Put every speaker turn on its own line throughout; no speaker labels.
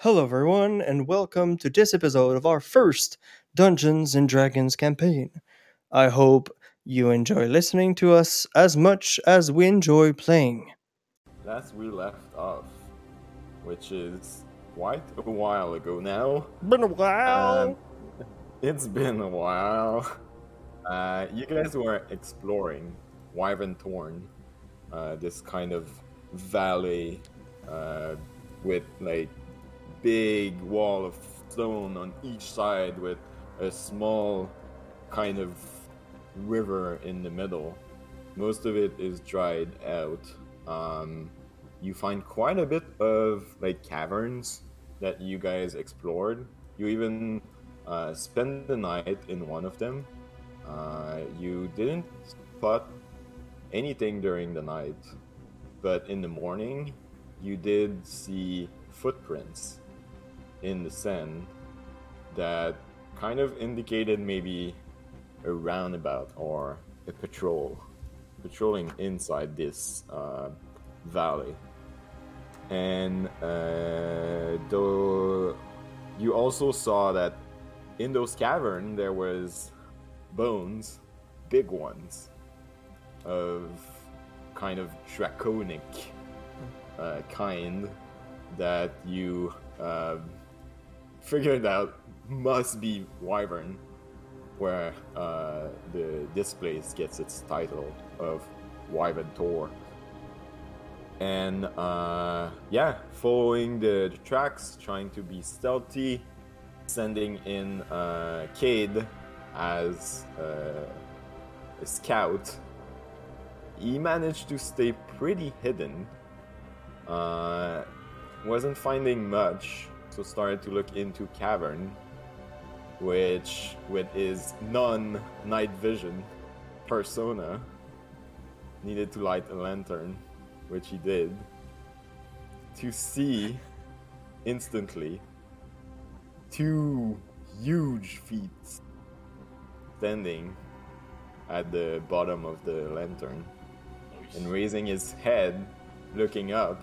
Hello, everyone, and welcome to this episode of our first Dungeons and Dragons campaign. I hope you enjoy listening to us as much as we enjoy playing.
Last we left off, which is quite a while ago now.
Been a while.
Um, it's been a while. Uh, you guys were exploring Wyvern Thorn, uh, this kind of valley uh, with like big wall of stone on each side with a small kind of river in the middle. Most of it is dried out. Um, you find quite a bit of like caverns that you guys explored. You even uh, spent the night in one of them. Uh, you didn't spot anything during the night, but in the morning, you did see footprints in the sand that kind of indicated maybe a roundabout or a patrol patrolling inside this uh, valley. And uh, though you also saw that in those caverns there was bones, big ones, of kind of draconic uh, kind that you uh, figured out must be Wyvern, where uh, the this place gets its title of Wyvern Tor. And uh, yeah, following the, the tracks, trying to be stealthy, sending in uh, Cade as uh, a scout. He managed to stay pretty hidden. Uh, wasn't finding much, so started to look into cavern, which with his non-night vision persona needed to light a lantern, which he did, to see instantly two huge feet standing at the bottom of the lantern and raising his head looking up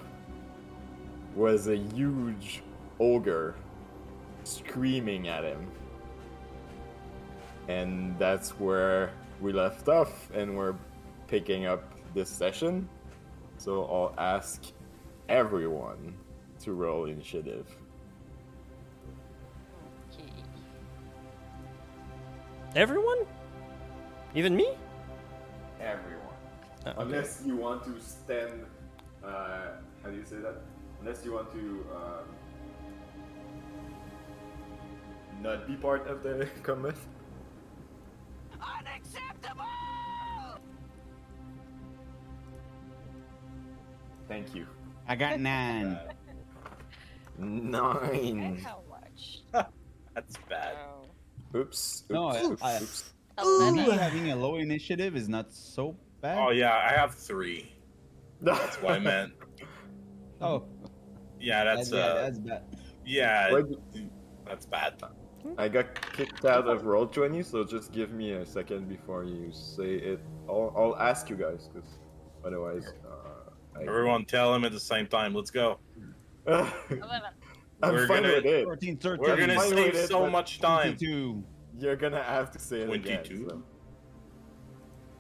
was a huge ogre screaming at him. And that's where we left off, and we're picking up this session. So I'll ask everyone to roll initiative.
Okay.
Everyone? Even me?
Everyone.
Oh,
Uh-huh.
okay.
Unless you want to stand. Uh, how do you say that? Unless you want to um, not be part of the combat.
Unacceptable!
Thank you.
I got nine.
Hmm.
And
Nine.
how much?
Uh, That's bad.
Oh.
Oops.
No, I-
oops,
I-
oops.
Me
Eleven.
having a low initiative is not so bad.
Oh yeah, I have three. That's what I meant.
Oh,
Yeah,
that-
that's
yeah,
uh,
that's bad.
yeah,
Wait,
that's bad.
I got kicked out of roll 20, so just give me a second before you say it. I'll, I'll ask you guys, because otherwise. Uh,
Everyone, tell him at the same time. Let's go.
I...
Eleven.
I'm
We're
fine
gonna-
with it.
14, 13,
We're gonna
Fine
save
with it,
so
but-
much time.
22.
You're gonna have to say it again.
22?
so.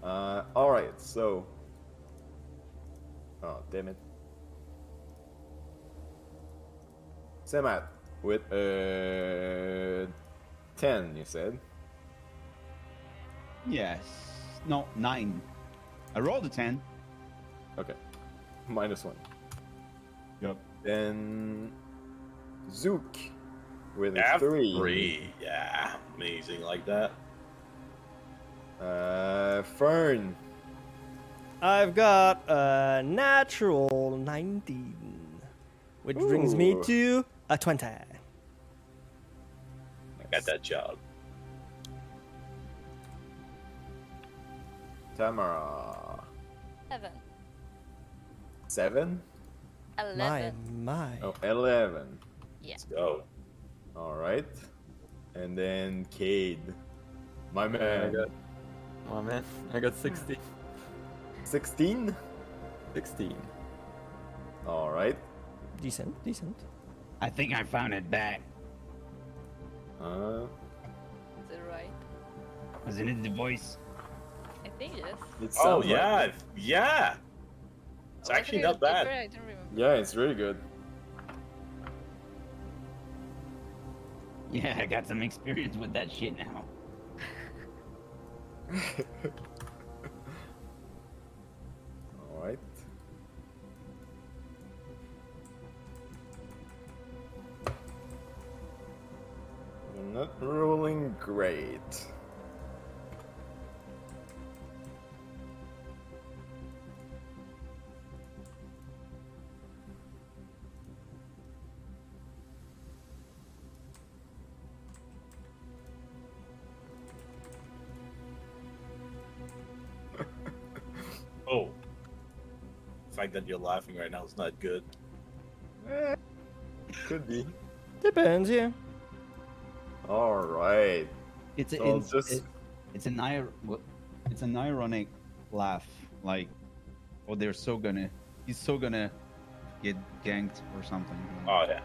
Uh, all right, so. Oh damn it. Semat with uh, ten, you said.
Yes. No, nine. I rolled a 10.
Okay, minus one.
Yep.
Then Zook with
I have
a three.
three. Yeah, amazing like that.
Uh, Fern.
I've got a natural 19, which brings me
Ooh.
to a 20.
I got that job.
Tamara.
Eleven.
Seven.
Eleven.
My, my.
Oh, eleven.
Yeah.
Let's go.
All right. And then Cade. My
I
man.
got, oh man, I got 60,
16?
16.
All right.
Decent, decent.
I think I found it back.
Uh,
Is it right?
Wasn't it the voice?
I think yes.
it
Oh
sounds like
yeah,
it.
I've- yeah. It's
Or was
actually
it
not
paper?
bad.
I don't remember.
yeah, it's really good.
Yeah, I got some experience with that shit now.
All right. You're not rolling great.
Oh, the fact that you're laughing right now is not good.
Eh, could be.
Depends, yeah.
All right.
It's a,
So
it's,
just
it- it's an ir- wha- it's an ironic laugh. Like, oh, they're so gonna, he's so gonna get ganked or something.
Oh yeah.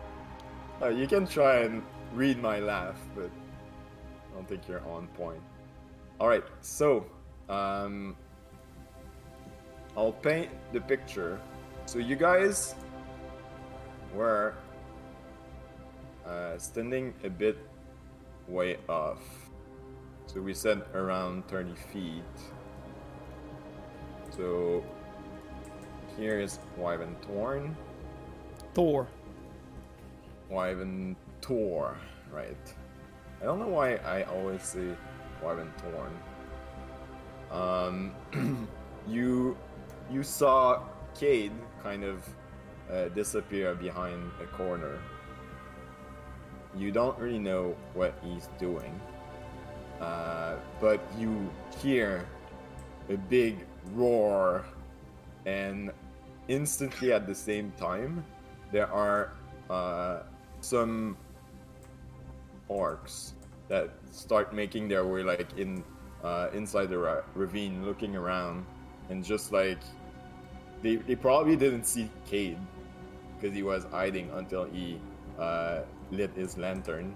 uh, you can try and read my laugh, but I don't think you're on point. All right. So, um, I'll paint the picture. So you guys were uh, standing a bit way off. So we said around 30 feet. So here is Wyvern Torn.
Thor.
Wyvern Tor, right? I don't know why I always say Wyvern Torn. Um, you you saw Cade kind of uh, disappear behind a corner. You don't really know what he's doing, uh, but you hear a big roar, and instantly at the same time, there are uh, some orcs that start making their way like in uh, inside the ra- ravine, looking around, and just like they, they probably didn't see Cade because he was hiding until he uh, lit his lantern.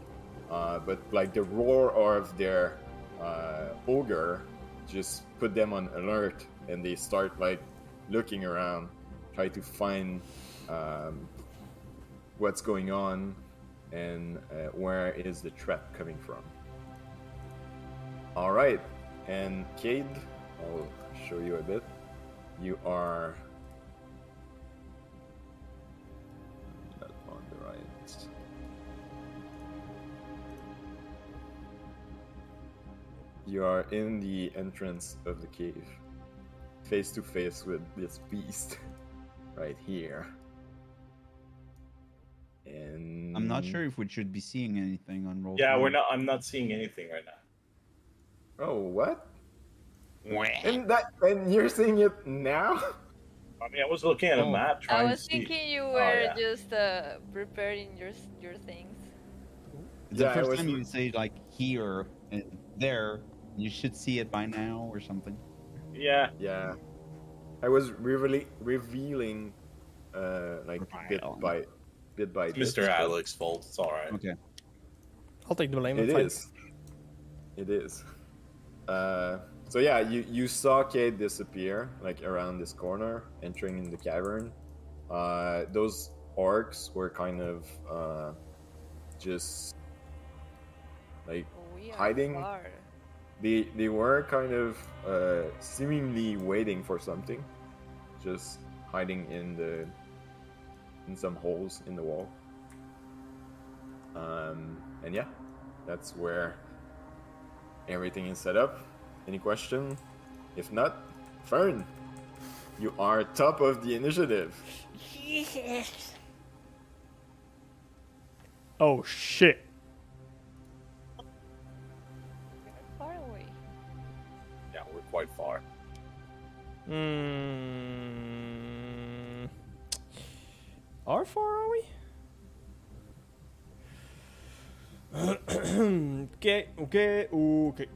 Uh, but like the roar of their uh, ogre just put them on alert, and they start like looking around, try to find um, what's going on and uh, where is the threat coming from. All right, and Cade, I'll show you a bit. You are not on the right. You are in the entrance of the cave, face to face with this beast right here. And
I'm not sure if we should be seeing anything on roll.
Yeah,
20.
we're not. I'm not seeing anything right now.
Oh, what?
Wah.
And that and you're seeing it now?
I mean, I was looking at a
Oh.
map
I
trying to
was
see.
thinking you
Oh,
were
yeah.
just uh, preparing your s- your things.
It's the
Yeah, I
first
was-
time you say like here and there. You should see it by now or something.
Yeah,
Yeah. I was revealing revealing uh like bit
Reveal.
by bit by
it's
bit.
Mr. Alex's fault. It's all right.
Okay.
I'll take the blame.
It
I'm fine.
is. It is. Uh, so yeah, you you saw Kate disappear like around this corner, entering in the cavern. Uh, those orcs were kind of uh, just like
We are
Hiding?
far.
they they were kind of uh, seemingly waiting for something, just hiding in the in some holes in the wall. Um, and yeah, that's where everything is set up. Any question? If not, Fern, you are top of the initiative.
Oh shit.
Far away.
Yeah, we're quite far.
Hmm. Mm. How far are we? okay, okay, okay.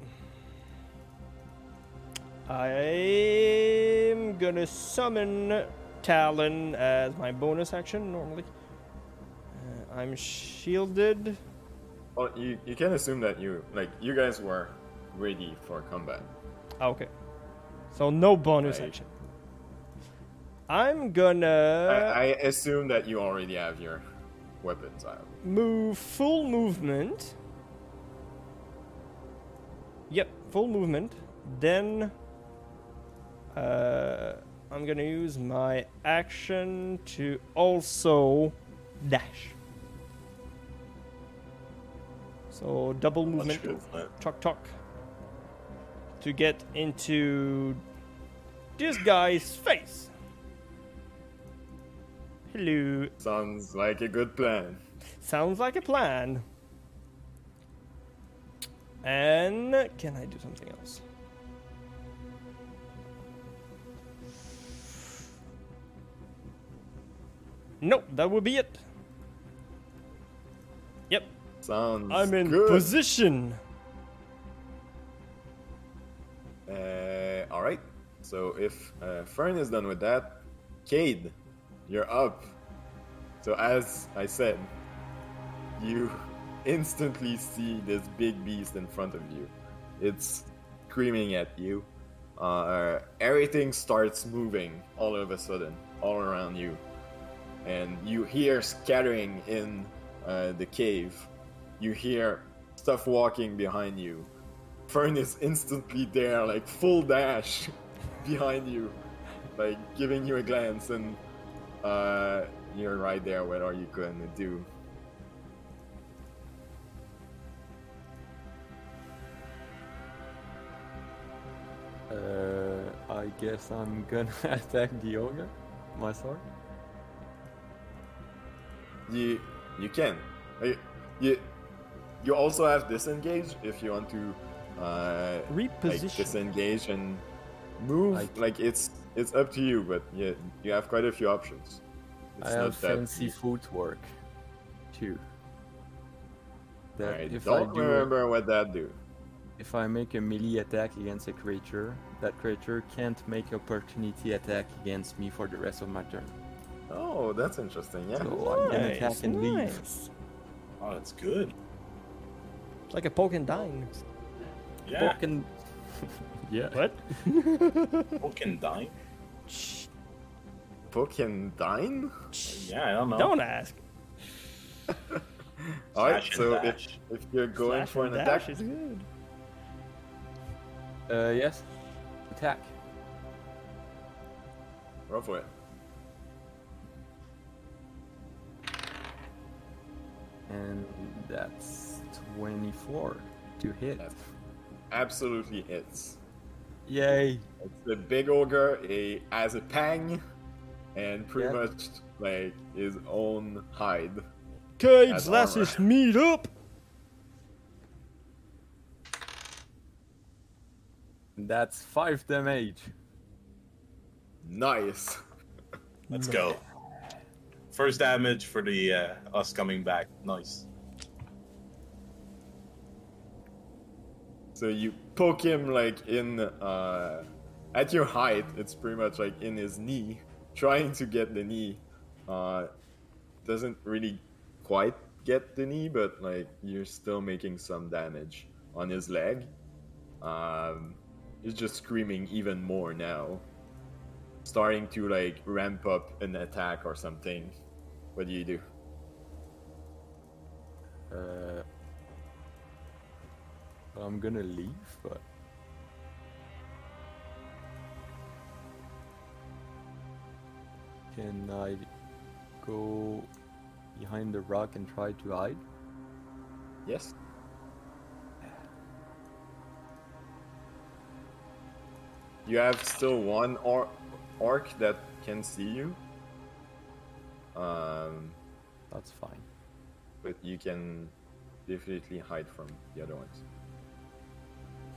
I'm gonna summon Talon as my bonus action normally. Uh, I'm shielded.
Well, Oh, you, you can assume that you like you guys were ready for combat.
Ah, okay. So no bonus
Right.
action. I'm gonna
I, I assume that you already have your weapons out.
move full movement. Yep, full movement. Then uh, I'm gonna use my action to also dash. So double movement,
Let's shoot that.
talk talk, to get into this guy's face. Hello,
Sounds like a good plan.
Sounds like a plan. And can I do something else? No, that would be it. Yep,
Sounds
I'm in
good.
position.
Uh, all right. So if uh, Fern is done with that, Cade, you're up. So as I said, you instantly see this big beast in front of you. It's screaming at you. Uh, everything starts moving all of a sudden, all around you, and you hear scattering in uh, the cave. You hear stuff walking behind you. Fern is instantly there, like full dash behind you, like giving you a glance, and uh, you're right there. What are you going to do?
Uh, I guess I'm gonna attack the ogre. My sword.
You you can. You you, you also have disengage if you want to uh, like
Reposition.
disengage and move.
I-
Like it's it's up to you, but you you have quite a few options. It's
I have
that
fancy
easy.
footwork, too. That
I
if I
don't
do,
remember what that do.
if I make a melee attack against a creature, that creature can't make opportunity attack against me for the rest of my turn.
Oh, that's interesting. Yeah.
So I can attack
Nice,
and leave.
nice.
Oh, that's good.
It's like a poke and dine.
Yeah.
Fucking- yeah.
What?
Fucking dying.
Shh,
Poke and dine?
shh.
Yeah, I don't know.
Don't ask.
Alright,
Slash and
so if,
dash.
if you're going
Slash
for an
and
attack,
dash is good.
Uh, yes. Attack.
roll for it.
And that's 24 to hit.
That absolutely hits.
Yay.
The big ogre a, has a pang and pretty
Yeah.
much like his own hide.
Caves,
That's
let's
armor.
just meet up.
That's 5 damage.
Nice.
Let's go. First damage for the uh, us coming back. Nice.
So you poke him like in uh, at your height. It's pretty much like in his knee, trying to get the knee. Uh, doesn't really quite get the knee, but like you're still making some damage on his leg. Um, he's just screaming even more now, starting to like ramp up an attack or something. What do you do?
Uh, I'm gonna leave, but. Can I go behind the rock and try to hide?
Yes. You have still one or- orc that can see you. Um,
That's fine.
but you can definitely hide from the other ones.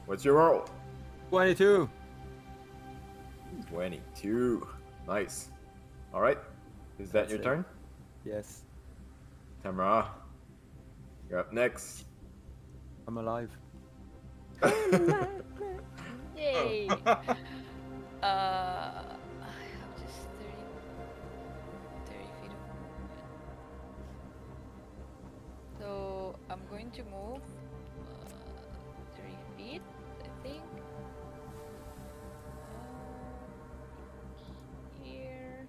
What's your roll?
22!
22. Nice. Alright. Is that
That's
your
it.
turn?
Yes,
Tamara, you're up next.
I'm alive.
Yay! uh, I have just 30, 30 feet of movement. going to move uh, three feet, I think. Uh, Here.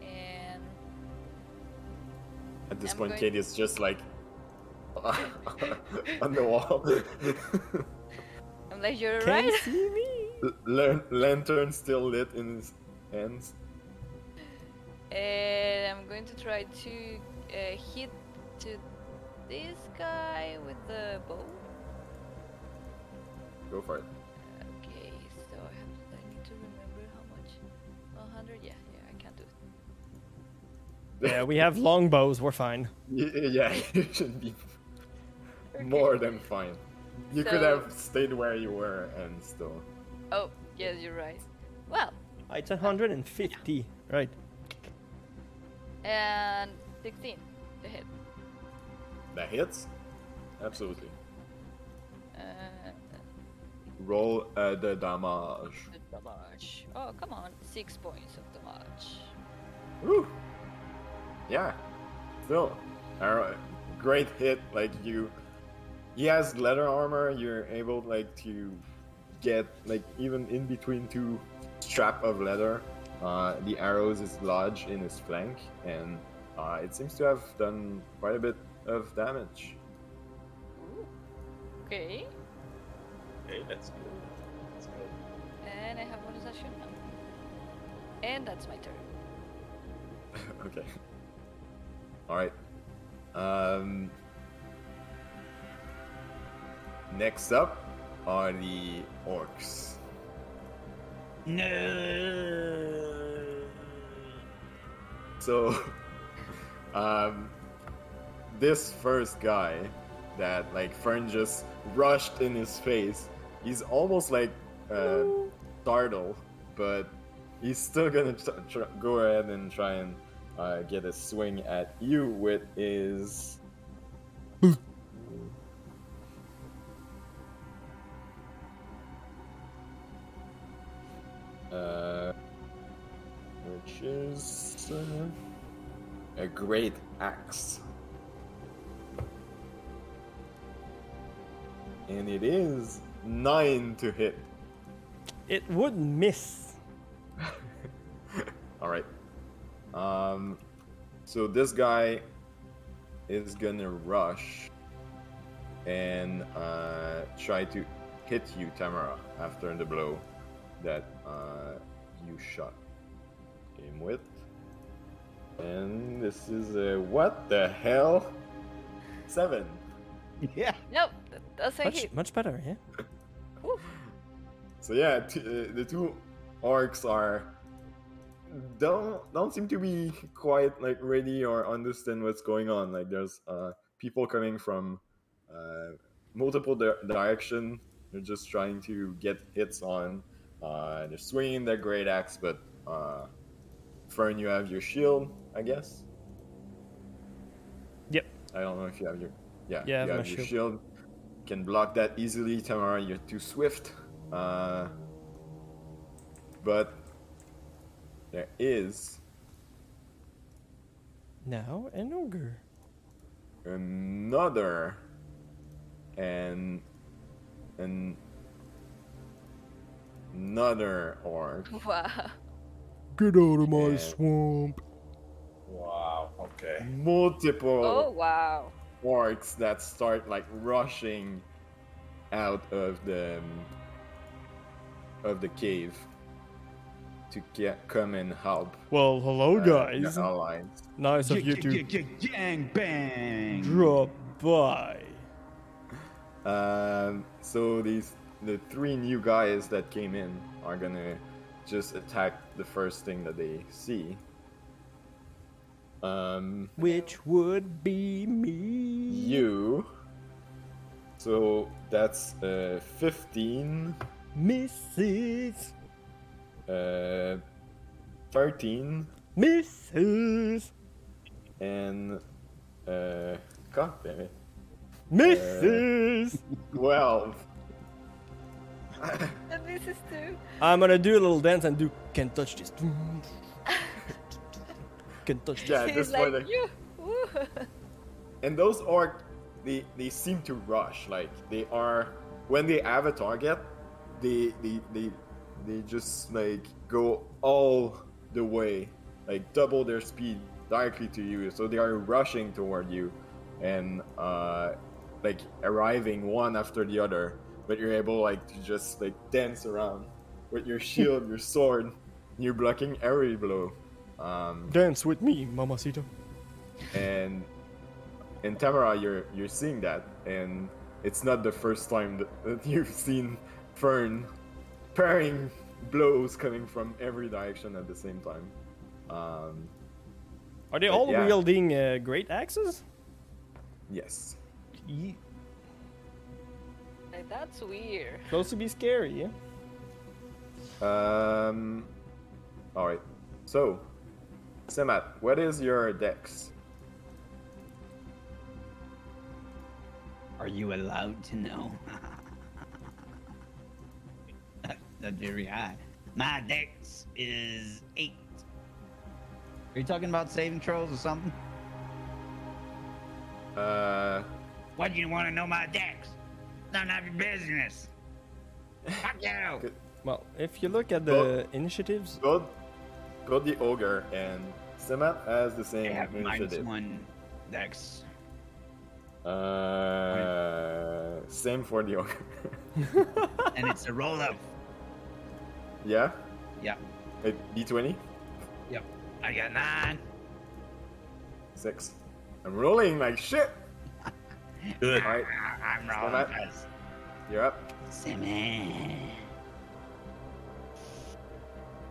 And
At this
I'm
point,
going-
Katie is just like on the wall.
I'm like, you're
Can you
right.
see me?
Lan- lantern still lit in his hands.
And I'm going to try to uh, hit to this guy with the bow.
Go for it.
Okay, so I have to, I need to remember how much. 100? Yeah, yeah, I can't do it.
Yeah, we have long bows. We're fine.
Y- Yeah, you should be more than fine. You could
So-
have stayed where you were and still.
Oh, yes, you're right. Well,
Ah, It's 150, right?
and 16 to hit.
That hits? Absolutely.
Uh,
Roll uh, the damage.
the damage. Oh, come on. 6 points of damage.
Woo! Yeah. Still, alright. Great hit. Like you, he has leather armor. You're able like to get like even in between two strap of leather. Uh, the arrows is lodged in his flank, and uh, it seems to have done quite a bit of damage.
Ooh. Okay,
Hey, that's good. Let's go.
and I have bonus action now. And that's my turn.
okay. All right. Um, next up are the orcs. No. So, um, this first guy that like Fern just rushed in his face, he's almost like uh, startled, but he's still gonna tr- tr- go ahead and try and uh, get a swing at you with his. Uh, which is uh, a great axe. And it is nine to hit.
It would miss.
All right. Um, so this guy is gonna rush and uh, try to hit you, Tamara, after the blow that uh, you shot him with. And this is a what the hell? Seven.
Yeah.
Nope, that doesn't
Much,
hit.
much better, yeah.
Ooh.
So yeah, t- uh, the two orcs are don't don't seem to be quite like ready or understand what's going on. Like there's uh, people coming from uh, multiple di- direction. They're just trying to get hits on. Uh, they're swinging their great axe, but uh, Fern, you have your shield, I guess.
Yep.
I don't know if you have your yeah.
Yeah, I have
you
my
have your
shield.
shield. Can block that easily, Tamara. You're too swift. Uh, but there is
Now an ogre.
another and and another orc.
Wow.
Get out of
my
swamp.
Wow. Okay.
Multiple
Oh, wow.
orcs that start like rushing out of the um, of the cave to get, come and help.
Well, hello,
uh,
guys.
the allies.
Nice of you to
Gang bang.
drop by.
Um, so these the three new guys that came in are gonna just attack the first thing that they see. Um,
Which would be me.
you. So that's uh, fifteen,
Mrs.
uh, thirteen,
Mrs.
and uh, God damn it,
Mrs.
twelve.
And this is too.
I'm gonna do a little dance and do can't touch this. Can't touch this.
Yeah, at
He's
this
like,
point, like,
you. Woo!
And those orc, they they seem to rush. Like they are when they have a target, they they they they just like go all the way, like double their speed directly to you. So they are rushing toward you, and uh, like arriving one after the other. But you're able like to just like dance around with your shield, your sword. You're blocking every blow. Um,
Dance with me, Mamacita.
and and Tamara, you're you're seeing that, and it's not the first time that, that you've seen Fern parrying blows coming from every direction at the same time. Um,
Are they
Uh,
all
yeah.
wielding uh, great axes?
yes,
Ye-
Like, that's weird.
Supposed to be scary, yeah?
Um, all right. So, Semat, what is your dex?
Are you allowed to know? That's very high. My dex is eight. Are you talking about saving trolls or something?
Uh,
Why do you want to know my dex? None of your business. Fuck you.
Well, if you look at the initiatives,
both, both the ogre and Semat has the same
I have minus
initiative.
one dex.
Uh, same for the ogre.
and it's a roll up.
yeah,
Yeah.
it d20,
Yep. I got nine.
six. I'm rolling like shit.
Good.
All right,
I'm
rolling
rolling.
that- you're up.
Simon.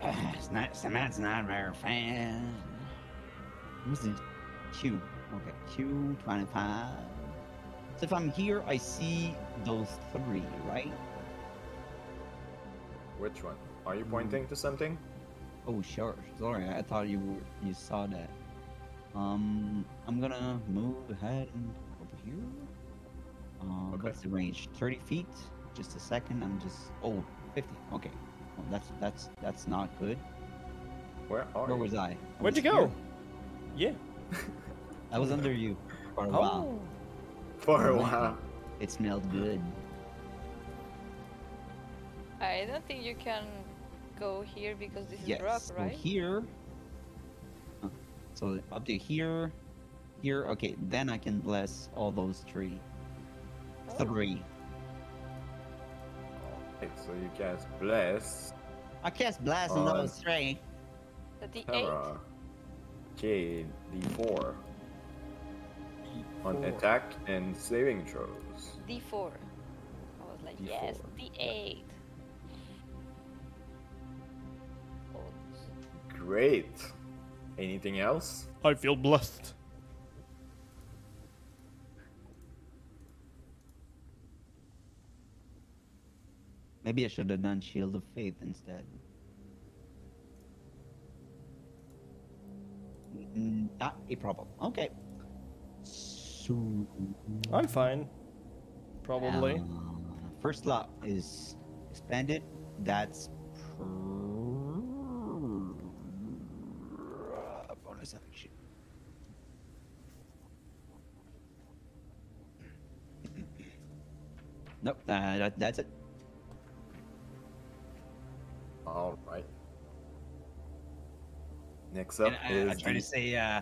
Ah, It's not, Simon's not very fast. What's this? Q. Okay, Q25. So if I'm here, I see those three, right?
Which one? Are you pointing to something?
Oh, sure. Sorry, I thought you were, you saw that. Um, I'm gonna move ahead and over here. Uh,
Okay.
What's the range? 30 feet? Just a second. I'm just. Oh, 50. Okay. Well, that's that's that's not good.
Where are
Where
you?
was I? I
where'd you
was
go? Yeah.
here.
Oh.
I was under you for a while.
For a while.
It smelled good.
I don't think you can go here because this is
yes.
rock,
so
right?
here. Huh. So up to here, here. Okay, then I can bless all those three.
Oh.
Three.
Okay, so you cast bless.
I cast blast on
Uh,
those three.
That the eight.
Terra. Okay, D4 on attack and saving throws.
D4. I was like, yes, D8. Oh,
Great. Anything else?
I feel blessed.
Maybe I should have done Shield of Faith instead. Mm, Not a problem. Okay. So,
I'm fine. Probably.
um, first slot is expanded. That's pr- bonus action. Nope, uh, that, that's it.
All right. Next up
And I, I
is
try to
the,
say, uh,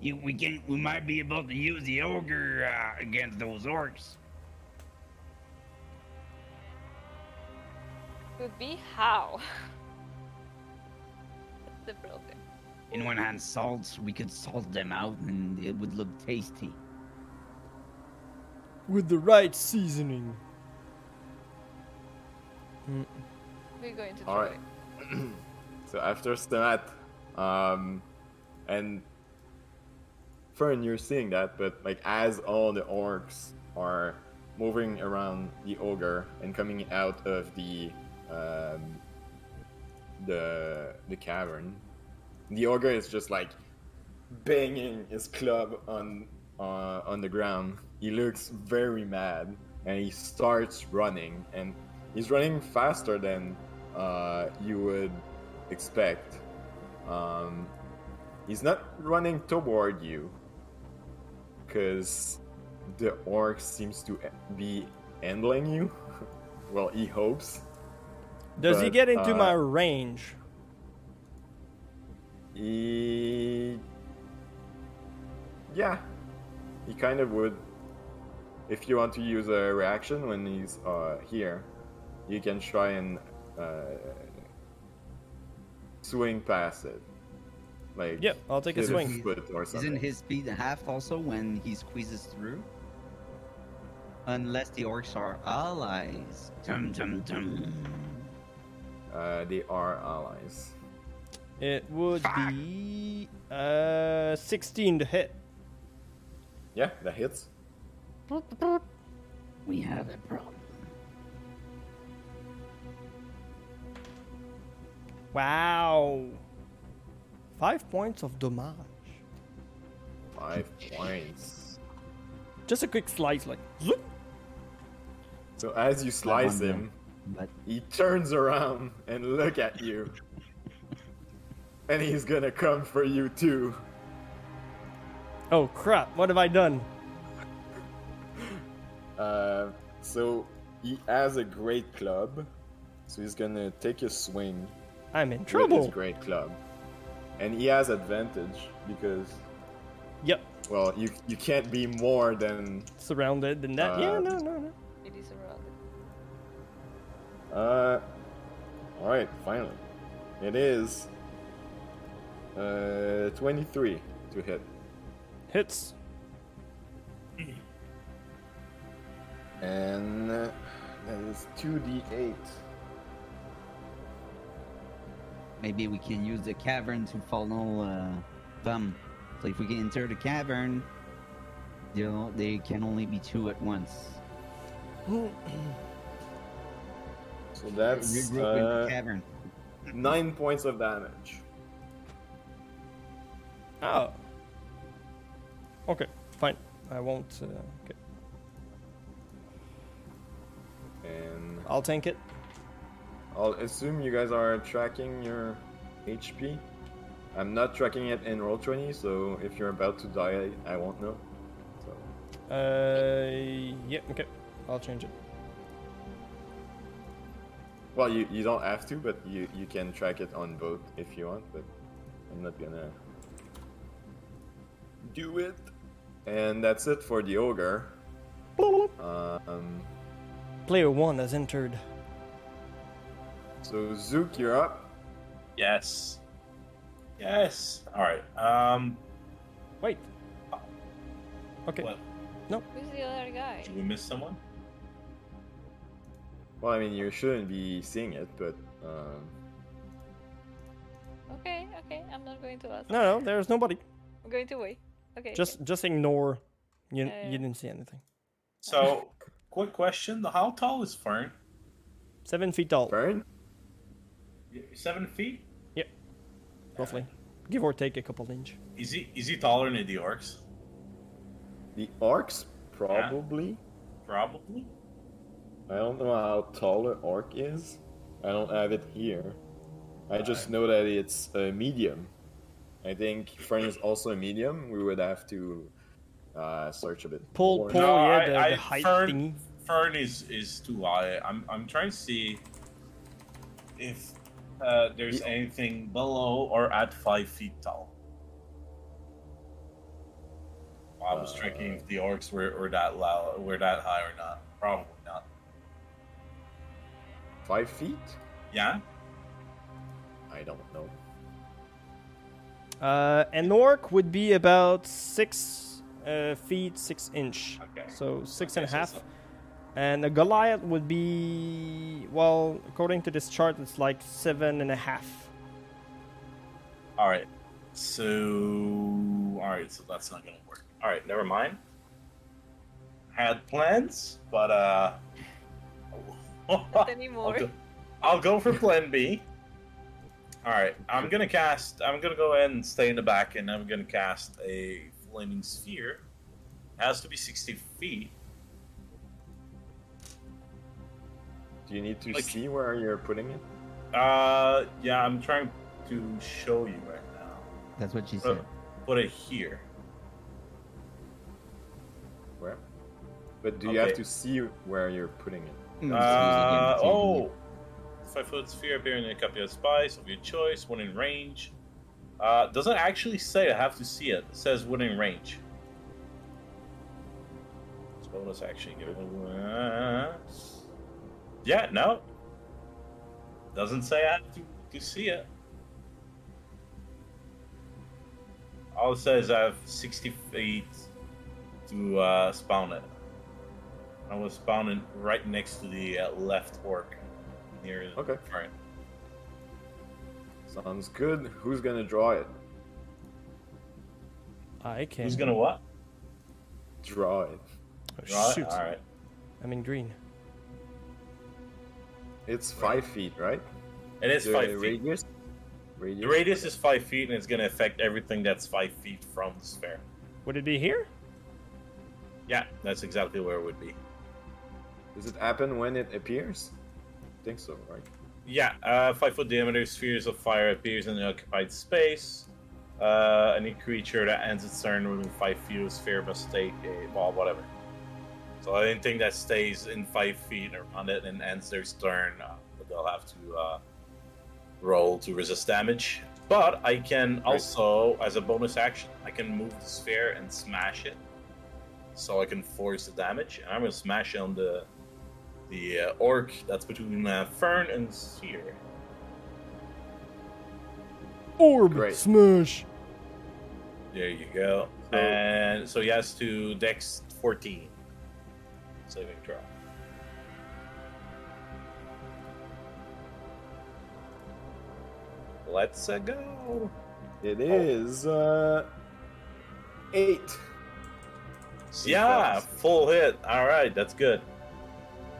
you, we can, we might be able to use the ogre uh, against those orcs.
Could be how? That's the problem.
Anyone had salts? We could salt them out, and it would look tasty.
With the right seasoning.
We're going to
All
try.
right. so after Stenat, um, and Fern, you're seeing that, but like as all the orcs are moving around the ogre and coming out of the um, the the cavern, the ogre is just like banging his club on uh, on the ground. He looks very mad, and he starts running, and he's running faster than uh, you would expect. Um, he's not running toward you. because the orc seems to be handling you. well, he hopes.
Does he
But,
get into
uh,
my range?
He. Yeah. He kind of would. If you want to use a reaction when he's uh, here, you can try and uh, swing past it. Like,
Yep, I'll take a
hit
swing.
his foot or something.
Isn't his speed half also when he squeezes through? Unless the orcs are allies. Dum dum dum.
Uh, they are allies.
It would be uh 16 to hit.
Yeah, that hits.
We have a problem.
Wow. Five points of damage.
Five points.
Just a quick slice, like zoop.
So as you slice
wonder.
him,
But
he turns around and look at you. and he's gonna come for you too.
Oh crap! What have I done?
Uh, so he has a great club. So he's gonna take a swing
I'm in
with
trouble.
his great club. And he has advantage because
Yep,
well you you can't be more than
surrounded and that. yeah,
Uh,
no, no, no.
It is around.
uh Alright, finally. It is uh twenty-three to hit.
Hits.
And uh, that is 2d8.
maybe we can use the cavern to follow uh, them. So if we can enter the cavern, you know, they can only be two at once.
So that's
Regroup in the
uh,
cavern.
9 points of damage.
Oh. Okay, fine. I won't. Uh, okay.
And
I'll tank it.
I'll assume you guys are tracking your HP. I'm not tracking it in roll20, so if you're about to die, I, I won't know. So,
Uh, yeah, okay. I'll change it.
well, you, you don't have to, but you, you can track it on both if you want, but I'm not gonna do it. And that's it for the ogre. Um,
Player one has entered.
so, Zook, you're up.
Yes. Yes. All right. Um.
Wait. Okay.
What?
Who's the other guy?
Did we miss someone?
Well, I mean, you shouldn't be seeing it, but um,
Okay, okay, I'm not going to ask.
No, no, there's nobody.
I'm going to wait. Okay.
Just, just ignore. You,
Yeah, yeah.
you didn't see anything.
So, quick question: How tall is Fern?
Seven feet tall,
Fern,
Seven feet?
roughly, give or take a couple inch.
Is he is he taller than the orcs?
the orcs probably.
Probably.
I don't know how tall an orc is. I don't have it here. I just know that it's a medium. I think Fern is also a medium. We would have to uh, search a bit.
Pull-
more.
pull-
no,
yeah,
I,
the-
I,
the height
Fern,
thingy.
Fern is is too high. I'm I'm trying to see if uh, there's
Yeah.
anything below or at five feet tall. I was checking if the orcs were, were that loud, were that high or not. Probably not.
Five feet?
Yeah.
I don't know.
Uh, an orc would be about six uh, feet, six inch.
Okay.
So six
Okay,
and a
so
half.
some-
And a Goliath would be, well, according to this chart, it's like seven and a half.
All right. So, all right. So that's not gonna work. All right. Never mind. Had plans, but uh,
Not
I'll
anymore.
go, I'll go for Plan B. All right. I'm gonna cast. I'm gonna go ahead and stay in the back, and I'm gonna cast a flaming sphere. has to be sixty feet.
Do you need to
Like-
see where you're putting it?
Uh, yeah. I'm trying to show you right now.
uh,
That's what she
Put
said.
it, put it here.
But do you have
Okay.
to see where you're putting it?
Mm.
Uh, oh, five foot sphere appearing in a copy of spies of your choice, when in range. Uh, doesn't actually say I have to see it. It says when in range. It's bonus action. Give it a- Yeah, no. Doesn't say I have to, to see it. All it says I have 60 feet to uh, spawn it. I was spawning right next to the uh, left orc near the
Okay.
front.
Sounds good. Who's gonna draw it?
I can.
Who's gonna what?
Draw it.
Oh,
Draw it?
shoot.
Alright.
I'm in green.
It's five feet, right?
It is
The
five feet.
radius. Radius.
The radius is five feet and it's gonna affect everything that's five feet from the sphere.
Would it be here?
Yeah, that's exactly where it would be.
Does it happen when it appears? I think so, right?
Yeah, uh, five foot diameter spheres of fire appears in the occupied space. Uh, any creature that ends its turn within five feet of the sphere must take a ball, whatever. So anything that stays in five feet around it and ends their turn, uh, they'll have to uh, roll to resist damage. But I can also, as a bonus action, I can move the sphere and smash it, so I can force the damage. And I'm gonna smash it on the the uh, orc that's between uh, Fern and Seer.
Orb
Great.
smash.
There you go.
So-
and so he has to Dex 14 saving throw. Let's uh, go.
It is uh, eight.
Yeah,
Reflex.
full hit. All right, that's good.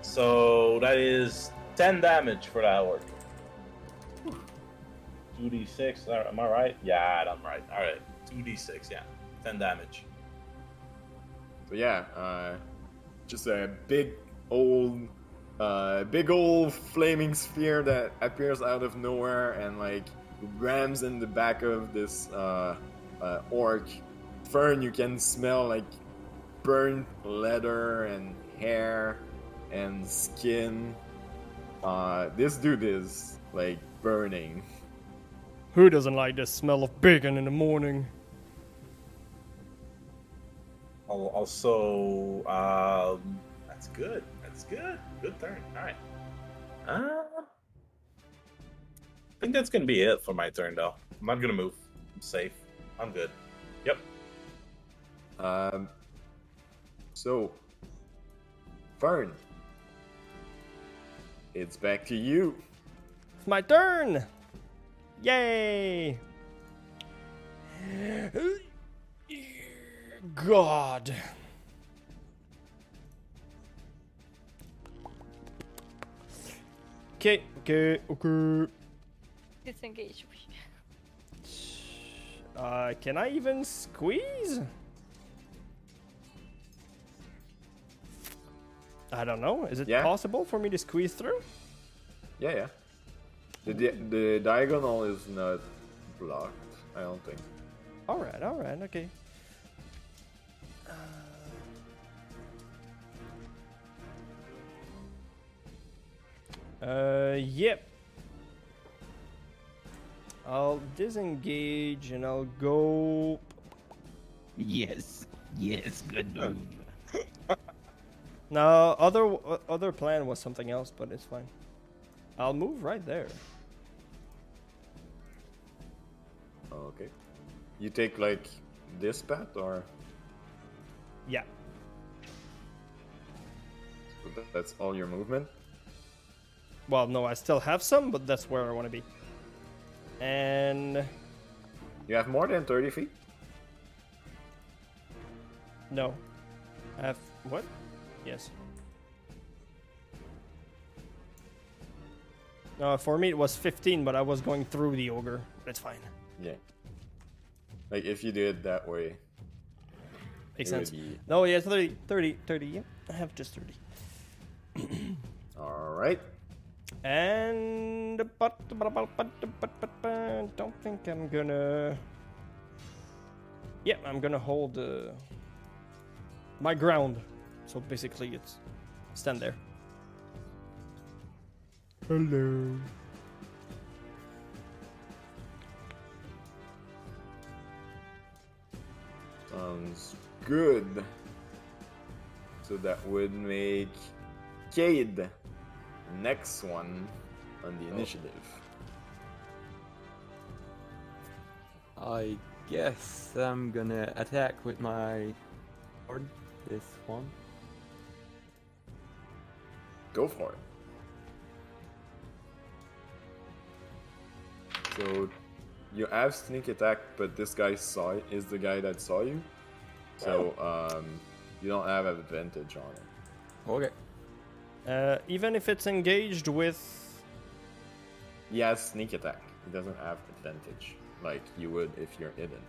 So that is 10 damage for that orc. 2d6, all right, am I right? Yeah, I'm right. All right, 2d6, yeah. 10 damage.
So yeah, uh, just a big old, uh, big old flaming sphere that appears out of nowhere and like rams in the back of this uh, uh, orc. Fern, you can smell like burnt leather and hair and skin. Uh, this dude is like burning.
Who doesn't like the smell of bacon in the morning?
Al- Oh, Also, um, that's good. That's good. Good turn. All right. Uh, I think that's gonna be it for my turn, though. I'm not gonna move. I'm safe. I'm good. Yep.
Um, so, Fern, it's back to you.
It's my turn. Yay! God. Okay, okay, okay.
Disengage.
Uh, can I even squeeze? I don't know. Is it
Yeah.
possible for me to squeeze through?
Yeah, yeah. The, di- the diagonal is not blocked, I don't think.
All right, all right, okay. Uh, Uh, yep. I'll disengage and I'll go.
Yes. Yes, good move.
No, other uh, other plan was something else, but it's fine. I'll move right there.
Oh, Okay. You take like this path or
Yeah.
so that- that's all your movement?
Well, no, I still have some, but that's where I want to be. And
You have more than 30 feet?
no, I have what? Yes. No, for me it was 15, but I was going through the ogre. That's fine.
Yeah. Like if you do it that way.
Makes
It would
sense.
be-
No, yeah, 30, 30, 30. Yeah, I have just 30.
Alright.
And but but but but but but but don't think I'm gonna. Yep, I'm gonna hold uh, my ground. So basically, it's stand there. Hello.
Sounds Um, good. So that would make Cade next one on the initiative.
I guess I'm gonna attack with my sword. This one.
Go for it. So you have sneak attack, but this guy saw it, is the guy that saw you. So um, you don't have advantage on it.
Okay.
Uh, even if it's engaged with
He has sneak attack. He doesn't have advantage like you would if you're hidden.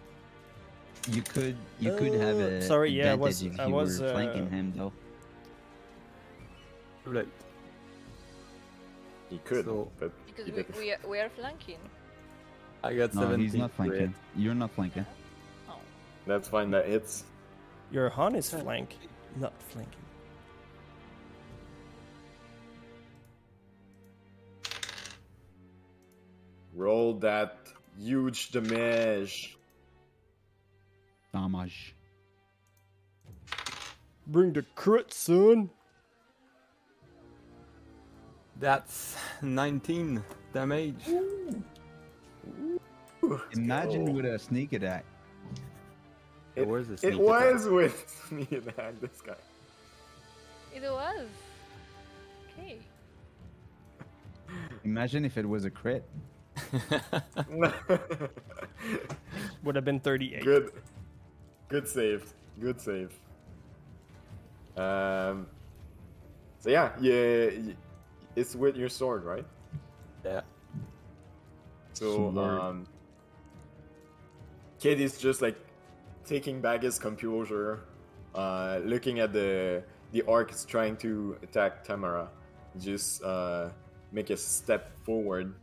You could you could have
Uh,
a
sorry, yeah, I
advantage
was-
if
I
you
was,
were flanking
uh,
him though.
Too late.
He could,
So-
but
Because
he
we,
didn't.
we, are, we are flanking.
I got
No,
17.
he's not
crit.
flanking. You're not flanking.
Oh.
That's fine. That hits.
your harness flank, not flanking.
Roll that huge damage.
Damage.
Bring the crit, son.
That's 19 damage.
Imagine
go.
with a sneak attack.
It was a sneak
It was with sneak attack. This guy.
It was. Okay.
Imagine if it was a crit.
Would have been 38.
Good. Good save. Good save. Um. So yeah, yeah, y- it's with your sword, right?
Yeah.
So
Sword.
um. Kid is just like taking back his composure, uh, looking at the the orc is trying to attack Tamara. Just uh, make a step forward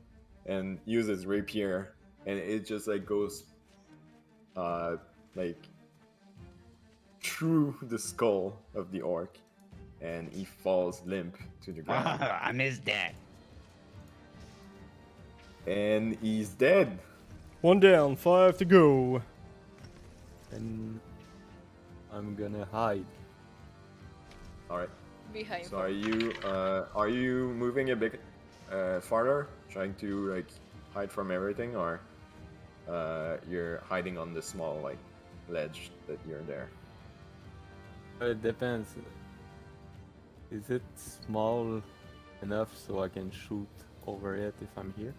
and use his rapier, and it just like goes, uh, like through the skull of the orc, and he falls limp to the ground,
I missed that.
and he's dead.
One down, five to go.
And I'm gonna hide.
All right.
Behind.
So are you uh, are you moving a bit uh, farther, trying to like hide from everything, or uh, you're hiding on the small like ledge that you're there?
It depends. Is it small enough so I can shoot over it if I'm here?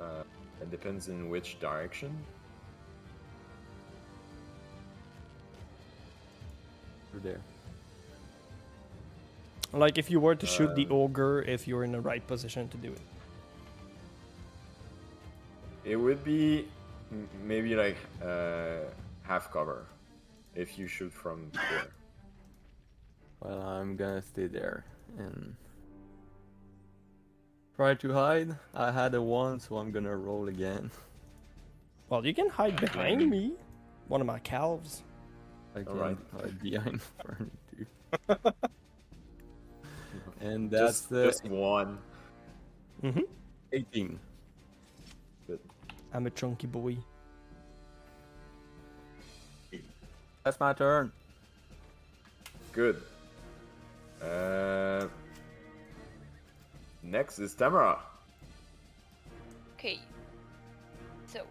Uh, it depends in which direction.
Or there?
Like if you were to shoot the ogre, if you're in the right position to do it.
It would be m- maybe like uh, half cover if you shoot from there.
Well, I'm gonna stay there and try to hide. I had a one, so I'm gonna roll again.
Well, you can hide behind me. One of my calves.
I can
Alright.
hide behind furniture. and that's uh,
Just-
the
just one.
Mm-hmm.
18.
But
I'm a chunky boy.
That's my turn.
Good. Uh, next is Tamara.
Okay. So.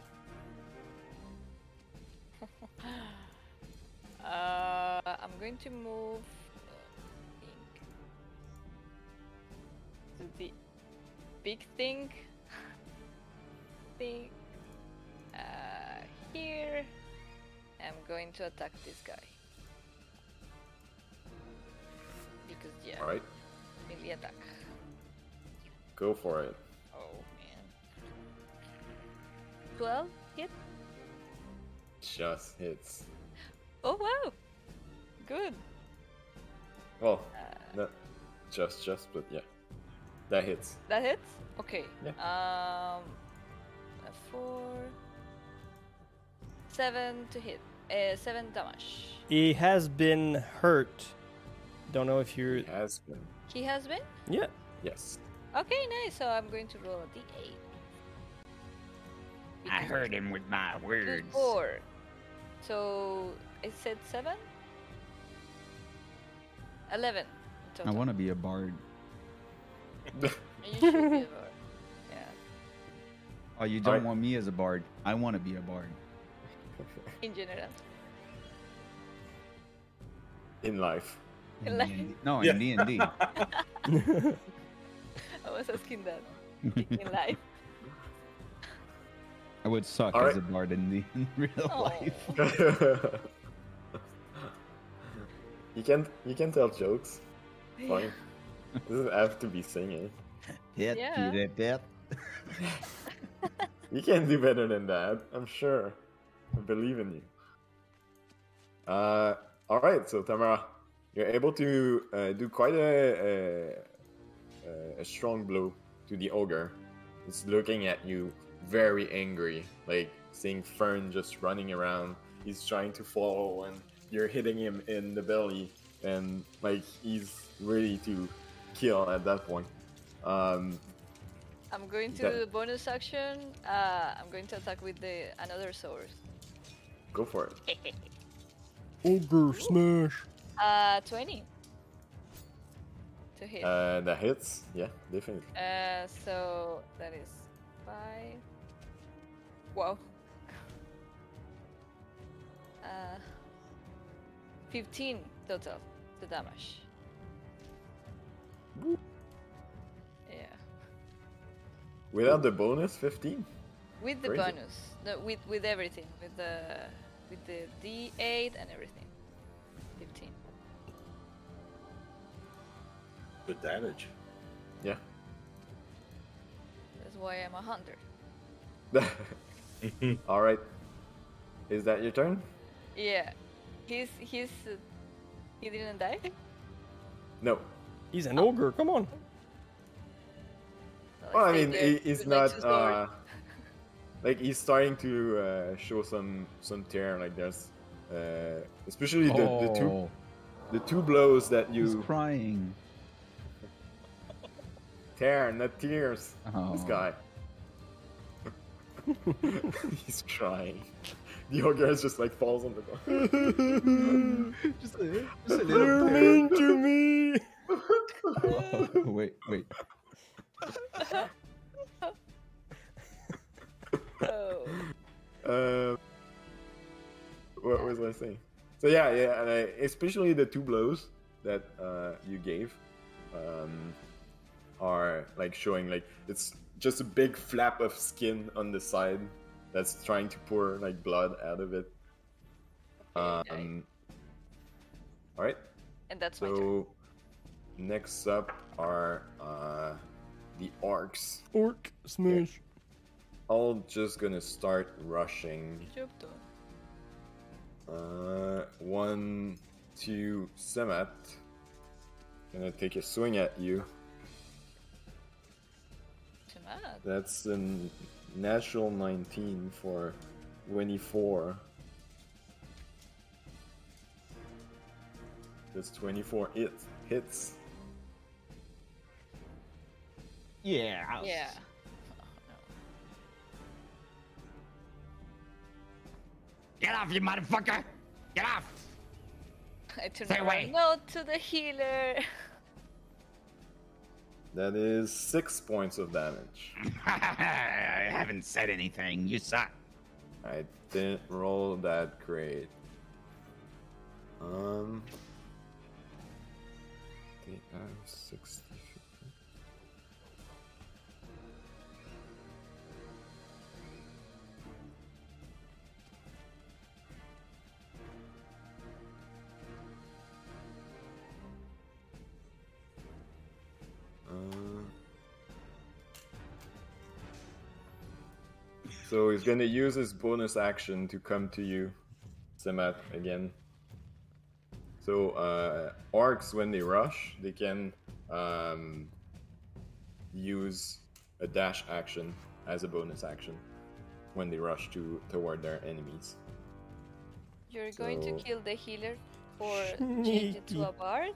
uh, I'm going to move. uh, I think. To the big thing. thing. Uh, here. I'm going to attack this guy. Because, yeah,
All right,
melee attack.
go for it.
Oh, man. 12 hit?
Just hits.
Oh wow! Good.
Well, not Oh, just, just, but yeah. That hits.
That hits? Okay.
Yeah.
Um a four seven to hit. Uh, seven damage.
He has been hurt. Don't know if you're.
Has been.
He has been?
Yeah.
Yes.
Okay, nice. So I'm going to roll a d8.
I heard him with my
Good
words.
four. So I said seven? Eleven.
I want to be a bard.
You should be a bard. Yeah,
Oh, you don't
I-
want me as a bard. I want to be a bard.
in general.
In life.
In
Like-
D&D. No,
Yeah.
in D and D.
I was asking that in life.
I would suck
All
as
right.
a bard in, the, in real life.
Oh.
you can you can tell jokes. Fine. Doesn't have to be singing.
Hit,
Yeah.
hit, hit.
You can do better than that. I'm sure. I believe in you. Uh, all right. So Tamara, you're able to uh, do quite a, a a strong blow to the ogre. It's looking at you very angry, like seeing Fern just running around. He's trying to follow, and you're hitting him in the belly, and like he's ready to kill at that point. Um,
I'm going to
Yeah.
do the bonus action. Uh, I'm going to attack with the another sword.
go for it.
Ogre smash.
Uh, 20 to hit. Uh,
Uh, that hits. Yeah, definitely.
so that is 5. Wow. Uh, 15 total, the damage. Yeah.
Without the bonus, 15?
With the
Crazy.
bonus, no, with with everything, with the with the D8 and everything. 15.
Good damage.
Yeah.
That's why I'm a hunter.
All right. Is that your turn?
Yeah, he's he's uh, he didn't die.
No.
He's an ogre. Come on.
So
Well, I
stay
mean,
there
he, he's
with my
not.
two sword.
Uh, like he's starting to uh, show some some tear. Like there's, uh, especially the, the two
Oh,
the two blows that
he's
you
crying.
tear, not tears. This
Oh.
guy. he's crying. The ogre is just like falls on the ground.
just a, just a
You're mean to me.
wait, wait.
uh,
Oh,
Uh, what was I saying? So yeah, yeah, and I, especially the two blows that uh, you gave um, are like showing like it's just a big flap of skin on the side that's trying to pour like blood out of it.
Okay.
Um, all right,
and that's my turn.
so next up are uh, the orcs.
Orc smash.
All just gonna start rushing
Job done.
Uh, one, two, Semet. Gonna take a swing at you.
Too mad.
That's a n- natural 19 for 24. That's 24 it hits.
Yeah. I was-
Yeah.
Get off, you motherfucker! Get off!
I turn
Stay
around.
away.
No, to the healer.
That is six points of damage.
I haven't said anything. You suck.
I didn't roll that great. Um. They have 60. Uh, So he's gonna use his bonus action to come to you, Semat, again. So uh, orcs, when they rush, they can um, use a dash action as a bonus action when they rush to toward their enemies.
You're going to
So-
kill the healer or change it to a bard?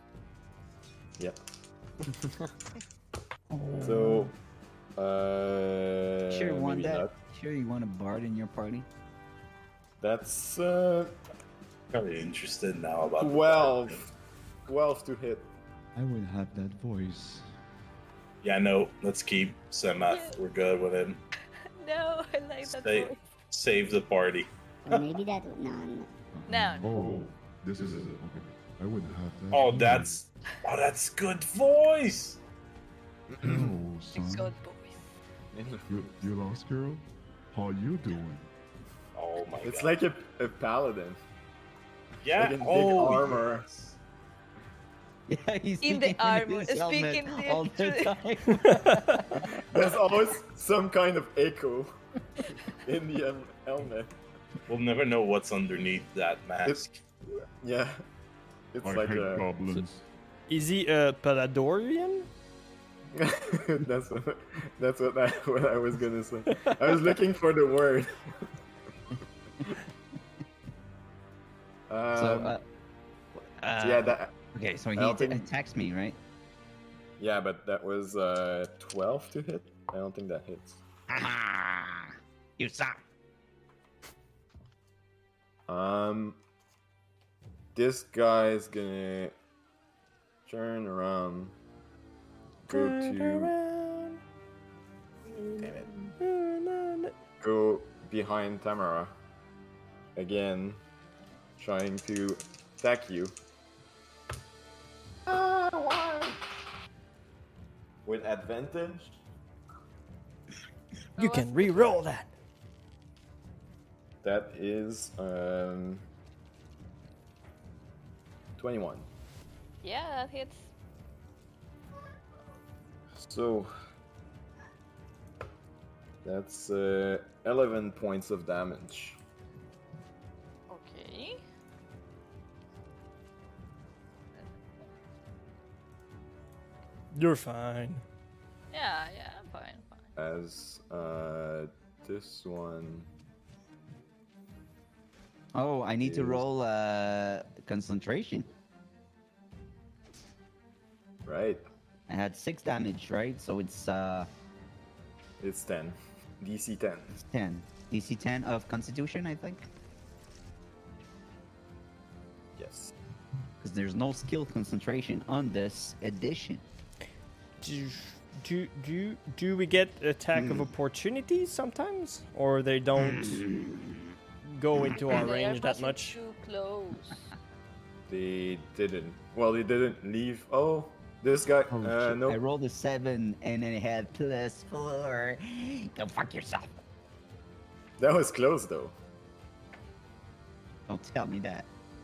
Yep. so, uh,
Sure, you want
maybe
that?
not.
Sure, you want a bard in your party?
That's uh,
Probably interested now about
twelve. Twelve to hit.
I will have that voice.
Yeah, no. Let's keep Samath.
Yeah.
We're good with him.
No, I like that
Stay-
voice.
Save the party.
Or maybe that. No, no.
No,
Mm-hmm.
Oh, this is it. Okay. I wouldn't have that.
Oh,
Mm-hmm.
either.
that's oh, that's good voice.
No,
It's
Oh, son.
God voice.
You, you lost, girl? How you doing?
Oh my
It's like
god.
a, a paladin.
yeah.
like a big
oh,
armor.
yes.
Yeah, he's
In the
speaking
armor,
his helmet
speaking the-
all the time.
There's always some kind of echo in the um, helmet.
We'll never know what's underneath that mask.
Yeah, it's
I
like
hate
a.
goblins.
Is he a Paladorian?
uh, that's what, that's what I what I was gonna say. I was looking for the word. um,
so, uh, uh,
yeah, that
okay, so he
don't
d-
think-
attacks me, right?
yeah, but that was uh, twelve to hit. I don't think that hits.
Aha! You suck.
Um, this guy's gonna turn around, go to Damn it. go behind Tamara again, trying to attack you. Ah, why? With advantage.
You can re-roll that.
That is um, twenty-one.
Yeah, that hits.
So that's uh, eleven points of damage.
Okay.
You're fine.
Yeah, yeah, I'm fine, I'm fine.
As uh, this one,
Oh, I need to
Yes.
roll uh, concentration.
right?
I had six damage, right? So it's uh,
It's ten, DC ten.
it's ten. DC ten of Constitution, I think,
Yes.
because there's no skill concentration on this edition.
Do do do do we get attack of opportunities sometimes, or they don't go into our
They are
range that
pushing
much?
Too close.
They didn't. Well, they didn't leave. Oh, this guy.
Oh,
uh,
shit. I
no.
rolled a seven and I had plus four.
Go fuck yourself.
That was close, though.
Don't tell me that.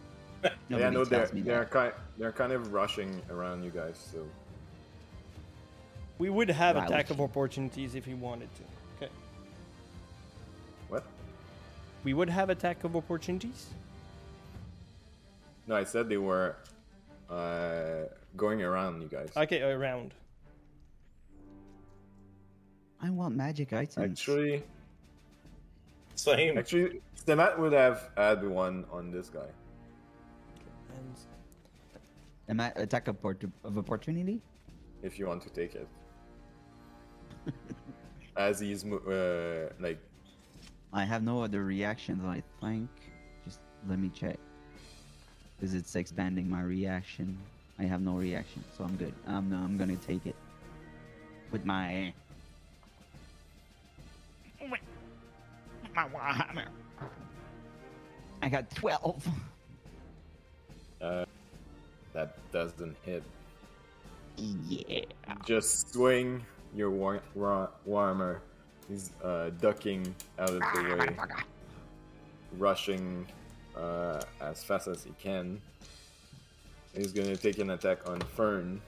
yeah,
Nobody
no, they're
tells me
they're
that.
kind they're kind of rushing around you guys. So
We would have
Wow.
attack of opportunities if we wanted to. Okay.
what?
We would have attack of opportunities.
No, I said they were uh, going around you guys.
Okay, around.
I want magic items.
Actually,
Same.
actually, Stemat would have had one on this guy.
And
Am I attack of, oppor- of opportunity?
if you want to take it. As he's mo- uh, like,
I have no other reactions, I think. Just let me check. Because it's expanding my reaction. I have no reaction, so I'm good. I'm, I'm gonna take it. With my.
Wait. My Warhammer.
I got 12.
uh, that doesn't hit.
yeah.
Just swing your war- war- warmer. He's uh, ducking out of the way, rushing uh, as fast as he can. He's gonna take an attack on Fern.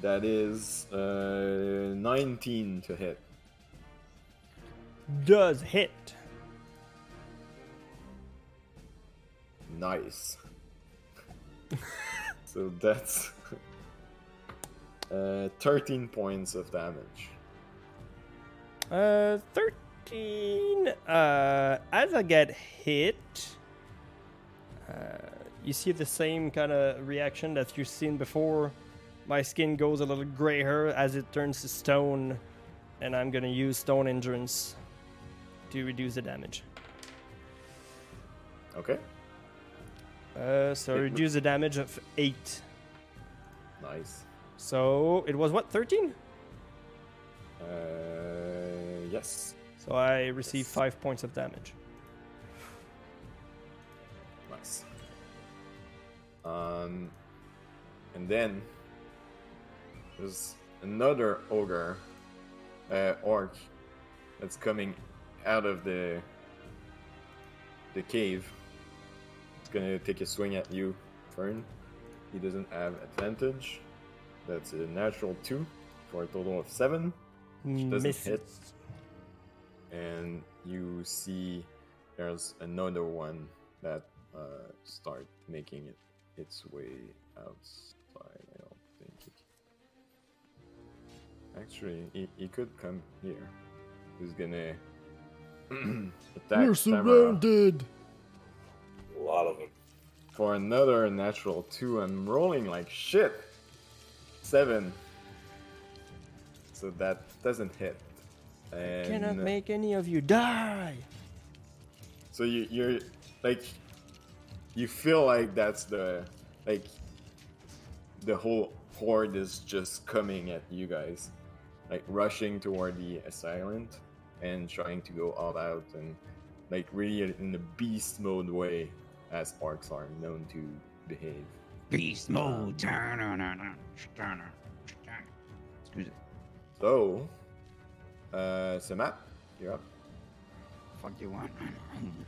That is uh, 19 to hit.
does hit.
Nice. so that's uh, 13 points of damage.
Uh, thirteen. Uh, as I get hit, uh, you see the same kind of reaction that you've seen before. My skin goes a little grayer as it turns to stone, and I'm gonna use stone endurance to reduce the damage.
Okay.
Uh, so reduce the damage of eight.
Nice.
So it was what thirteen?
Uh, yes.
So I receive five points of damage.
Nice. Um, and then there's another ogre, uh, orc, that's coming out of the the cave. It's gonna take a swing at you, Fern. He doesn't have advantage. That's a natural two for a total of seven which doesn't hit.
Misses.
and you see there's another one that uh, start making it its way outside. I don't think he Actually, he, he could come here. He's gonna attack Tamara
A lot of them.
for another natural two. I'm rolling like shit. Seven. So that doesn't hit. And uh,
Cannot make any of you die.
So you, you're like, you feel like that's the like the whole horde is just coming at you guys, like rushing toward the assailant and trying to go all out and like really in the beast mode way, as orcs are known to behave.
Beast mode. Turner, turner, turner, turner.
Excuse it.
So, uh, Samat, you're up.
Fuck you want?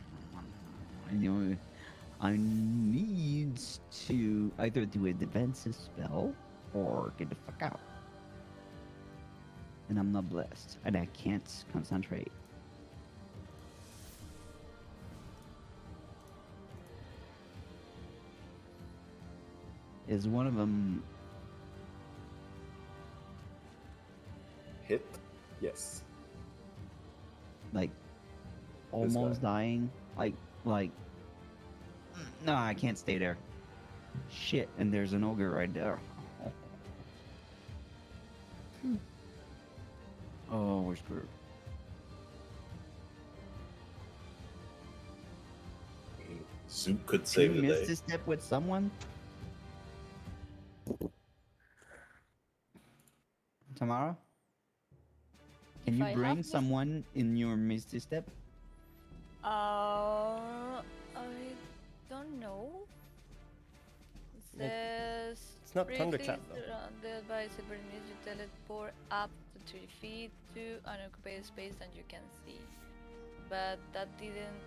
I know. I need to either do a defensive spell or get the fuck out. And I'm not blessed, and I can't concentrate. Is one of them
Hit. Yes.
like almost dying. Like like no, I can't stay there. Shit, and there's an ogre right there.
Hmm.
oh, we're screwed.
Zoop could
Did
save
we
the
miss
day.
this step with someone? Tamara? Can
If
you
I have
bring
missed-
someone in your misty step?
Uh, I don't know. It says
it's not
briefly
Thunderclap, though.
surrounded by Cybernese, you teleport up to three feet to unoccupied space and you can see. But that didn't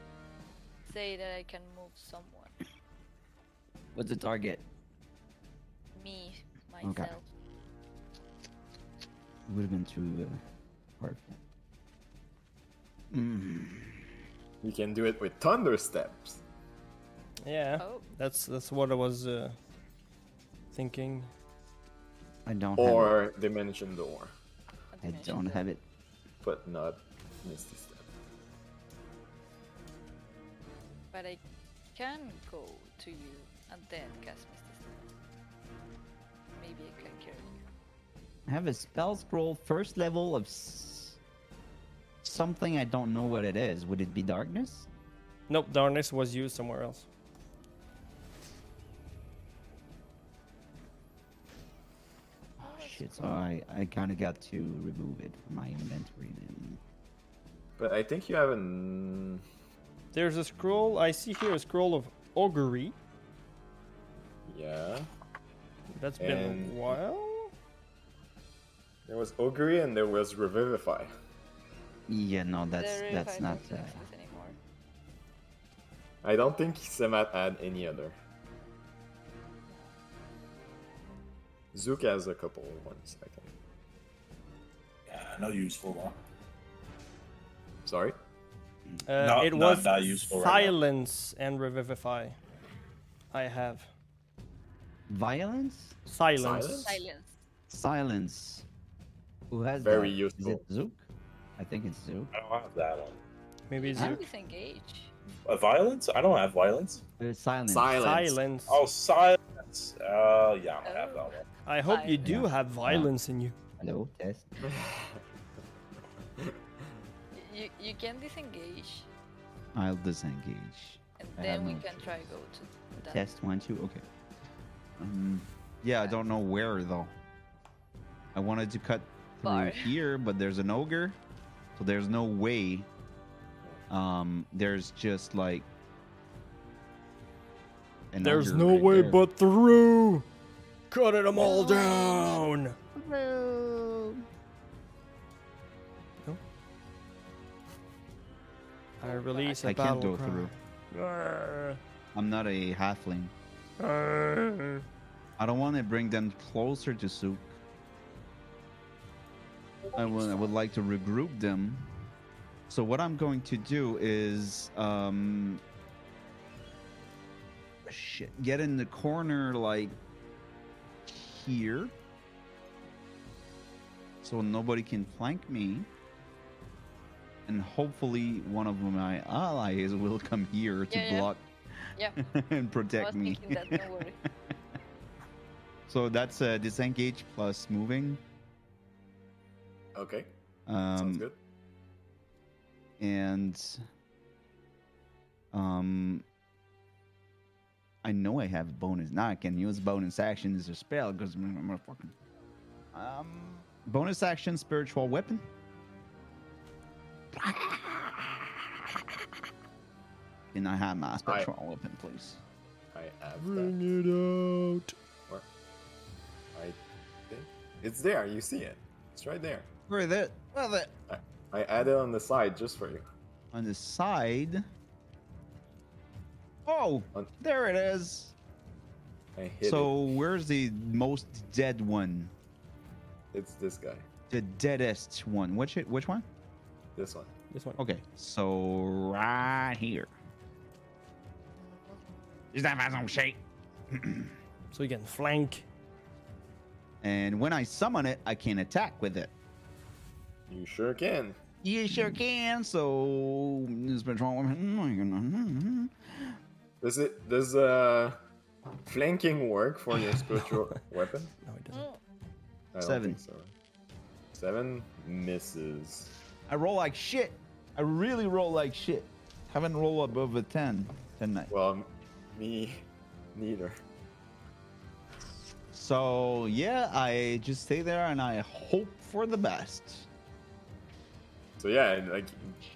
say that I can move someone.
What's the target?
Me, myself.
It would have been too uh, hard.
Mm-hmm.
Mm.
You can do it with thunder steps.
Yeah,
Oh.
that's that's what I was uh, thinking.
I don't have
or dimension door,
it. I don't have it.
but not misty step.
But I can go to you and then cast Misty Step. Maybe I can carry you.
I have a spell scroll first level of s- something I don't know what it is. Would it be darkness?
Nope, darkness was used somewhere else.
Oh, shit, so I, I kind of got to remove it from my inventory then.
But I think you have an.
There's a scroll. I see here a scroll of augury.
Yeah.
That's been
And-
a while.
There was Ogre and there was Revivify.
Yeah, no, that's
There if I
that's not.
don't
Uh,
exist anymore.
I don't think Semat had any other. Zook has a couple of ones, I think.
Yeah, no useful one.
Sorry?
Uh,
Not-
it
not
was
that useful right now.
silence and revivify. I have
uh, violence?
silence.
Silence?
Silence.
Silence. Who has
Very
that? Is
useful.
it Zook? I think it's Zook.
I don't have that one.
Maybe it's
Can
you.
disengage.
a Uh, violence? I don't have violence.
There's Uh, silence.
Silence.
Silence.
Oh, silence. Uh, yeah, I don't have that
Oh.
one.
I hope you do
Yeah.
have violence in you.
Hello, test.
You, you can disengage,
I'll disengage.
and
I have
then we
no
can try go to that.
Test one, two. Okay. Um, yeah, I don't know where though. I wanted to cut through
Bar.
here, but there's an ogre, so there's no way. Um, there's just like. an
There's
ogre
no
right
way
there.
but through. Cutting them all down. No. I release a
I can't
battle
go through.
cry.
I'm not a halfling.
Arr,
I don't want to bring them closer to Sook. I would, I would like to regroup them. So what I'm going to do is, um, shit, get in the corner like here, so nobody can flank me. And hopefully, one of my allies will come here to
Yeah, yeah.
block
Yeah,
and
I
protect
was
me.
thinking that. Don't worry.
So that's uh, disengage plus moving.
Okay.
Um,
Sounds good.
And um, I know I have bonus. Now I can use bonus action as a spell because I'm a fucking um bonus action spiritual weapon. Can I have my spiritual weapon, please?
I have that.
Bring it out.
Or- I think it's there. You see it. It's right there.
Where is it? Where is it?
I, I added on the side just for you.
on the side. Oh,
On-
there it is.
I hit
so where's the most dead one?
it. It's this guy.
The deadest one. Which which one?
This one.
This one.
Okay, so right here.
Just have eyes on shape.
So you can flank.
And when I summon it, I can attack with it.
You sure can.
You sure can. So this patrol woman.
Does it does uh flanking work for your spiritual weapon?
No, it
Mm,
doesn't.
I don't
Seven.
think so. Seven misses.
I roll like shit. I really roll like shit. Haven't rolled above a ten tonight.
Well, m- me neither.
So yeah, I just stay there and I hope for the best.
So yeah, and, like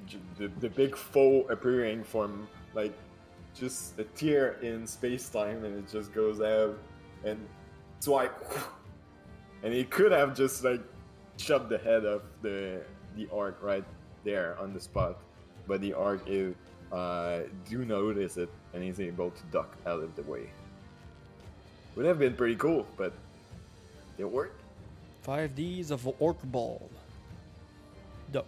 j- the, the big foe appearing from like just a tear in space time, and it just goes out and swipe, and he could have just like shoved the head of the the arc right there on the spot, but the arc is uh, do notice it, and he's able to duck out of the way. Would have been pretty cool, but it worked.
Five Ds of orc ball. Duck,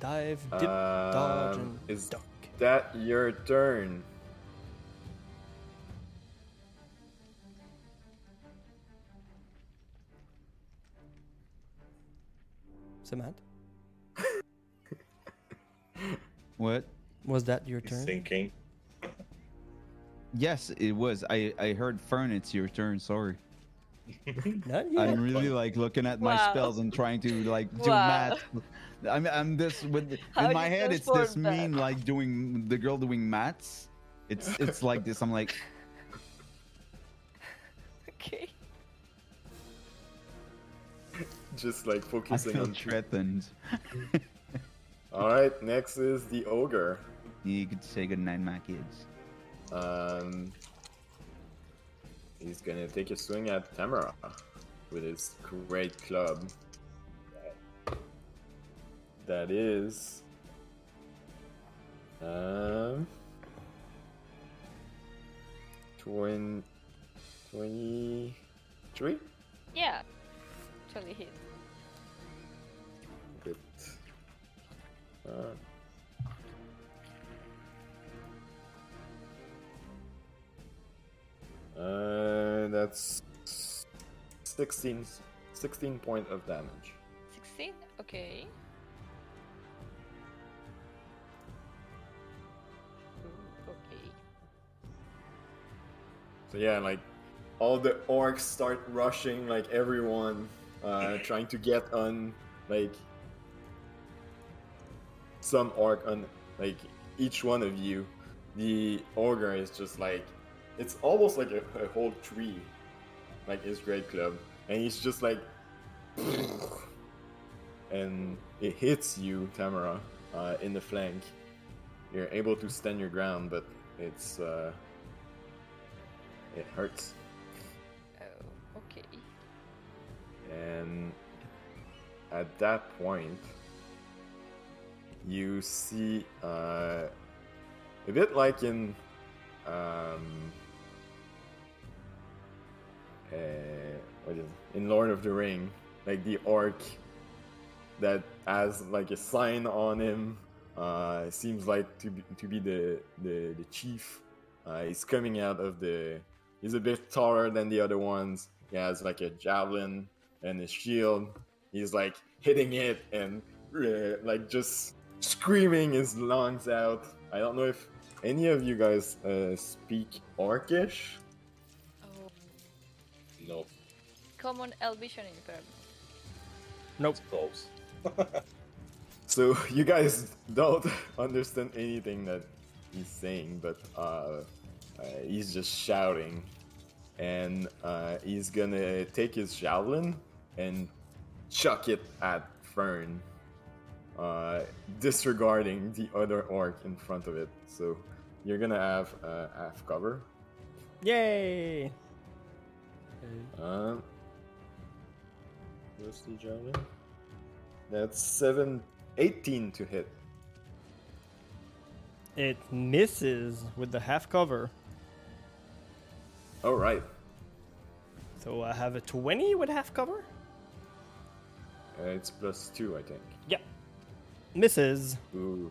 dive, dip, dodge,
Um,
and
is
duck.
that your turn?
Samant,
What?
was that your
He's
turn?
thinking.
Yes, it was. I I heard Fern. It's your turn. Sorry.
Not yet.
I'm really like looking at my
Wow.
spells and trying to like do
Wow.
math. I'm I'm this with
How
in my
you
head. It's
transform
this mean
that?
like doing the girl doing maths. It's it's like this. I'm like
Okay.
Just like
I
focusing
feel
on.
threatened.
All right, next is the ogre.
You could say good night, my kids.
Um, he's gonna take a swing at Tamara with his great club. That is. Um. 20, 23?
Yeah. Totally hit.
Good. Uh, Uh, that's 16, 16 point of damage.
16? Okay. Ooh.
yeah, like all the orcs start rushing, like everyone uh, trying to get on, like some orc on, like each one of you. The ogre is just like it's almost like a, a whole tree, like his great club, and he's just like, and it hits you, Tamara, uh, in the flank. You're able to stand your ground, but it's uh, it hurts.
Oh, okay.
And at that point, you see uh, a bit like in um, uh, what is in Lord of the Ring, like the orc that has like a sign on him. Uh, seems like to be, to be the the, the chief. Uh, he's coming out of the. He's a bit taller than the other ones. He has like a javelin and a shield. He's like hitting it and uh, like just screaming his lungs out. I don't know if any of you guys uh, speak Orcish.
Oh.
Nope,
Common Elvish and Infernal.
Nope.
it's close.
So you guys don't understand anything that he's saying, but uh, uh, he's just shouting, and uh, he's gonna take his javelin and chuck it at Fern, uh, disregarding the other orc in front of it. So you're gonna have uh, half cover.
Yay!
Um, where's the javelin? That's seven, 18 to hit.
It misses with the half cover.
All right.
So I have a 20 with half cover?
Uh, it's plus two, I think.
Yep. Misses.
Ooh.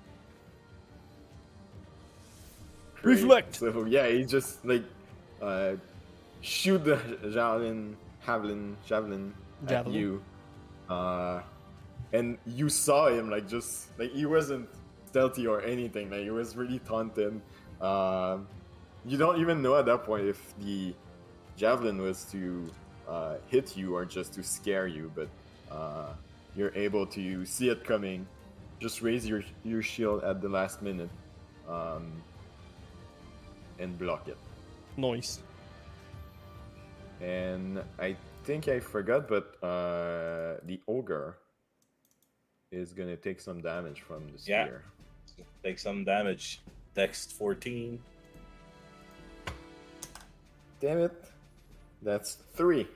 Reflect.
So yeah, he just like uh, shoot the javelin, javelin, javelin, at
Javelin.
you, uh, and you saw him like just like he wasn't stealthy or anything. Like he was really taunted. Um you don't even know at that point if the javelin was to uh, hit you or just to scare you, but uh, you're able to see it coming. Just raise your your shield at the last minute. Um, and block it.
Nice.
And I think I forgot, but uh, the ogre is gonna take some damage from the
Yeah.
spear.
Take some damage. Text 14.
Damn it! That's three.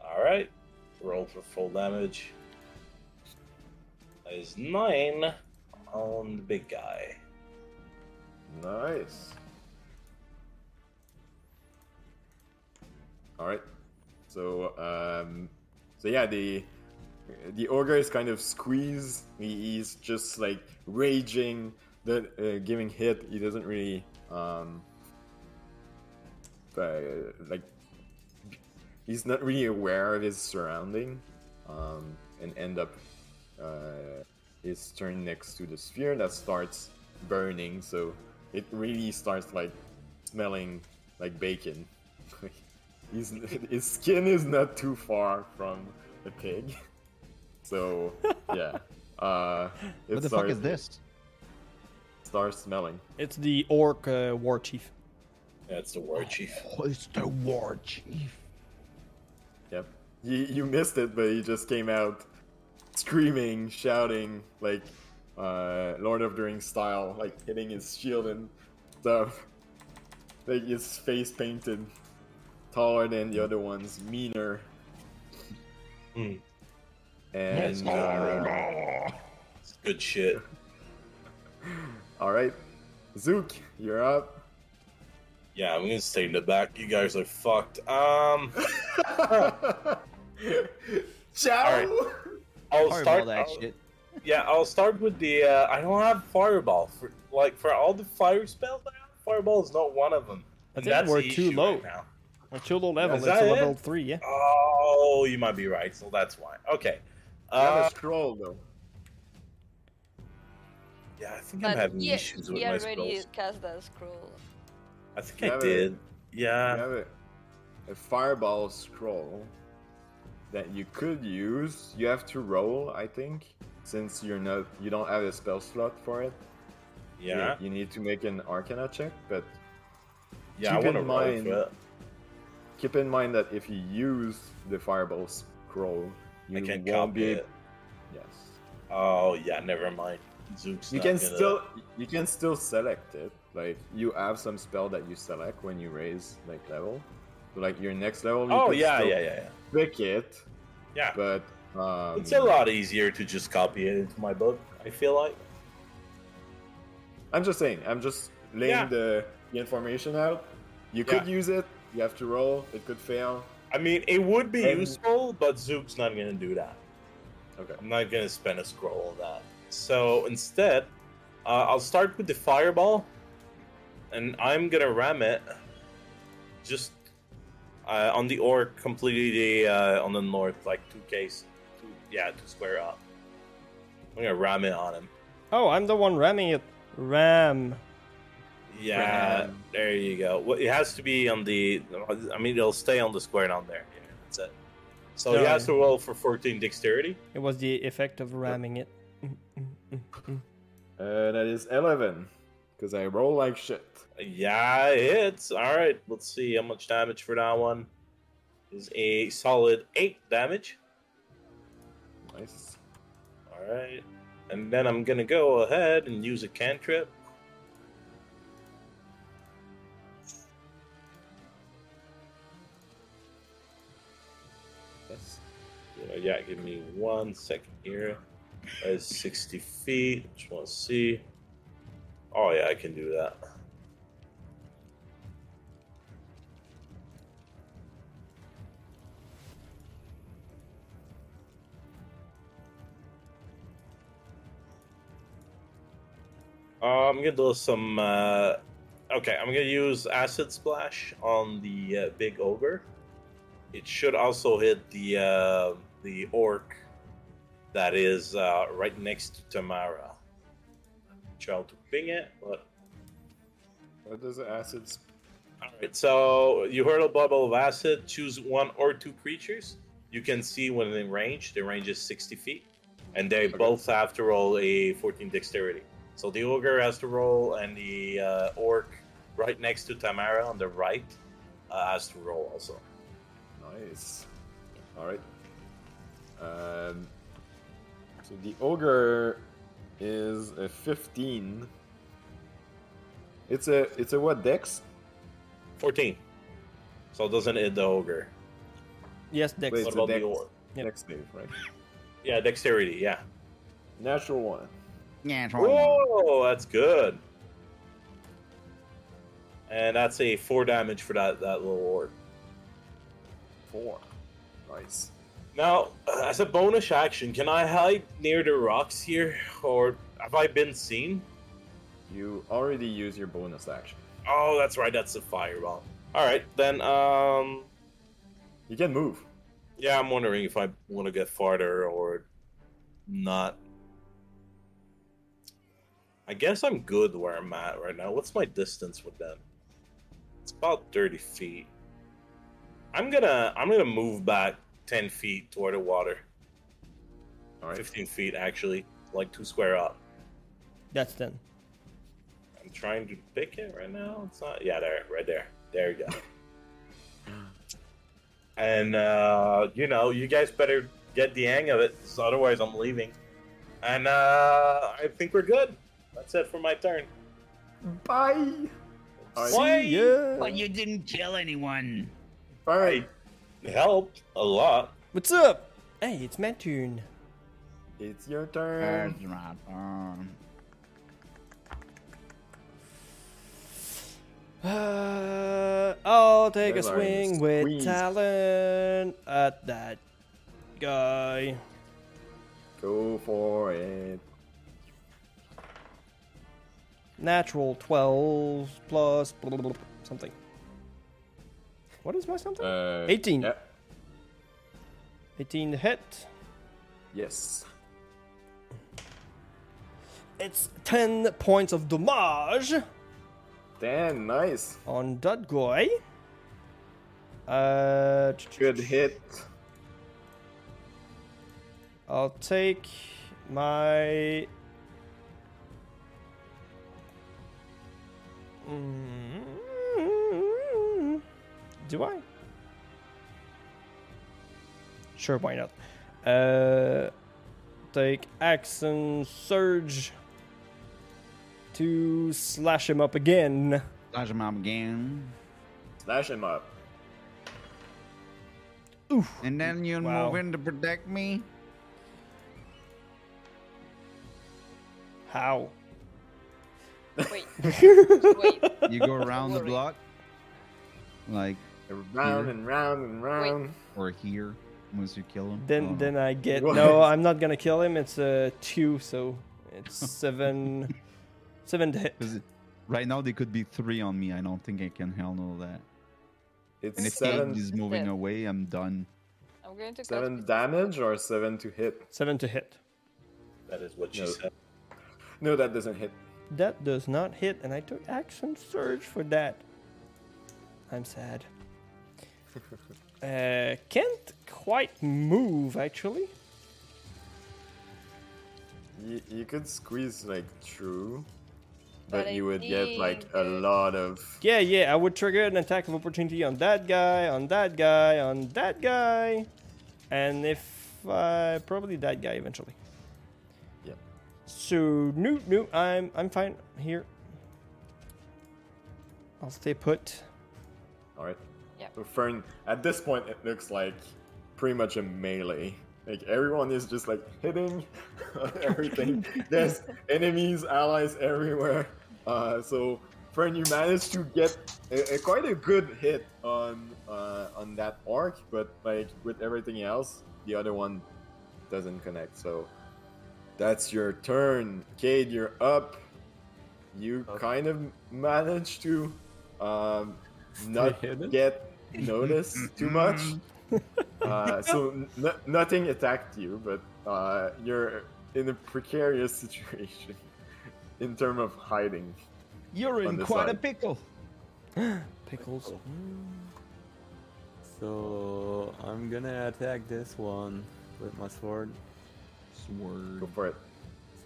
All right. Roll for full damage. That is nine on the big guy.
Nice. All right. So um, so yeah, the the ogre is kind of squeezed. He, he's just like raging, the uh, giving hit. He doesn't really um, uh, like he's not really aware of his surrounding, um, and end up uh, is turned next to the sphere that starts burning. So it really starts like smelling like bacon. He's, his skin is not too far from a pig. So yeah, uh, it
What the fuck
starts,
is this?
Starts smelling.
It's the orc uh, war chief.
That's the war chief.
Oh, it's the war chief.
Yep. You, you missed it, but he just came out screaming, shouting, like uh, Lord of the Rings style, like hitting his shield and stuff. Like his face painted taller than the other ones, meaner.
Hmm.
And uh,
It's good shit.
all right, Zook, you're up.
Yeah, I'm gonna stay in the back. You guys are fucked. Um,
Ciao.
I'll
Fireball
start.
that
I'll-
shit.
yeah, I'll start with the. Uh, I don't have fireball for like for all the fire spells. I have, fireball is not one of them.
I
And
think
that's
we're
the
too
issue
low.
right now.
At your low level,
Is
it's
that it?
level 3, yeah?
Oh, you might be right. So that's why. Okay.
You
Uh,
have a scroll though.
yeah, I think I'm
But
having
he,
issues with
he
my
already
spells.
cast that scroll.
I think
You
I
have a-
did.
You
Yeah.
have a, a fireball scroll that you could use. You have to roll, I think, since you're not you don't have a spell slot for it. You-
Yeah.
You, need to make an Arcana check, but
Yeah, I
keep
want to
in
roll
mind-
for it.
keep in mind that if you use the fireball scroll, you
I can
won't
copy
be.
it.
Yes.
Oh yeah, never mind. Zook's
You
not
can
gonna-
still you can still select it. Like you have some spell that you select when you raise like level. So, like your next level. You
Oh
could
yeah,
still
yeah, yeah,
Pick it,
yeah. Yeah.
but um,
It's a lot easier to just copy it into my book. I feel like.
I'm just saying. I'm just laying
Yeah.
the, the information out. You could use it. You have to roll. It could fail.
I mean, it would be
And-
useful, but Zook's not gonna do that.
Okay.
I'm not gonna spend a scroll on that. So instead, uh, I'll start with the fireball, and I'm gonna ram it. Just uh, on the orc, completely uh, on the north, like two case, two, yeah, two square up. I'm gonna ram it on him.
Oh, I'm the one ramming it. Ram.
Yeah,
Ram.
there you go. Well, it has to be on the. I mean, it'll stay on the square down there. Yeah, that's it. So he
Yeah.
has to roll for 14 dexterity.
It was the effect of ramming it.
Uh, that is eleven, because I roll like shit.
Yeah, it hits. All right, let's see how much damage for that one. Is a solid eight damage.
Nice.
All right, and then I'm gonna go ahead and use a cantrip.
Yes.
Yeah, yeah, give me one second here. That is 60 feet. Just want to see. Oh, yeah, I can do that. Uh, I'm gonna do some. Uh, okay, I'm gonna use acid splash on the uh, big ogre. It should also hit the uh, the orc that is uh, right next to Tamara. Try to ping it, but
What does the acid? Sp-
all right. So you hurl a bubble of acid. Choose one or two creatures you can see within range. The range is sixty feet, and they
Okay.
both have to roll a fourteen dexterity. So the ogre has to roll, and the uh, orc right next to Tamara on the right uh, has to roll also.
nice. All right. Um, so the ogre is a fifteen. It's a it's a what dex?
Fourteen. So it doesn't hit the ogre.
Yes, Dex.
Wait, it's
What
a
about the
dex.
orc?
Yep.
Dex save, right?
Yeah, dexterity. Yeah.
Natural one.
Yeah, it's all
Oh, that's good. And that's a four damage for that that little orc.
Four. Nice.
Now, as a bonus action, can I hide near the rocks here, or have I been seen?
You already use your bonus action.
Oh, that's right. That's a fireball. All right, then. Um,
You can move.
yeah, I'm wondering if I want to get farther or not. I guess I'm good where I'm at right now. What's my distance with them? It's about 30 feet. I'm gonna I'm gonna move back 10 feet toward the water.
All right.
15 feet actually, like two square up.
That's 10.
I'm trying to pick it right now. It's not. Yeah, there, right there. There you go. and uh, you know, you guys better get the hang of it, 'cause otherwise I'm leaving. And uh, I think we're good. That's it for my turn.
Bye. All right.
Why?
But you didn't kill anyone.
All right.
Helped a lot.
What's up? Hey, it's my turn.
It's your
right.
turn.
Right um, on.
Uh, I'll take a
Those are
swing with
squeezed.
talent at that guy.
Go for it.
Natural 12 plus blah, blah, blah, blah, something. What is my something?
Uh,
18.
yeah.
18 hit.
Yes.
It's 10 points of damage
Damn, nice.
on that guy. Uh,
Good hit.
I'll take my. Mm, Do I? Sure, why not? Uh, take action surge to slash him up again.
Slash him up again.
Slash him up.
And then you
Wow.
move in to protect me.
How?
Wait. Wait.
You go around the
Sorry.
block. Like,
Round and round and round.
or here. Unless you kill him.
Then
Oh.
then I get
What?
no. I'm not gonna kill him. It's a two, so it's seven, seven to hit.
'Cause it- right now, they could be three on me. I don't think I can handle that. And if
It's
he
seven,
is moving
Yeah.
away, I'm done.
I'm going to cast
seven
Protect-
damage or seven to hit.
Seven to hit.
That is what she
No.
said.
No, that doesn't hit.
That does not hit, and I took action surge for that. I'm sad. uh, can't quite move actually.
You, you could squeeze like through,
But
but,
I
you would get like
think
a
it-
lot of.
Yeah, yeah. I would trigger an attack of opportunity on that guy, on that guy, on that guy, and if uh, probably that guy eventually.
Yeah.
So no, no, I'm I'm fine here. I'll stay put.
All right.
Yep.
So Fern, at this point, it looks like pretty much a melee. Like everyone is just like hitting everything. There's enemies, allies everywhere. Uh, so Fern, you managed to get a, a quite a good hit on uh, on that orc, but like with everything else, the other one doesn't connect. So that's your turn, Cade. You're up. You
Okay.
kind of managed to um, not
hidden?
get noticed too much.
Mm-hmm.
Uh, so n- nothing attacked you, but uh, you're in a precarious situation in terms of hiding.
You're
On
in
the
quite a
side.
pickle.
Pickles.
Oh.
So I'm gonna attack this one with my sword.
Go
Sword.
for it.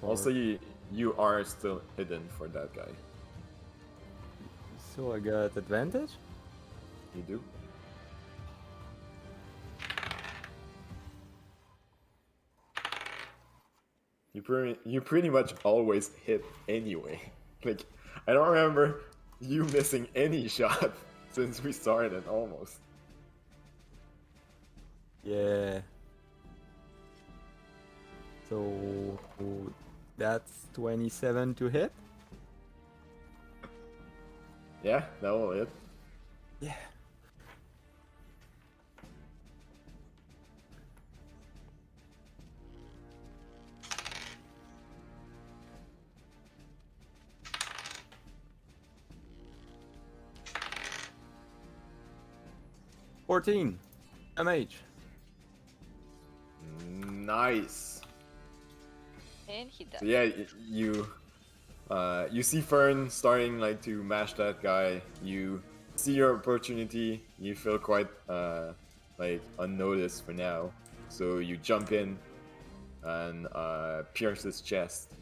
Oh,
Also,
Sword.
you you are still hidden for that guy.
so I got advantage.
You do. You pretty, you pretty much always hit anyway. Like, I don't remember you missing any shot since we started almost.
Yeah. So that's 27 to hit.
Yeah, that will hit.
Yeah. Fourteen, MH.
Nice.
And he died.
So yeah, y- you uh, you see Fern starting like to mash that guy. You see your opportunity. You feel quite uh, like unnoticed for now. So you jump in and uh, pierce his chest,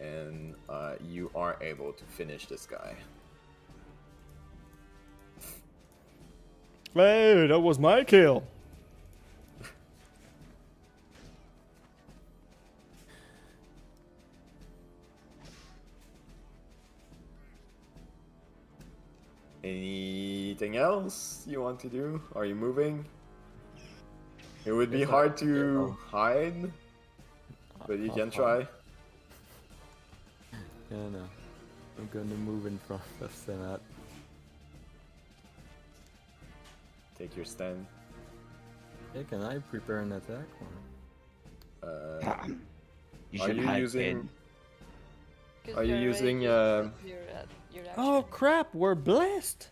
and uh, you are able to finish this guy.
Hey, that was my kill.
Anything else you want to do? Are you moving? It would be hard to hide, but you can try.
Yeah, no. I'm gonna move in front of Senat.
Take your stand.
Hey, can I prepare an attack? Or...
Uh,
You
Are
should
you
hide
using?
it.
'Cause
Are you
already
using,
used
um,
your, uh, your action.
Oh crap! We're blessed.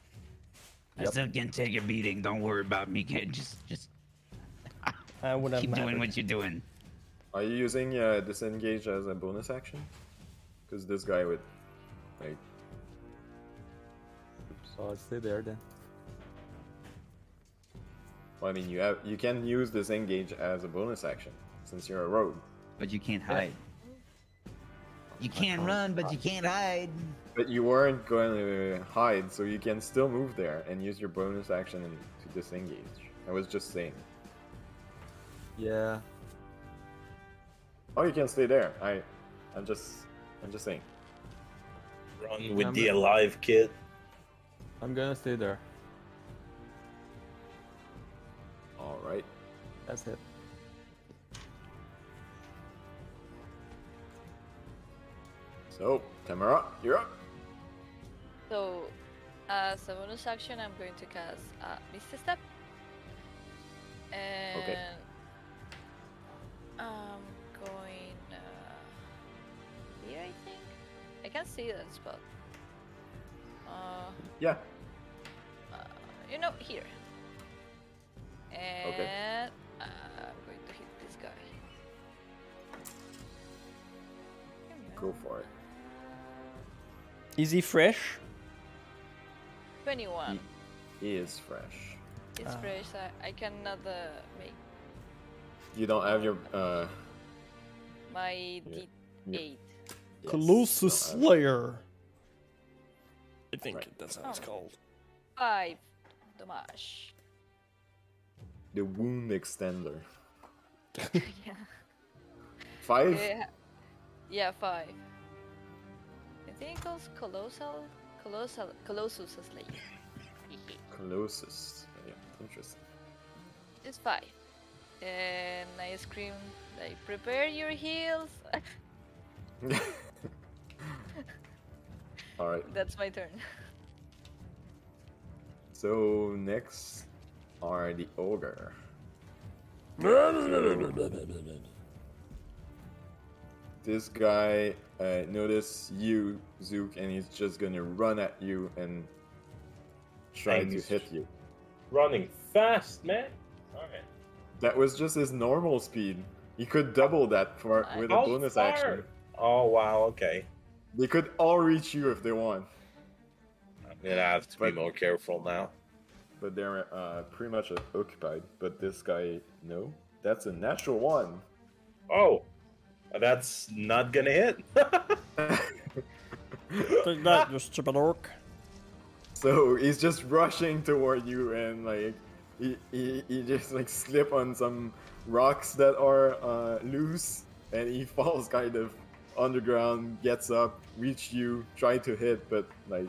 I still can take a beating. Don't worry about me, kid. Just, just
I would have
keep doing
mattered.
what you're doing.
Are you using uh, disengage as a bonus action? Because this guy would, like,
So I'll stay there then.
Well, I mean, you have you can use disengage as a bonus action since you're a rogue,
But you can't hide. You can run, but you can't hide.
but you aren't going to hide, so you can still move there and use your bonus action to disengage. I was just saying.
Yeah.
Oh, you can stay there. I, I'm just, I'm just saying.
Run with
I'm-
the alive kid.
I'm gonna stay there.
All right.
That's it.
So, Tamara, you're up.
So, as a bonus action, I'm going to cast a Misty Step. And I'm going uh, here, I think. I can see that spot. Uh,
Yeah.
you know, here. And uh, I'm going to hit this guy.
Go for it.
Is he fresh?
21.
He is fresh.
It's fresh. I, I cannot uh, make
You don't have your. uh...
my
Yeah.
D8.
yes,
Colossus
no,
Slayer. I think
Right.
that's how it's called.
5 damage.
uh, the wound extender.
yeah.
Five.
Yeah. Eh, Yeah, five. I think it goes colossal, colossal, colossus slayer.
Colossus. Yeah, interesting.
It's five. And I scream like, "Prepare your heels!"
All right.
That's my turn.
So next are the ogre. Uh, this guy uh, notice you, Zook, and he's just gonna run at you and try
And
to
he's-
hit you.
Running fast, man. Alright.
That was just his normal speed. He could double that for
I-
with a
How
bonus
far?
action.
Oh wow, okay.
They could all reach you if they want,
I'm gonna have to be
But-
more careful now.
but they're uh, pretty much occupied. But this guy, no, that's a natural one.
Oh, that's not gonna hit.
Take that, you stupid orc.
So he's just rushing toward you, and like he, he, he just like slip on some rocks that are uh, loose, and he falls kind of underground. Gets up, reach you, try to hit, but like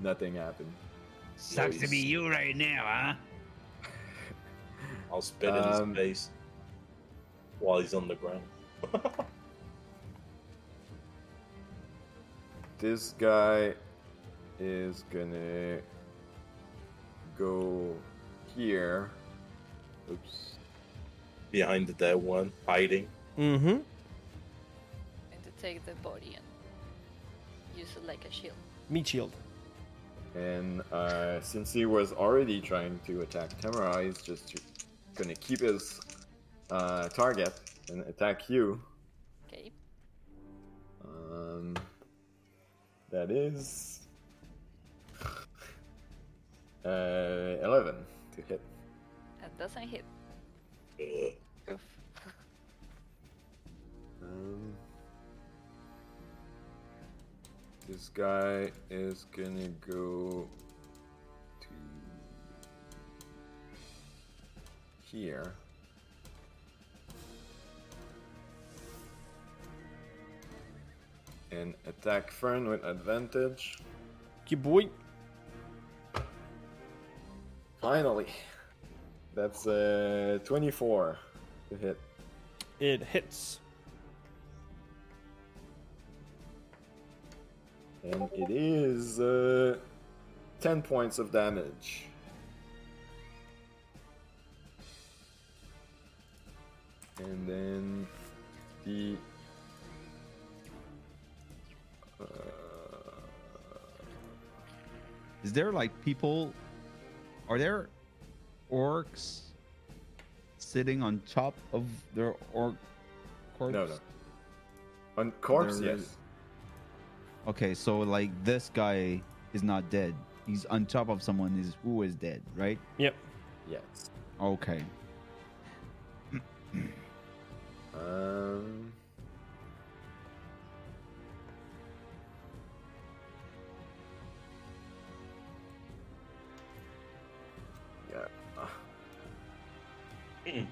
nothing happened.
Sucks to be you right now, huh?
I'll spit in
Um,
his face while he's on the ground.
This guy is gonna go here. Oops.
Behind the dead one, hiding.
Mm-hmm.
And to take the body and use it like a shield.
Meat shield.
And uh, since he was already trying to attack Tamara, he's just t- gonna keep his uh, target and attack you.
Okay.
Um, that is uh, eleven to hit.
That doesn't hit.
Ugh.
Oof.
Um, this guy is gonna go to here. And attack Fern with advantage.
You boy.
Finally. That's uh, 24 to hit.
It hits.
And it is uh, 10 points of damage. And then the. Uh,
Is there like people? Are there orcs sitting on top of their orc corpse?
no, no. On corpse,
There
yes.
is- Okay, so like this guy is not dead. He's on top of someone is who is dead, right?
Yep.
Yes.
Okay.
Um. Yeah. Mm.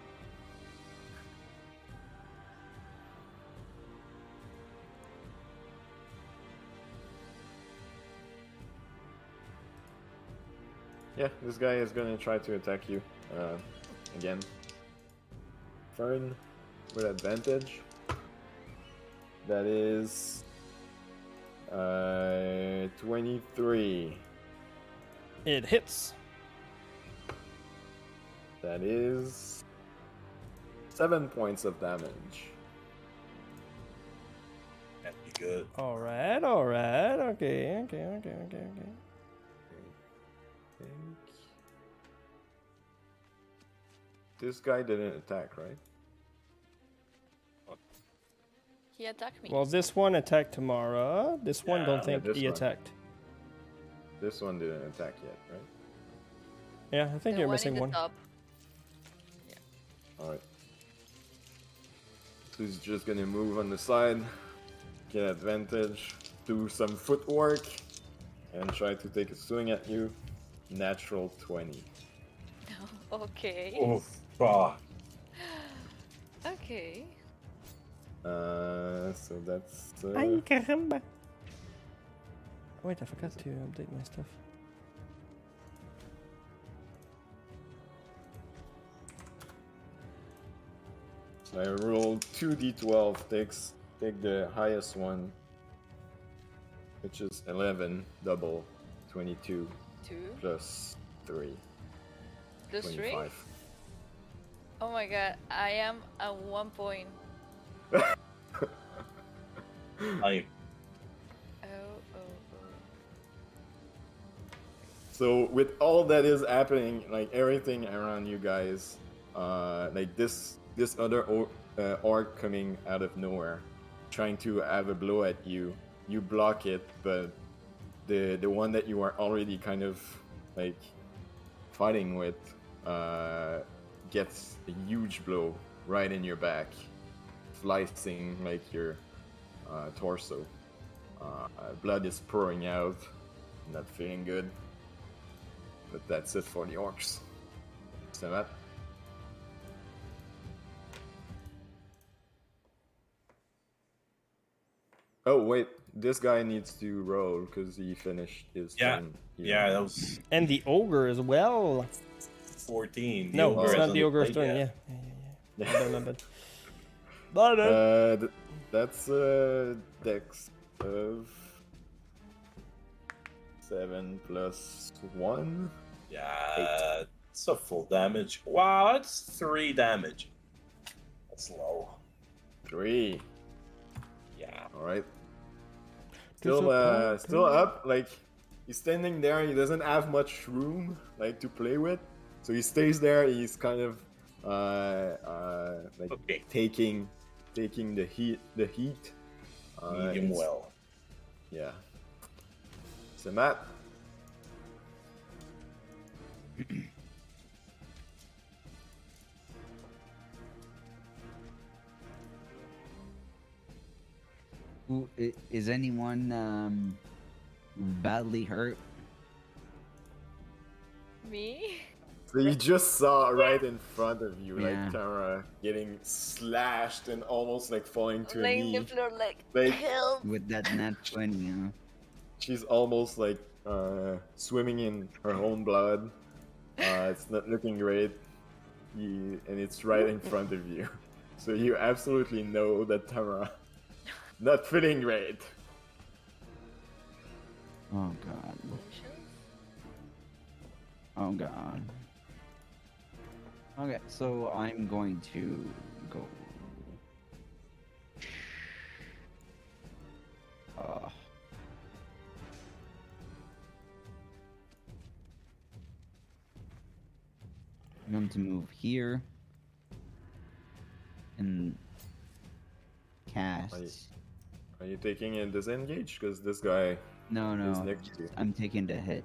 Yeah, this guy is gonna try to attack you uh, again. Fern with advantage. That is uh, 23.
It hits.
That is 7 points of damage.
That'd be good.
All right, all right. Okay, okay, okay, okay, okay.
think. This guy didn't attack, right?
He attacked me.
Well, this one attacked Tamara. This one
Yeah,
don't think
this
he
one.
attacked.
This one didn't attack yet, right?
Yeah, I think
The
you're
one
missing
in the
one.
Top.
Alright. So he's just gonna move on the side, get advantage, do some footwork, and try to take a swing at you. Natural 20.
Okay.
Oh, fuck.
Okay.
Uh, so that's. Uh,
caramba. Wait, I forgot to update my stuff.
So I rolled two d12. Takes take the highest one, which is 11, double, 22
Two
plus three,
plus three.
25.
Oh my god, I am at one point.
I
Oh, oh, oh.
So with all that is happening, like everything around you guys, uh, like this this other or, uh, orc coming out of nowhere, trying to have a blow at you, you block it, but the the one that you are already kind of like fighting with uh, gets a huge blow right in your back, slicing like your uh, torso. Uh, blood is pouring out. Not feeling good. But that's it for the orcs. So that. Oh wait, this guy needs to roll because he finished his
Yeah.
turn. here.
yeah, that was
And the ogre as well.
14. The
no,
ogre
it's
is
not
hasn't
the ogre's
played
turn. Yeah,
yet.
yeah, yeah. yeah. I don't remember. But, uh,
Uh, th- that's uh, dex of seven plus one.
Yeah, it's a full damage. Wow, that's three damage. That's low.
Three.
Yeah.
All right.
There's a
Still, uh,
point,
still
yeah.
up. Like he's standing there. He doesn't have much room, like to play with. So he stays there. He's kind of, uh, uh like
Okay.
taking, taking the heat. The heat. Uh,
Medium
it's-
well.
Yeah. So Matt.
Who i- is anyone um, badly hurt?
Me?
So you just saw right in front of you,
Yeah.
like Tamara getting slashed and almost like falling to a
Laying
knee.
the floor like,
Like-
help!
with that nat 20, huh?
She's almost like uh, swimming in her own blood. Uh, it's not looking great, you, and it's right in front of you. So you absolutely know that Tamara not feeling great.
Oh god. Oh god. Okay, so I'm going to go. Uh, I'm going to move here and cast.
Are you taking a disengage? Because this guy,
No, no,
next to you.
I'm taking the hit.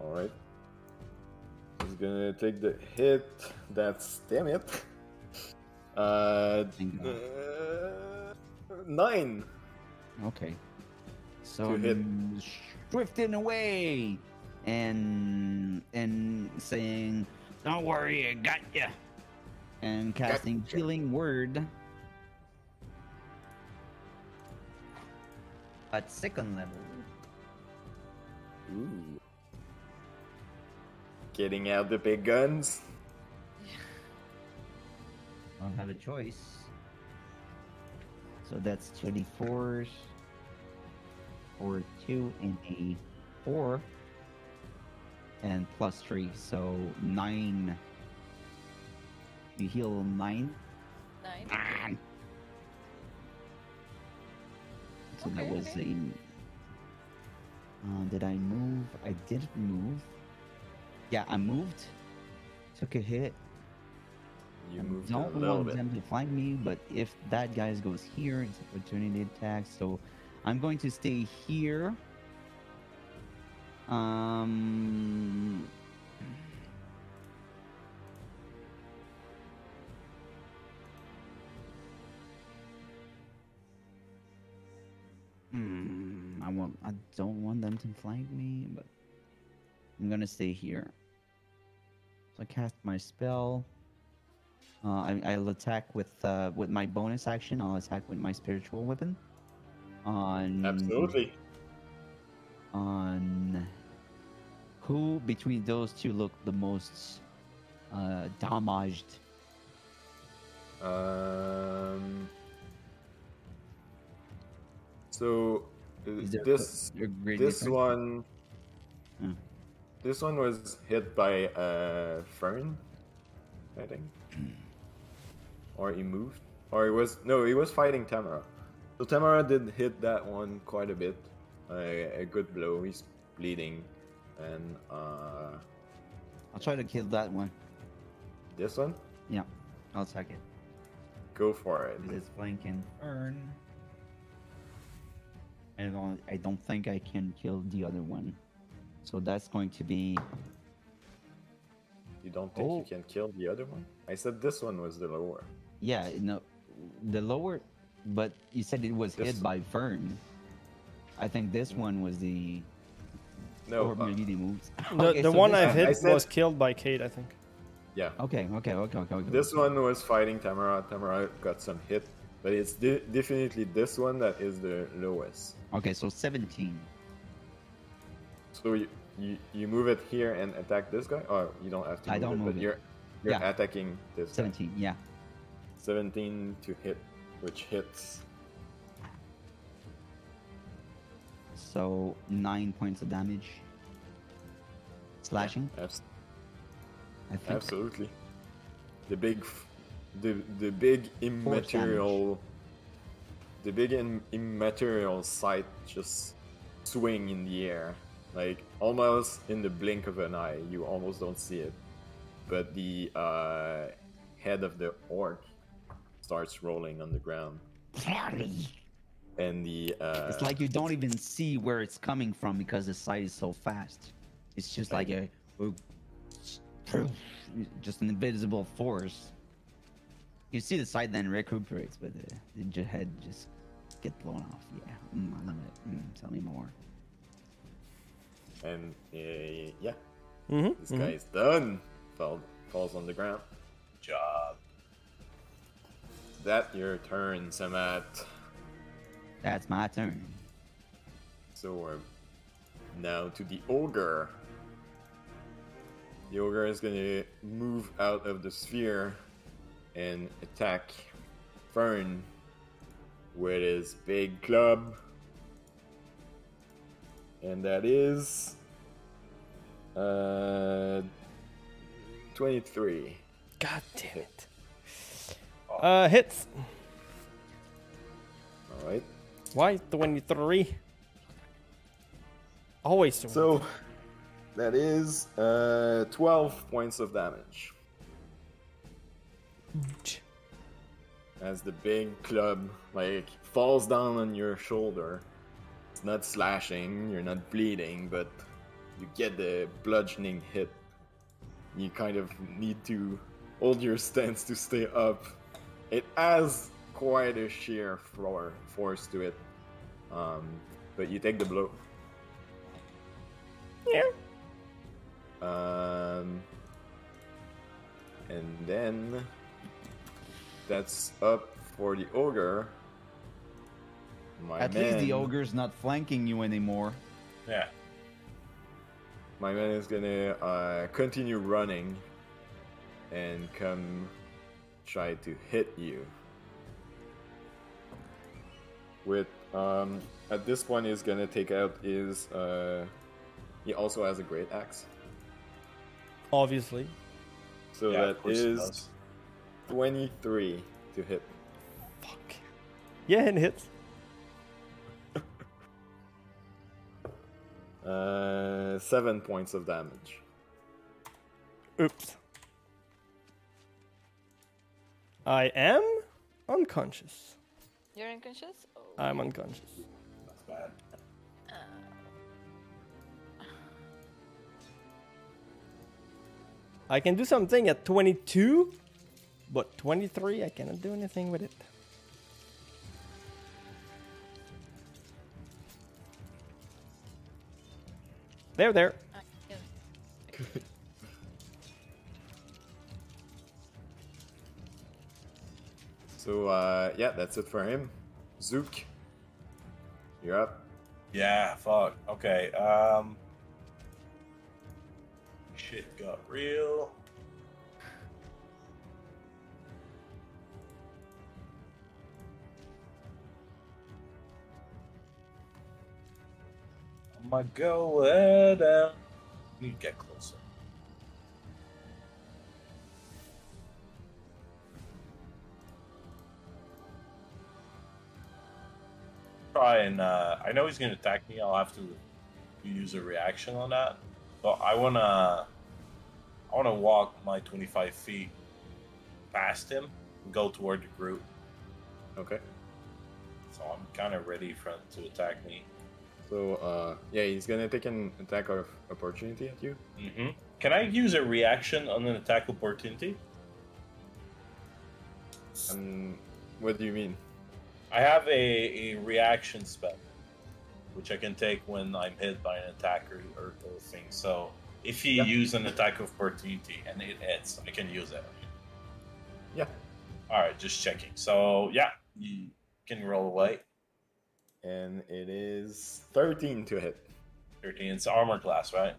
all right, this gonna take the hit. That's damn it. Uh,
Thank God.
uh, nine.
Okay. So
To hit.
I'm drifting away and and saying,
Don't worry, I got you.
and casting
Gotcha.
healing word at second level.
Ooh. Getting out the big guns.
I don't have a choice. So that's 24s or 2 and a 4 and plus 3, so 9. You heal 9.
Nine.
Ah. So that
Okay,
was
okay.
a. Uh, did I move? I didn't move. Yeah, I moved. Took a hit.
You
I
moved a
don't
little
want
bit.
them to find me, but if that guy goes here, it's opportunity attack. So I'm going to stay here. Um. Hmm, I want. I don't want them to flank me, but I'm gonna stay here. So I cast my spell. Uh, I, I'll attack with uh, with my bonus action. I'll attack with my spiritual weapon. On
Absolutely.
on who between those two look the most uh, damaged.
Um. So uh,
Is there
this
a great
this
difference?
one
Hmm.
this one was hit by a fern, I think,
Hmm.
or he moved, or he was no, he was fighting Tamara. So Tamara did hit that one quite a bit, a, a good blow. He's bleeding, and uh,
I'll try to kill that one.
this one,
Yeah, I'll attack it.
go for it.
Because it's flanking Earn. I don't, I don't think I can kill the other one. So that's going to be
You don't think
Oh.
you can kill the other one? I said this one was the lower.
yeah, no the lower but you said it was
This-
hit by Fern. I think this one was the
No,
or
uh,
maybe they moved.
The,
Okay,
the
so
one
this
I
I
hit
said-
was killed by Kate, I think.
yeah.
Okay, okay, okay, okay, okay.
This one was fighting Tamara. Tamara got some hit, but it's de- definitely this one that is the lowest.
Okay, so 17.
So you, you you move it here and attack this guy. Oh, you don't have to.
I
Move
don't
it,
move
but
it.
You're you're
Yeah.
attacking this. guy.
17, yeah.
Seventeen to hit, which hits.
So 9 points of damage. Slashing,
Abs-
I think.
absolutely. The big, f- the the big immaterial, the big im- immaterial sight just swing in the air, like almost in the blink of an eye. You almost don't see it, but the uh, head of the orc starts rolling on the ground. and the uh,
It's like you don't even see where it's coming from because the sight is so fast. It's just like a. Just an invisible force. You see the sight then recuperates, but the, the j- head just get blown off. Yeah, mm, I love it. Mm, tell me more.
and uh, yeah,
Mhm,
this guy is done. Fall, falls on the ground.
job.
That your turn, Samat.
That's my turn.
So we're now to the ogre. The ogre is gonna move out of the sphere and attack Fern with his big club. And that is uh 23.
God damn it.
Oh.
Uh, hits.
Alright.
Why 23? Always 23.
So that is uh 12 points of damage. as the big club like falls down on your shoulder. It's not slashing, you're not bleeding, but you get the bludgeoning hit. you kind of need to hold your stance to stay up. It has quite a sheer floor force to it, um, but you take the blow.
Yeah.
Um, and then that's up for the ogre. My
At least the
man-
ogre's not flanking you anymore.
Yeah.
My man is gonna uh, continue running and come try to hit you. With um, at this point is gonna take out is uh, he also has a great axe,
Obviously.
so
yeah, of
that
course it
is
does.
twenty three to hit.
Fuck. Yeah, it hits.
Uh, seven points of damage.
Oops. I am unconscious.
You're unconscious? Oh,
I'm unconscious. Uh,
That's bad.
I can do something at 22, but 23, I cannot do anything with it. There, there.
I, yeah.
So uh, yeah, that's it for him. Zook, you're up.
Yeah, fuck. Okay, um. Shit got real. I'm gonna go with. Uh, you get closer. try and uh, I know he's gonna attack me. I'll have to use a reaction on that. But I wanna I wanna walk my 25 feet past him and go toward the group.
Okay.
So I'm kind of ready for him to attack me.
So uh, yeah, he's gonna take an attack of opportunity at you.
Mm-hmm. Can I use a reaction on an attack opportunity?
Um, what do you mean?
I have a, a reaction spell, which I can take when I'm hit by an attack or, or, or thing. So if he
Yep.
used an attack of opportunity and it hits, I can use it.
Yeah.
All right, just checking. So yeah, you can roll away.
And it is thirteen to hit.
Thirteen. It's armor class, right?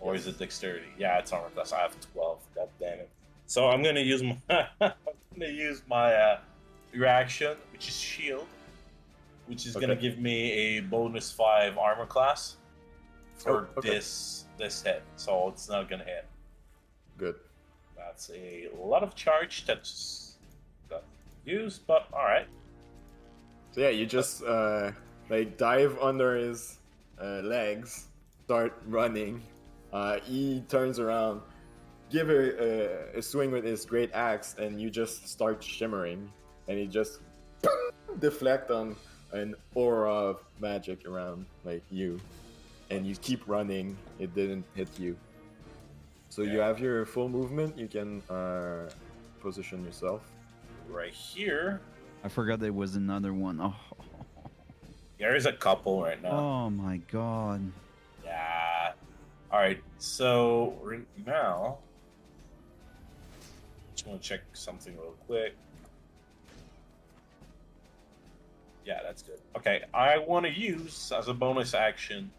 Or is it dexterity? Yeah, it's armor class. I have twelve. God damn it. So I'm gonna use my I'm gonna use my uh, reaction, which is shield, which is gonna
Okay.
give me a bonus five armor class for
Oh, okay.
this this hit. So it's not gonna hit.
Good.
That's a lot of charge that's that's used, but all right.
So yeah, you just uh, like dive under his uh, legs, start running. Uh, he turns around, give a, a, a swing with his great axe, and you just start shimmering, and he just deflect on an aura of magic around like you, and you keep running. It didn't hit you. So you
Yeah.
have your full movement. You can uh, position yourself.
Right here,
I forgot there was another one. Oh,
there is a couple right now.
oh my god.
Yeah. All right. So right now, just want to check something real quick. Yeah, that's good. Okay, I want to use as a bonus action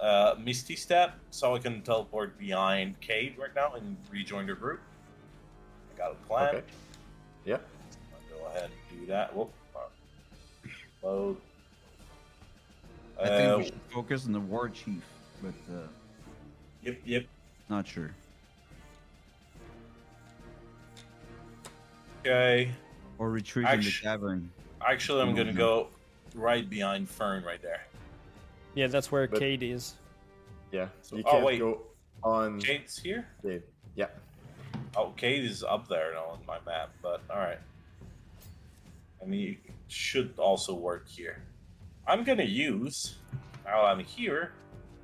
uh, Misty Step so I can teleport behind Cade right now and rejoin the group. I got a plan.
Okay. Yeah.
I'll go ahead and do that. Whoop. all right. Load.
I think
Uh,
we should focus on the war chief, but uh,
Yep, yep.
not sure.
Okay.
Or retreat in the
Actu-
cavern.
Actually, I'm
No,
gonna
no.
go right behind Fern right there.
Yeah, that's where
But-
Kate is.
Yeah.
So-
you
oh,
can't
wait.
go on.
Kate's here.
Dave. Yeah.
Oh, Kate is up there now on my map, but all right. I mean, it should also work here. I'm gonna use while I'm here,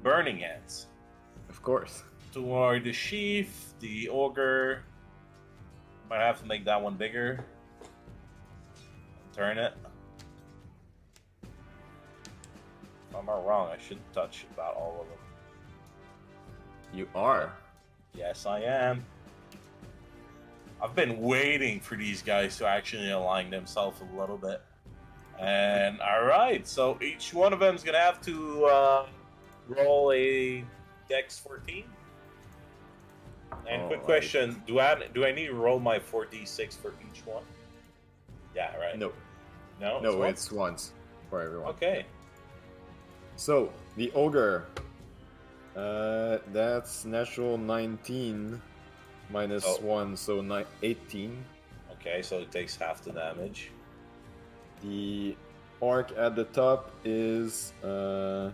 Burning Hands.
Of course.
toward the sheaf, the ogre. Might have to make that one bigger. Turn it. If I'm not wrong, I should touch about all of them.
You are.
Yes, I am. I've been waiting for these guys to actually align themselves a little bit. And all right, so each one of them is gonna have to uh, roll a Dex 14. And
All
quick
right.
question: Do I do I need to roll my 4d6 for each one? Yeah, right.
No,
no,
no,
one?
it's once for everyone.
okay.
So the ogre. Uh, that's natural 19 minus
Oh.
1, so ni- 18.
Okay, so it takes half the damage.
The arc at the top is uh,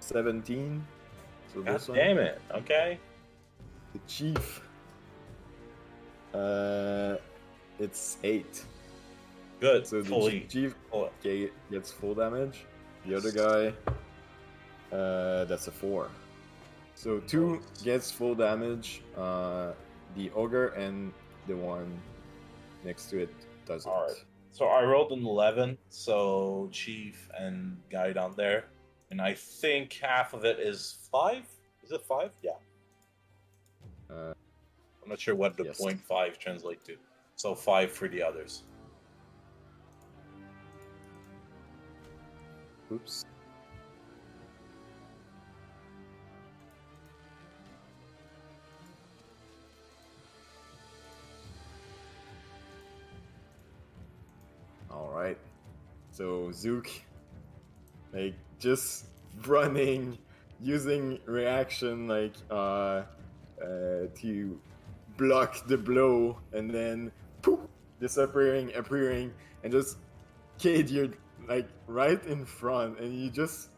17. So
God
this one.
damn it! Okay,
The chief. Uh, it's 8.
good.
So the
Fully.
chief, chief
full-
ga- gets full damage. The other guy, uh, that's a four. So two gets full damage. Uh, the ogre and the one next to it doesn't.
Alright. So I rolled an 11, so Chief and guy down there. And I think half of it is 5? Is it 5? Yeah.
Uh,
I'm not sure what the
Yes.
point five translates to. So 5 for the others.
Oops. All right. So Zook, like just running, using reaction like uh, uh to block the blow, and then poof, disappearing, appearing, and just Cade, you're like right in front, and you just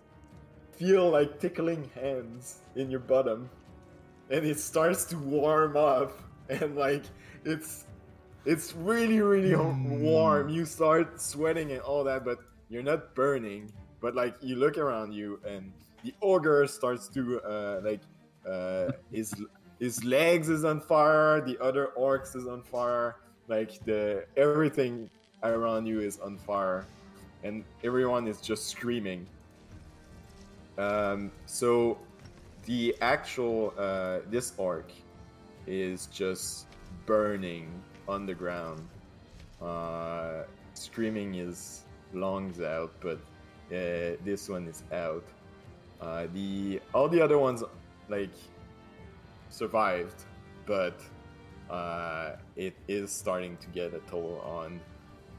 feel like tickling hands in your bottom, and it starts to warm up, and like it's it's really really ho- warm. You start sweating and all that, but you're not burning. But like you look around you, and the ogre starts to uh, like uh, his his legs is on fire. The other orcs is on fire. Like the everything around you is on fire, and everyone is just screaming. Um, so the actual uh, this orc is just burning on the ground, uh, screaming his lungs out, but uh, this one is out. Uh, the all the other ones like survived, but uh, it is starting to get a toll on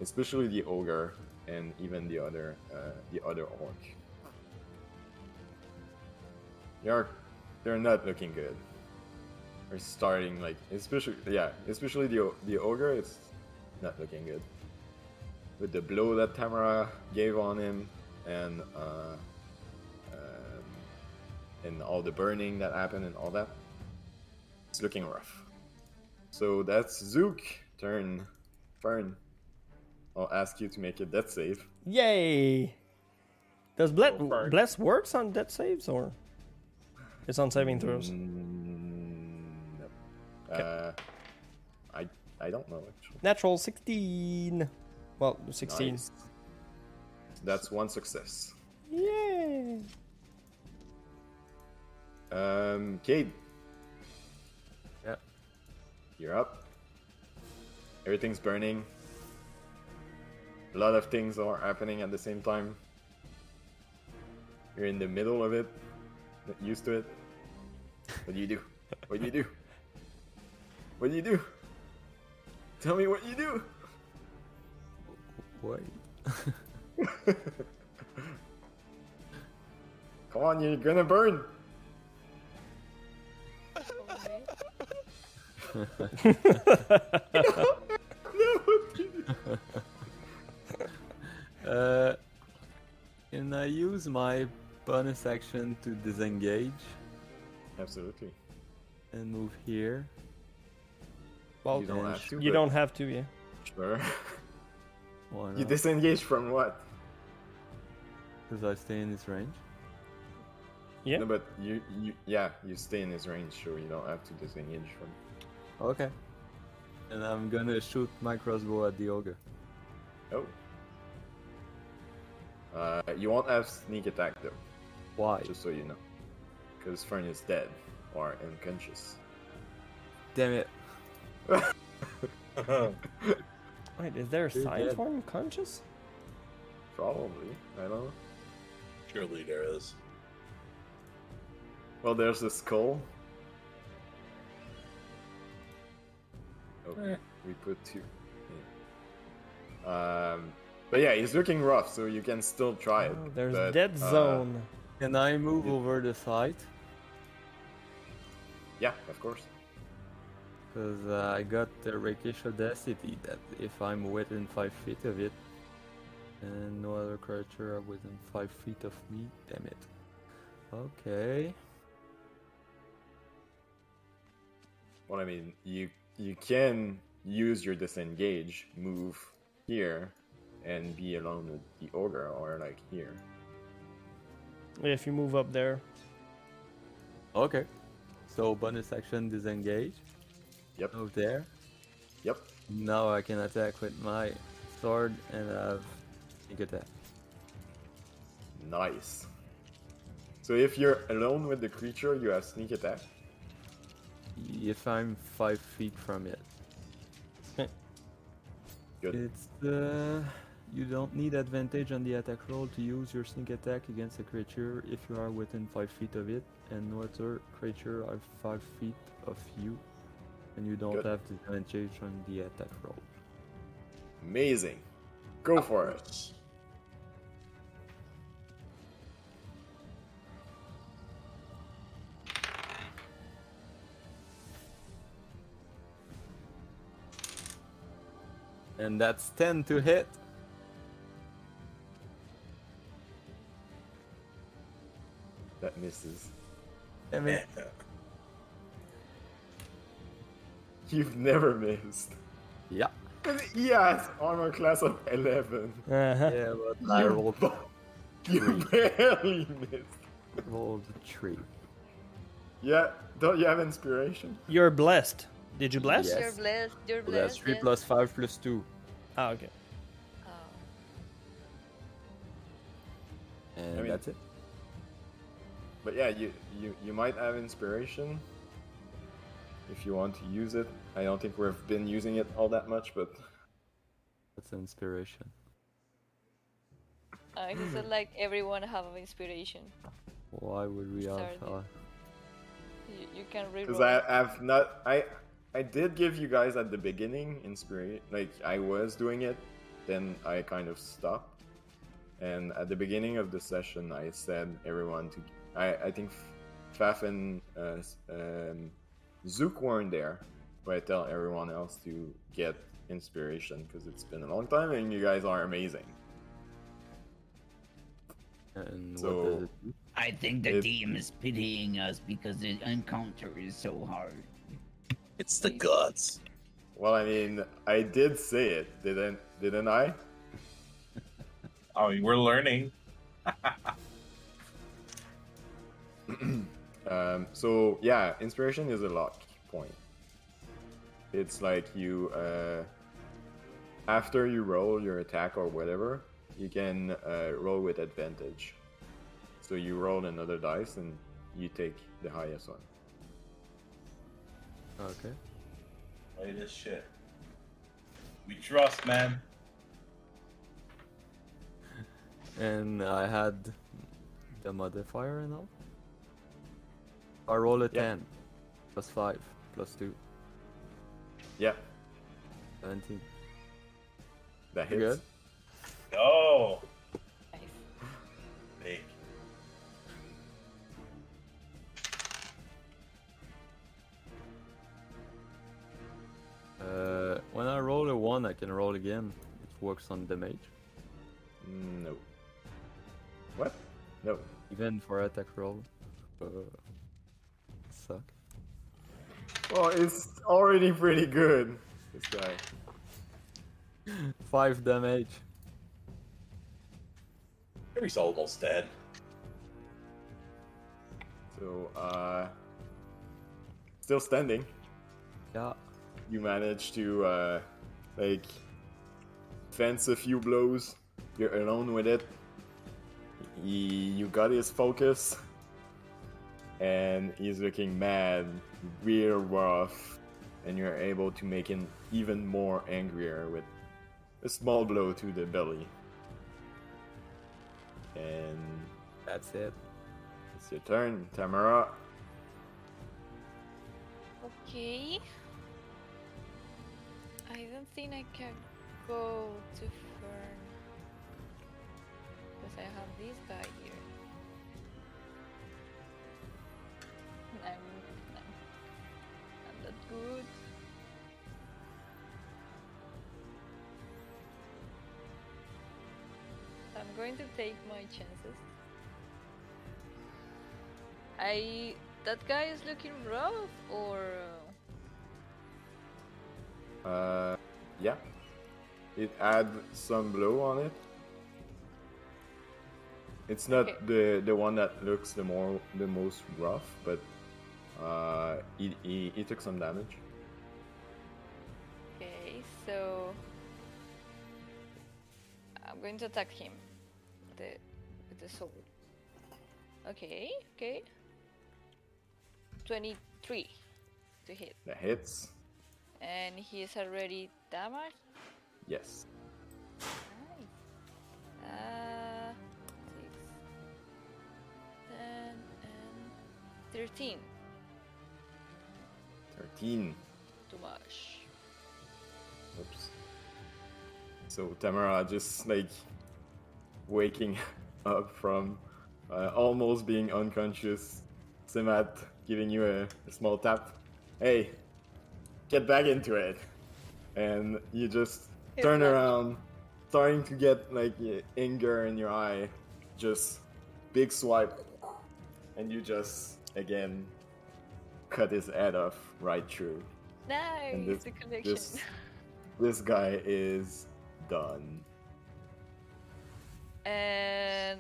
especially the ogre and even the other uh, the other orc. They're they're not looking good. They're starting like especially yeah especially the o- the ogre it's not looking good. With the blow that Tamara gave on him and uh, um, and all the burning that happened and all that, it's looking rough. So that's Zook turn, Fern. I'll ask you to make a death save.
Yay! Does bless,
Go for it.
bless works on death saves or it's on saving throws?
Mm, no. Uh, I I don't know actually.
Natural 16. Well, 16.
Nice. That's one success.
Yay!
Um, Cade,
Yeah.
you're up. Everything's burning. A lot of things are happening at the same time. You're in the middle of it. Not used to it. What do you do? What do you do? What do you do? Tell me what you do.
Wait.
Come on, you're gonna burn.
Okay.
Uh, can I use my bonus action to disengage
Absolutely.
and move here?
Well,
You don't
then
have to.
you
but
don't have to, yeah.
Sure.
Why
you
not?
disengage from what?
Because I stay in this range.
Yeah.
No, but you, you, yeah, you stay in his range, sure. You don't have to disengage from.
Okay. And I'm gonna shoot my crossbow at the ogre.
Oh. Uh, you won't have sneak attack though,
Why?
just so you know, because Fern is dead or unconscious.
damn it.
Wait, is there a
You're
sign
dead.
for him conscious?
Probably. I don't know.
Surely there is.
Well, there's the skull. Okay, we put two. Yeah. Um, but yeah, he's looking rough, so you can still try it.
Oh, there's
but,
dead
uh,
zone.
Can I move over the side?
yeah, of course.
Because uh, I got the rakish audacity that if I'm within five feet of it, and no other creature are within five feet of me, damn it. Okay.
Well, I mean, you you can use your disengage move here and be alone with the ogre, or like here.
If you move up there,
Okay. So bonus action disengage.
Yep.
Oh.
Move there.
Yep.
Now I can attack with my sword and I have sneak attack.
Nice. So if you're alone with the creature, you have sneak attack.
If I'm five feet from it,
Good.
it's uh, you don't need advantage on the attack roll to use your sneak attack against a creature if you are within five feet of it, and no other creature are five feet of you, and you don't
Good.
have disadvantage on the attack roll.
Amazing. Go for it.
And that's ten to hit.
That misses.
Damn it.
You've never missed.
Yeah.
Yes, armor class of 11.
uh-huh.
Yeah, but I rolled,
You barely missed.
rolled three.
Yeah, don't you have inspiration?
you're blessed. Did you bless?
Yes.
You're blessed. You're
So
blessed.
that's three
yes.
plus five plus two.
Ah, okay.
Oh.
And
mean-
that's it.
But yeah, you, you, you might have inspiration if you want to use it. I don't think we've been using it all that much, but
That's inspiration.
Uh, he said like everyone have inspiration.
Why would we have?
Sorry.
Uh,
You, you can
because
reroll.
I have not I I did give you guys at the beginning inspiration. Like I was doing it, then I kind of stopped. And at the beginning of the session, I said everyone to I I think Faf and uh, s- um, Zook weren't there, but I tell everyone else to get inspiration because it's been a long time and you guys are amazing.
and what does
So
it do?
I think the
It-
DM is pitying us because the encounter is so hard.
It's the guts.
well, I mean, I did say it, didn't didn't I?
I mean, we're learning.
Um, so yeah, inspiration is a lock point. It's like you uh, after you roll your attack or whatever, you can uh, roll with advantage. So you roll another dice and you take the highest one.
Okay.
Play this shit. We trust, man.
And I had the modifier and all. I roll a
Yeah.
10, plus 5, plus 2,
Yeah,
17.
that
You
hits.
good?
No.
Nice.
Big.
Uh, when I roll a 1, I can roll again. It works on damage,
Mm, No. What? No.
even for attack roll. Uh, suck.
Well, Oh, it's already pretty good. This guy.
5 damage.
He's almost dead.
So, uh, still standing.
Yeah.
You manage to, uh, like, fence a few blows. You're alone with it. Y- you got his focus. And he's looking mad, real rough. And you're able to make him even more angrier with a small blow to the belly. And
That's it.
it's your turn, Tamara.
Okay. I don't think I can go to Fern. Because I have this guy here. And I'm, I'm, I'm not good. I'm going to take my chances. I. That guy is looking rough, or.
Uh, yeah. It had some blow on it. It's not
Okay.
the the one that looks the more the most rough, but uh, he, he, he took some damage.
Okay, so. I'm going to attack him. The, with the sword. Okay, okay. 23 to hit.
The hits,
And he is already damaged.
yes.
Nice. Uh, six, ten, and 13
Thirteen.
to much.
Oops. So Tamara just like waking up from uh, almost being unconscious. Simat giving you a, a small tap. Hey, get back into it. And you just
Hey,
turn
Flash.
around, starting to get like y- anger in your eye. Just big swipe, and you just again cut his head off right through.
Nice,
this-
the connection.
This, this guy is done.
And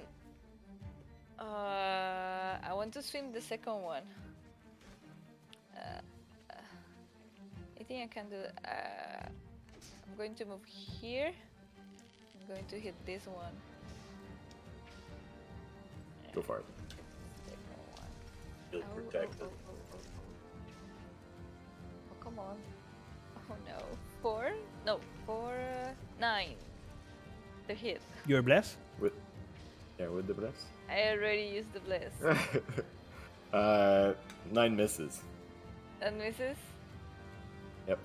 uh, I want to swim the second one. Uh, I think I can do. Uh, I'm going to move here. I'm going to hit this one.
Go for it.
Second one.
Feel
Oh, oh,
protected.
oh, oh, oh, oh. Oh, come on. Oh no. Four? No, four. uh, Nine. The hit.
You're blessed?
With yeah, with the bless.
I already used the bless.
uh, nine misses.
And misses?
Yep.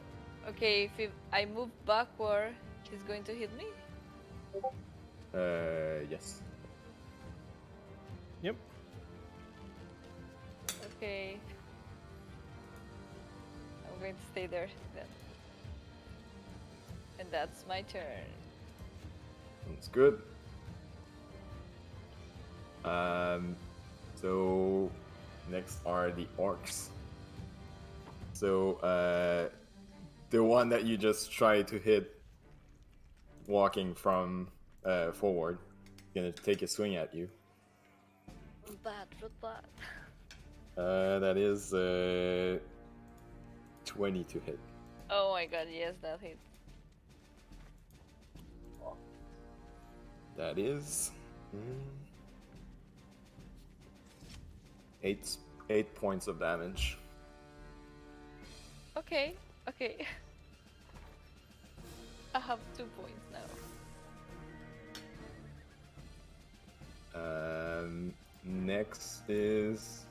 Okay, if it- I move backward, he's going to hit me?
Uh, yes.
Yep.
Okay. I'm going to stay there then. And that's my turn.
That's good. Um, so next are the orcs. So uh, the one that you just tried to hit, walking from uh, forward, gonna take a swing at you.
Roll Bad, roll bad.
Uh, that is uh, twenty to hit.
Oh my god, yes, that hit.
That is mm, eight eight points of damage.
Okay, okay. I have two points now.
Um, next is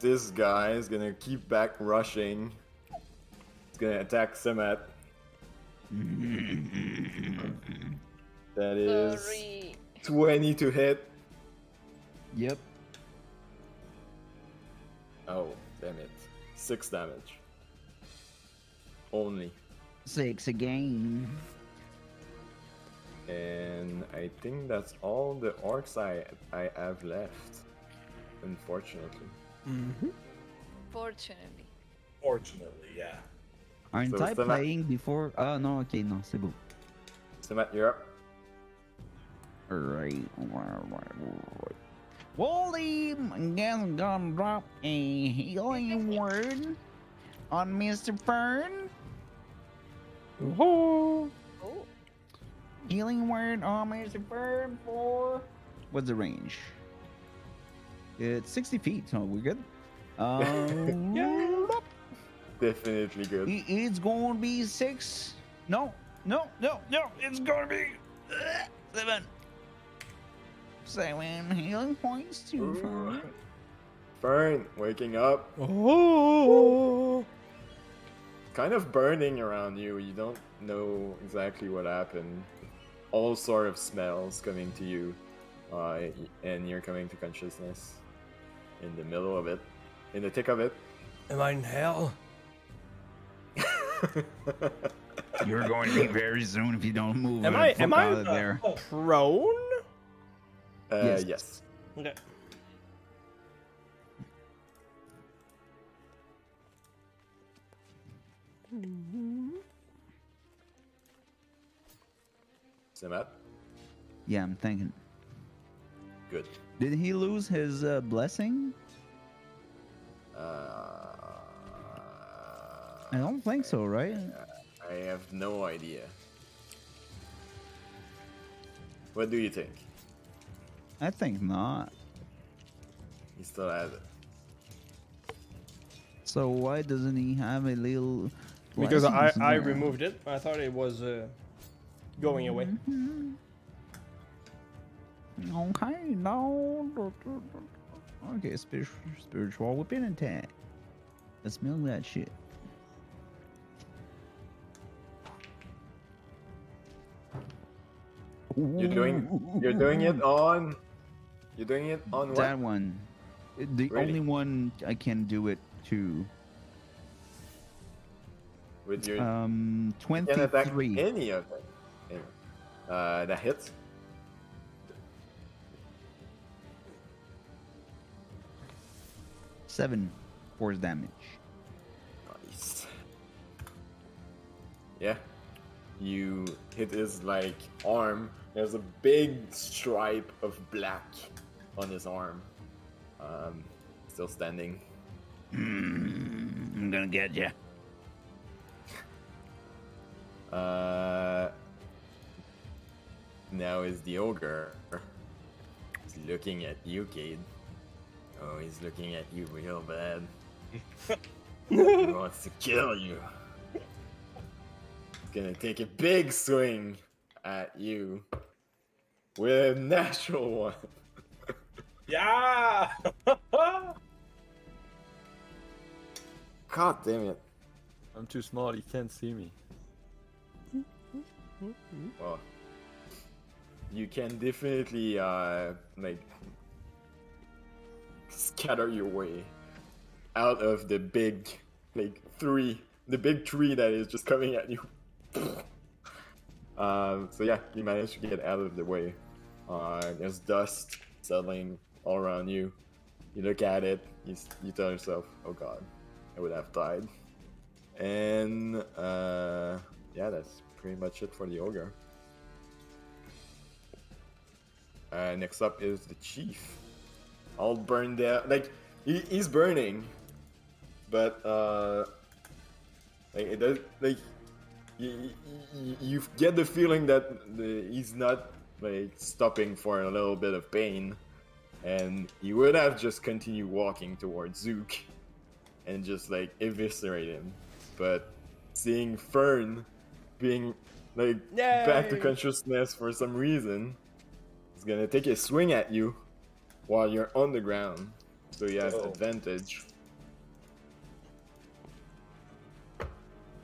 this guy is gonna keep back rushing. He's gonna attack Semet. that is
Sorry.
twenty to hit.
Yep.
Oh, damn it! Six damage. Only.
Six again.
And I think that's all the orcs I I have left. Unfortunately.
Fortunately.
Fortunately, yeah.
Aren't
So
I
Stella-
playing before? Oh no, okay, no, c'est bon.
So Matt, you're up.
Right. Wally is gonna drop a healing word on Mr. Fern.
Oh,
Healing word on Mr. Fern for what's the range? It's 60 feet, so we're good. Um,
Definitely good.
It- It's gonna be six. No, no, no, no. It's gonna be uh, seven. Seven healing points to
Ooh.
Fern.
Fern waking up,
Oh.
kind of burning around you. You don't know exactly what happened. All sort of smells coming to you, uh, and you're coming to consciousness in the middle of it, in the thick of it.
Am I in hell?
You're going to be very soon if you don't move.
Am
the
I
fuck
am I
out of there.
uh, prone?
Uh,
Yes.
yes.
Okay.
Samat,
Yeah, I'm thinking.
good.
Did he lose his uh, blessing?
Uh,
I don't think so, right?
I have no idea. What do you think?
I think not.
He still has it.
So why doesn't he have a little?
Because I,
blessings
I
there?
removed it. I thought it was uh, going away.
Mm-hmm.
Okay, no. Okay, spiritual, spiritual whipping attack. Let's milk that shit.
You're doing you're doing it on you're doing it on
that
what?
one. The
Really?
only one I can do it to.
With your
Um,
you can attack
twenty-three.
any of them. Anyway, uh, that hits.
Seven force damage.
Nice. Yeah. You hit his like arm. There's a big stripe of black on his arm. Um, still standing.
I'm gonna get you.
Uh, now is the ogre. He's looking at you, kid. Oh, he's looking at you real bad. he wants to kill you. He's gonna take a big swing at you with a natural one.
Yeah!
God damn it.
I'm too small, he can't see me.
Well, you can definitely uh, like scatter your way out of the big like three, the big tree that is just coming at you. um, so yeah, you manage to get out of the way. Uh, there's dust settling all around you. You look at it. You, s- you tell yourself, "Oh God, I would have died." And uh, yeah, that's pretty much it for the ogre. Uh, next up is the chief. All burned out. Like he, he's burning, but uh, like it does. Like you, you, you get the feeling that the, he's not like stopping for a little bit of pain, and he would have just continued walking towards Zook and just like eviscerate him. But seeing Fern being like back to
Yay!
consciousness for some reason, he's gonna take a swing at you while you're on the ground, so you have
Oh.
advantage.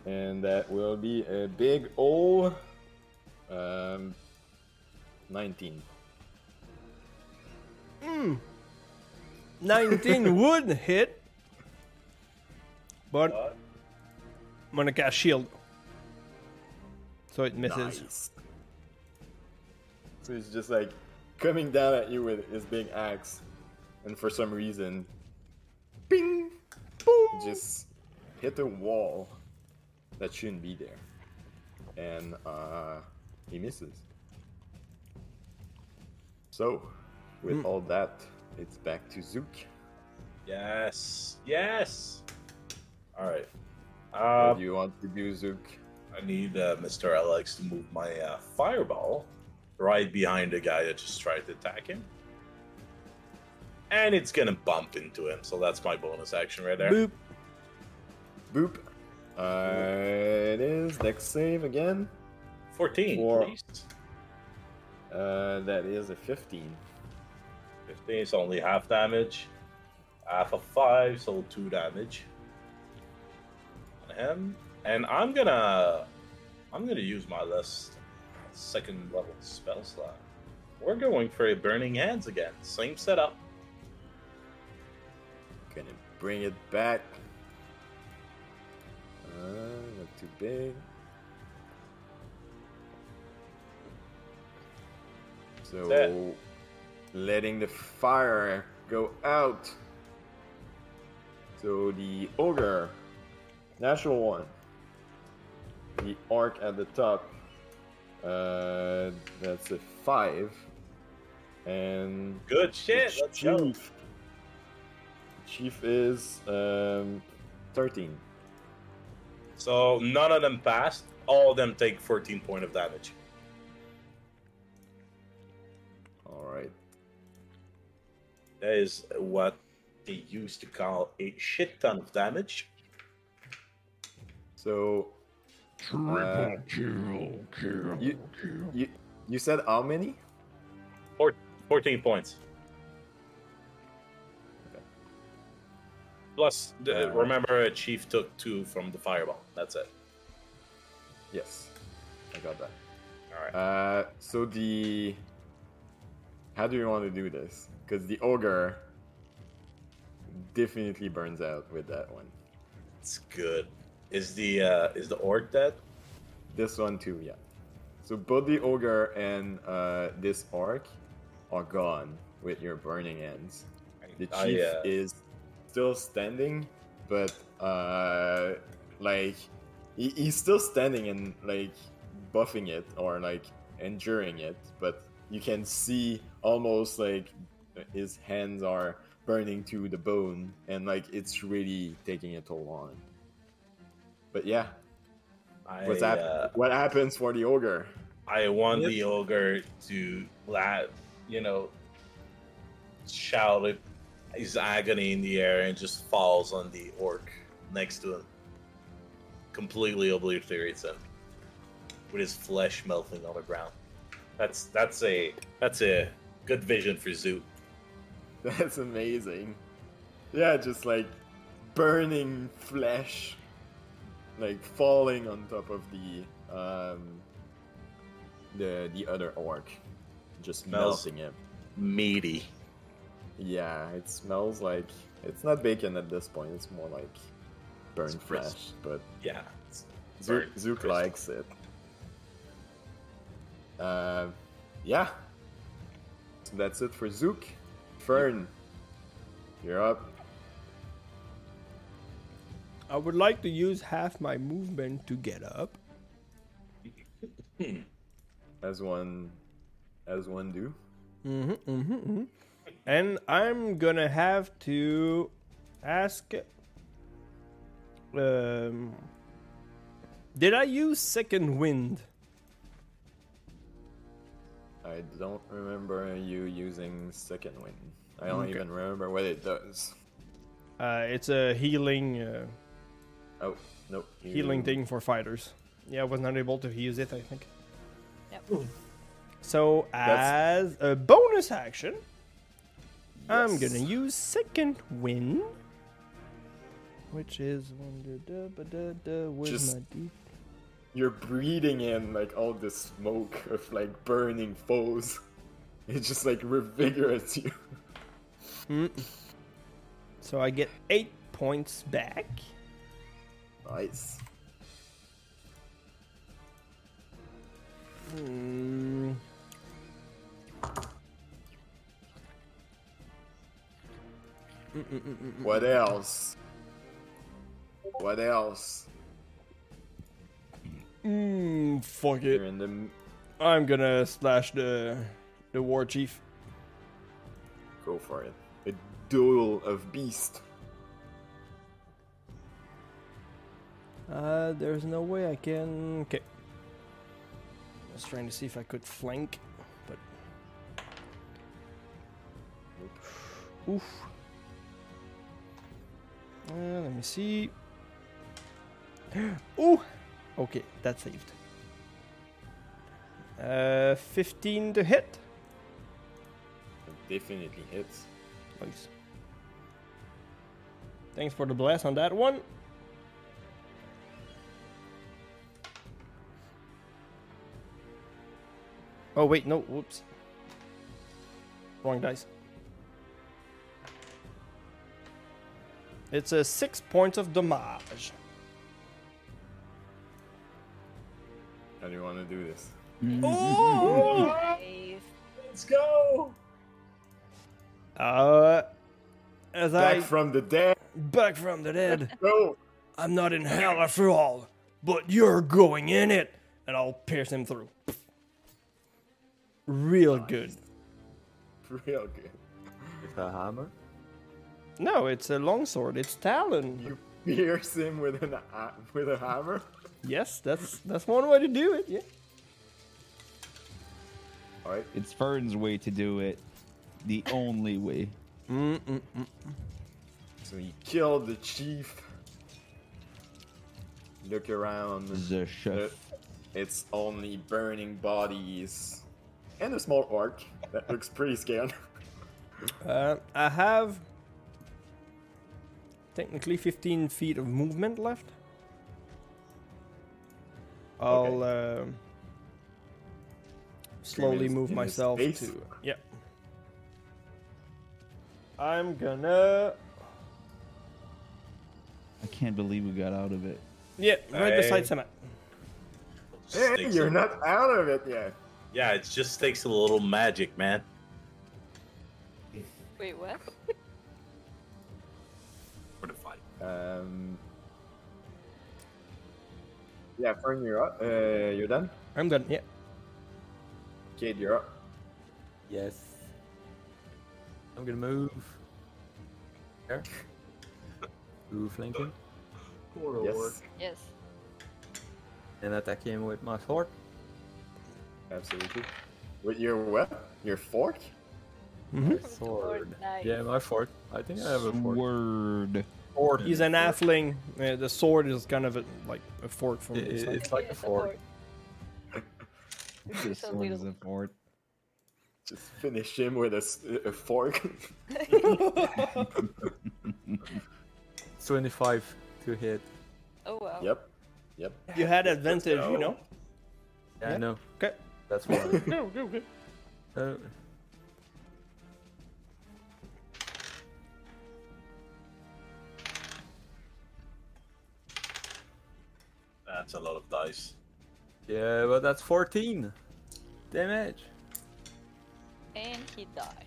And that will be a big O. Um, 19.
19 would hit. But I'm gonna cast shield. So it misses.
Nice. So he's just like coming down at you with his big axe, and for some reason, ping, boom, just hit a wall that shouldn't be there, and uh, he misses. So, with all that, It's back to Zook.
Yes. Yes. All right.
What
Uh,
do you want to do, Zook?
I need uh, Mr. Alex to move my uh, fireball right behind the guy that just tried to attack him. And it's gonna bump into him, so that's my bonus action right there.
Boop. Boop. Uh, it is deck save again.
14,
Four.
please.
Uh, that is a 15.
15 is only half damage. Half of 5, so 2 damage. On him. And I'm gonna. I'm gonna use my last second level spell slot. We're going for a Burning Hands again. Same setup.
Gonna bring it back. Uh, not too big.
That's
So, letting the fire go out. So the ogre, natural one. The arc at the top. Uh, that's a five. And
Good
the
shit. Let's go.
Chief. Chief is um, 13.
So none of them passed. All of them take 14 point of damage.
All right.
That is what they used to call a shit ton of damage.
So
Triple
Uh,
kill, kill,
you-
kill.
you you said how many?
14 points. Plus, the,
Uh,
remember, a chief took two from the fireball. That's it.
Yes, I got that.
All right.
Uh, so the how do you want to do this? Because the ogre definitely burns out with that one.
It's good. Is the uh, is the orc dead?
This one too, yeah. So both the ogre and uh, this orc are gone with your burning ends. The
I,
chief
uh,
is still standing, but uh, like he, he's still standing and like buffing it or like enduring it, but you can see almost like his hands are burning to the bone and like it's really taking a toll on. him. But yeah,
I,
what's hap-
uh,
what happens for the ogre?
I want
Yep.
the ogre to la you know, shout it, his agony in the air and just falls on the orc next to him. Completely obliterates him with his flesh melting on the ground. That's that's a that's a good vision for Zoo.
That's amazing. Yeah, just like burning flesh, like falling on top of the um, the the other orc, just
Smells-
melting it.
Meaty.
Yeah, it smells like it's not bacon at this point. It's more like burned
It's crisp.
flesh, but
Yeah. it's
Zook,
burnt
Zook
crisp.
likes it. Uh, yeah. So that's it for Zook. Fern, you're up.
I would like to use half my movement to get up.
as one as one do
Mm-hmm, mm-hmm, mm-hmm. And I'm gonna have to ask. Um, did I use second wind?
i don't remember you using second wind i don't even remember what it does
Uh, it's a healing uh,
oh nope you-
healing thing for fighters. Yeah, I was not able to use it. I think.
Yep.
So
That's-
as a bonus action, I'm
Yes.
gonna use second wind, which is one da- da- ba- da- da- with
Just-
my D.
you're breathing in like all the smoke of like burning foes it just like revigorates you
So I get eight points back.
nice
Hmm.
what else what else
Mm, fuck it.
you're in the
I'm gonna slash the the war chief.
go for it duel of beast.
Uh, there's no way I can. Okay. I was trying to see if I could flank, but. Oof. Uh, let me see. Ooh! Okay, that saved. Uh, 15 to hit.
It definitely hits.
Nice. Thanks for the blast on that one. Oh wait, no, whoops. Wrong dice. It's a six points of damage.
How do you want to do this?
Nice.
Let's go!
Uh, as
Back
I
from the dead. Oh,
back from the dead,
Go.
I'm not in hell after all, but you're going in it, and I'll pierce him through. Real good.
Real good.
With a hammer?
No, it's a longsword. It's Talon.
You pierce him with an a- with a hammer.
Yes, that's that's one way to do it. Yeah.
All right.
It's Fern's way to do it. The only way.
So you kill the chief. Look around.
The chef.
It's only burning bodies. And a small orc that looks pretty scared.
Uh, I have technically 15 feet of movement left. I'll um slowly
in-
move
in the
myself
space.
to. Yep. I'm gonna.
I can't believe we got out of it.
Yeah, right beside
Hey.
Samat.
Just
hey,
takes
you're
a-
not out of it yet.
Yeah, it just takes a little magic, man.
Wait, what?
For the fight.
Um. Yeah, Fern, you're up. Uh, you're done.
I'm done. Yeah.
Kid, you're up.
Yes. I'm gonna move. There. To flank him
Oh,
Yes,
Yes.
and attack him with my sword.
absolutely. With your weapon, your fork.
My
Sword,
sword. Yeah,
nice.
my sword. I think I have a fork.
Word.
Sword.
He's an halfling. Uh, the sword is kind of a, like a fork for me.
It-
It's
it-
like-
it's like a
Yes, of
fork.
course.
This
So
one is
little.
a fort.
Just finish him with a, s- a fork.
It's 25 to hit.
Oh wow.
yep, yep.
You had advantage, you know?
Yeah, I know.
Okay.
That's why.
Go, go, go.
Uh,
That's a lot of dice.
yeah, but that's 14 damage.
And he died.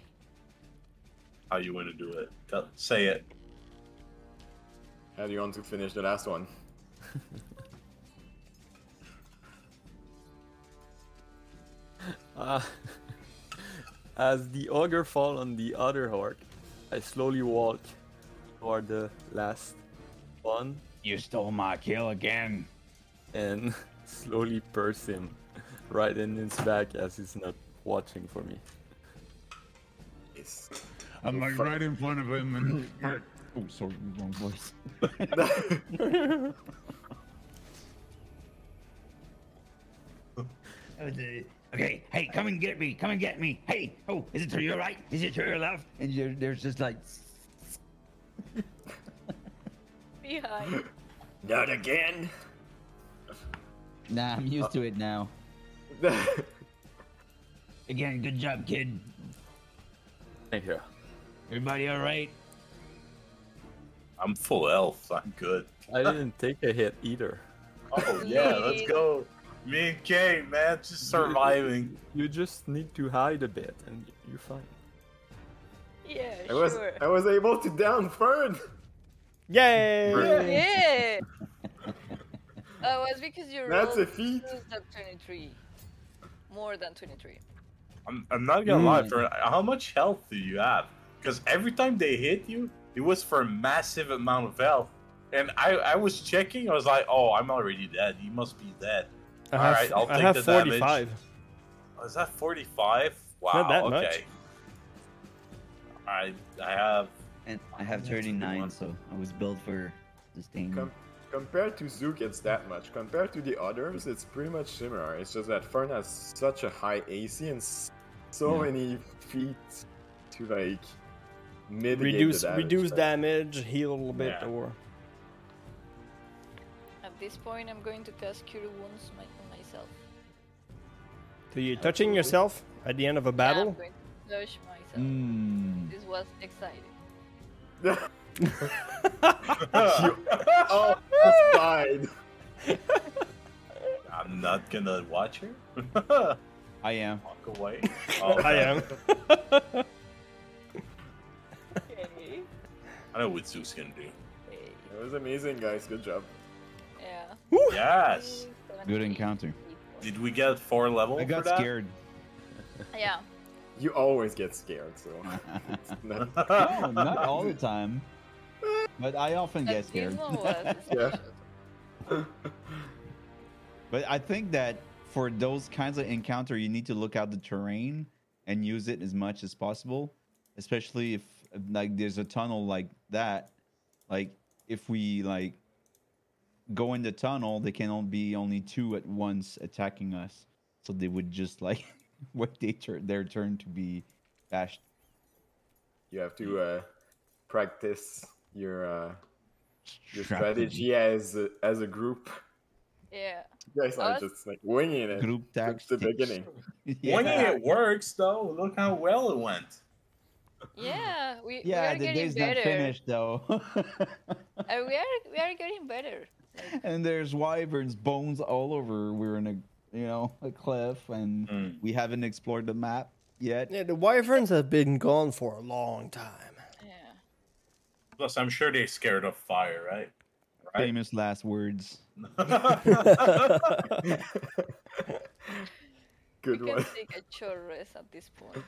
How you want to do it? Tell, say it.
How do you want to finish the last one?
Ah. as the ogre fall on the other orc, I slowly walk toward the last one
You stole my kill again.
and slowly purse him right in his back as he's not watching for me.
Yes.
I'm
like,
right in front of him and.
Oh, sorry, wrong voice.
Okay, hey, come and get me, come and get me. Hey, oh, is it to your right? Is it to your left? And you're, there's just like,
Behind.
Not again.
Nah, I'm used to it now.
again, good job, kid.
Thank you.
Everybody all right?
I'm full health. I'm good.
I didn't take a hit either.
Oh yeah, let's
Yay.
go. Me and Kay, man, just surviving.
You just need to hide a bit and you're fine.
Yeah,
I was
sure.
I was able to down Fern.
Yay!
Yeah. oh, it's because you
That's a
rolled
feat.
used up 23. More than 23.
Mm.
I'm, I'm not gonna lie, Fern. How much health do you have? because every time they hit you, it was for a massive amount of health. And I, I was checking, I was like, oh, I'm already dead. He must be dead.
I
All
have,
right, I'll
I
take
have
the damage.
45.
Is that 45? Wow,
Not that much.
okay. I, I have.
And I have
That's a good
39,
one.
so I was built for sustain.
Com- compared to Zook, it's that much. Compared to the others, it's pretty much similar. It's just that Fern has such a high AC and s- so
Yeah.
many feet to like mitigate
Reduce
the damage.
reduce
but-
damage, heal a little bit,
Yeah.
or
At this point, I'm going to cast Cure Wounds my, on myself.
so you're touching yourself at the end of a
Yeah, I'm
battle.
going to touch myself.
Mm.
This was exciting.
Oh, I died.
I'm not gonna watch her.
I am.
Walk away. Oh,
I am.
Okay.
I know what Zeus can do.
Okay.
It was amazing, guys. Good job.
Yeah.
Yes.
Good encounter.
Did we get four level
I got
for that?
scared.
Yeah.
You always get scared, so. it's not-
no, not all the time. But I often
But
get
This
scared.
one was special.
But I think that for those kinds of encounter, you need to look out the terrain and use it as much as possible. Especially if like there's a tunnel like that. Like if we like go in the tunnel, they can only be only two at once attacking us. So they would just like wait they tur- their turn to be bashed.
you have to uh, practice your uh, your strategy as a, as a group.
Yeah.
You guys are
Us?
just like winging it
Group
since
tactics.
the beginning.
Yeah.
When it works, though, look how well it went.
Yeah. We,
Yeah,
we are
the
getting
day's not
better.
finished though.
Uh, we are we are getting better.
and there's wyverns bones all over. We're in a you know a cliff, and
Mm.
we haven't explored the map yet.
yeah, the wyverns have been gone for a long time.
Yeah.
Plus, I'm sure they're scared of fire, right? Right.
Famous last words.
Good
we
one.
can take a short rest at this point.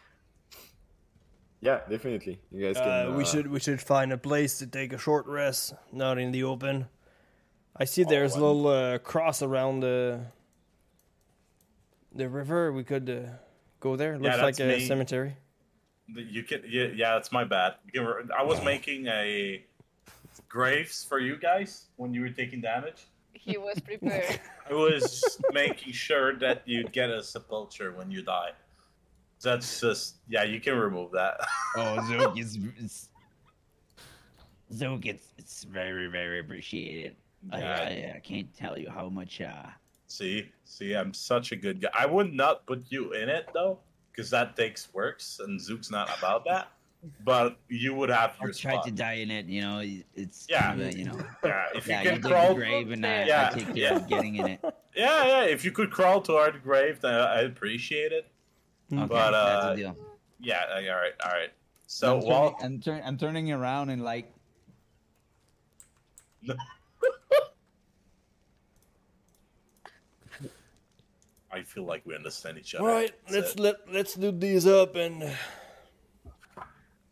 Yeah, definitely. You guys can.
Uh, we
uh,
should we should find a place to take a short rest, not in the open. I
Oh,
see there's a
well-
little uh, cross around the the river. We could uh, go there. Looks like
that's
a
me. Uh,
cemetery.
You can, yeah, yeah, it's my bad. You can, re- I was making a graves for you guys when you were taking damage.
He was prepared.
I was just making sure that you'd get a sepulcher when you die. That's just, yeah, you can remove that.
Oh, Zook is. is... Zook, it's, it's very, very appreciated. I,
Yeah.
I, I can't tell you how much. Uh,
See, see, I'm such a good guy. I would not put you in it though, because that takes works, and Zook's not about that. But you would have
I
your
tried
spot.
to die in it, you know. it- It's
Yeah.
kinda, you know.
Yeah, if
Yeah,
you
you
can
dig the
crawl,
grave, and I,
Yeah,
I take care of getting in it.
yeah, yeah. If you could crawl toward the grave, then I appreciate it.
Okay,
But,
that's
uh,
the deal.
Yeah, like, all right, all right. So
I'm,
while
uh,
turning, I'm, turn, I'm turning around and like
I feel like we understand each other.
All right,
That's
let's
it.
let let's loot these up and uh,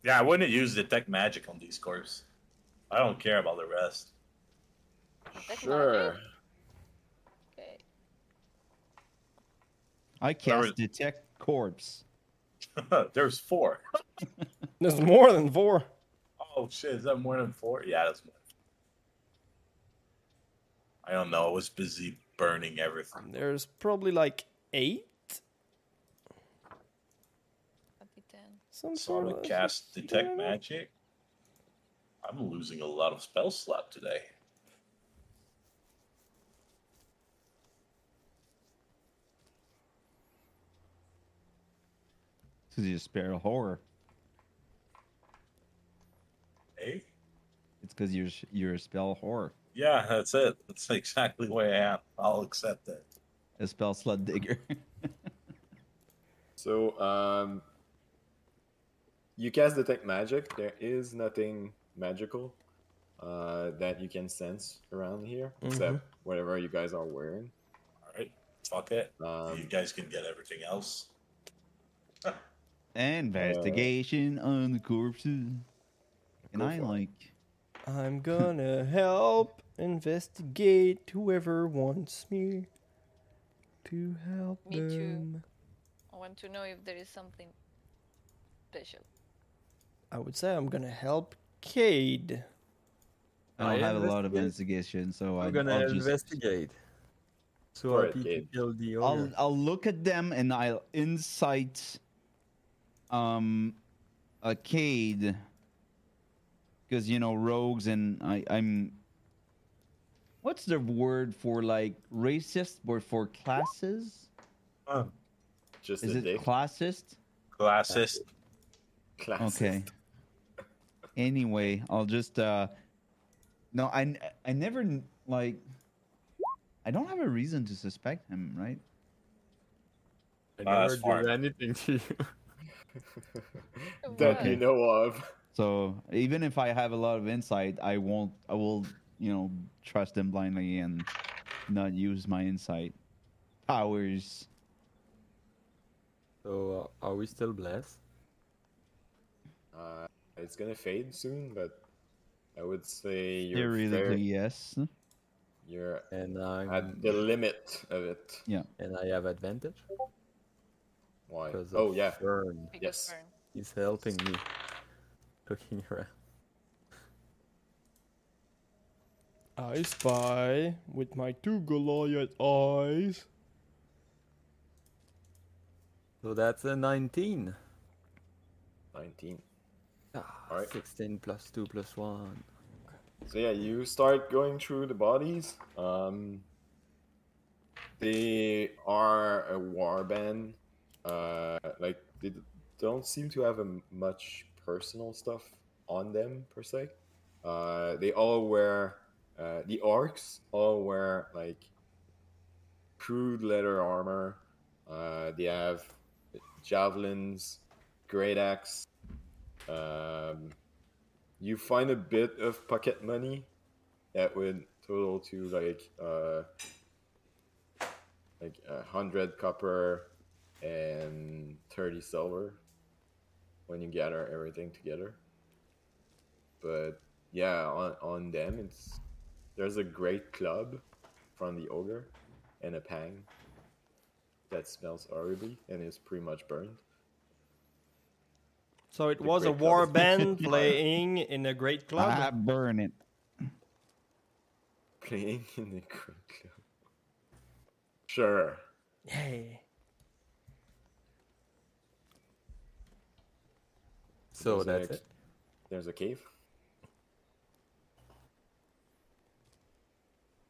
Yeah, I wouldn't use detect magic on these corpses. I don't care about the rest.
That's
Sure.
magic? Okay.
I cast
was-
detect corpse.
There's four. Hmm.
there's more than four.
Oh shit, is that more than four? Yeah, that's more. I don't know. I was busy burning everything.
There's probably like eight.
That'd be ten.
Some
So I'm
sort
gonna
of
cast detect
Yeah.
magic. I'm losing a lot of spell slot today.
To the spirit of horror.
Hey?
It's because you're sh- you're a spell horror,
Yeah, that's it. That's exactly the way I am. I'll accept that.
a spell slut digger.
So, um, you cast detect magic. There is nothing magical uh, that you can sense around here, except
Mm-hmm.
whatever you guys are wearing.
All right, fuck it. you
Um,
guys can get everything else.
Investigation
Uh.
on the corpses. And
Go
I
for it.
like.
I'm gonna help investigate whoever wants me to help
Me too.
them.
I want to know if there is something special.
I would say I'm gonna help Cade.
I don't
I
have a lot of
investigate.
investigation, so
I'm
I,
gonna
I'll just.
investigate. So
Alright,
happy to
Gabe.
kill the
I'll
owner.
I'll look at them and I'll insight um a cade because you know rogues and I I'm what's the word for like racist or for classes
Oh,
Just
is
a
it
dick.
classist
classist.
Classist.
okay anyway I'll just uh no I n- I never n- like I don't have a reason to suspect him right
I
Uh,
never
that's fine.
do anything to you.
that
Why?
you know of.
So even if I have a lot of insight, I won't. I will, you know, trust them blindly and not use my insight powers.
So uh, are we still blessed?
Uh, it's gonna fade soon, but I would say you're fair-
Theoretically, yes.
you're
And I'm
at the limit of it.
Yeah.
and I have advantage
Why?
because
Oh yeah,
Fern.
Because
Yes.
burn.
He's helping me. Looking around.
I spy with my two Goliath eyes.
So that's a 19.
nineteen.
Ah,
Alright.
16 plus 2 plus 1.
So yeah, you start going through the bodies. Um, they are a warband. Uh, like they d- don't seem to have a m- much personal stuff on them per se. Uh, they all wear uh, the orcs all wear like crude leather armor. Uh, they have uh, javelins, great axe. Um, you find a bit of pocket money that would total to like uh like a hundred copper and thirty silver when you gather everything together. But yeah, on on them it's there's a great club from the ogre and a pang that smells horribly and is pretty much burned.
So it
The
was a
great
war
club.
band playing in a great club.
Ah, burn it.
Playing in the great club. Sure.
Hey.
So
There's
that's
a,
it.
There's a cave.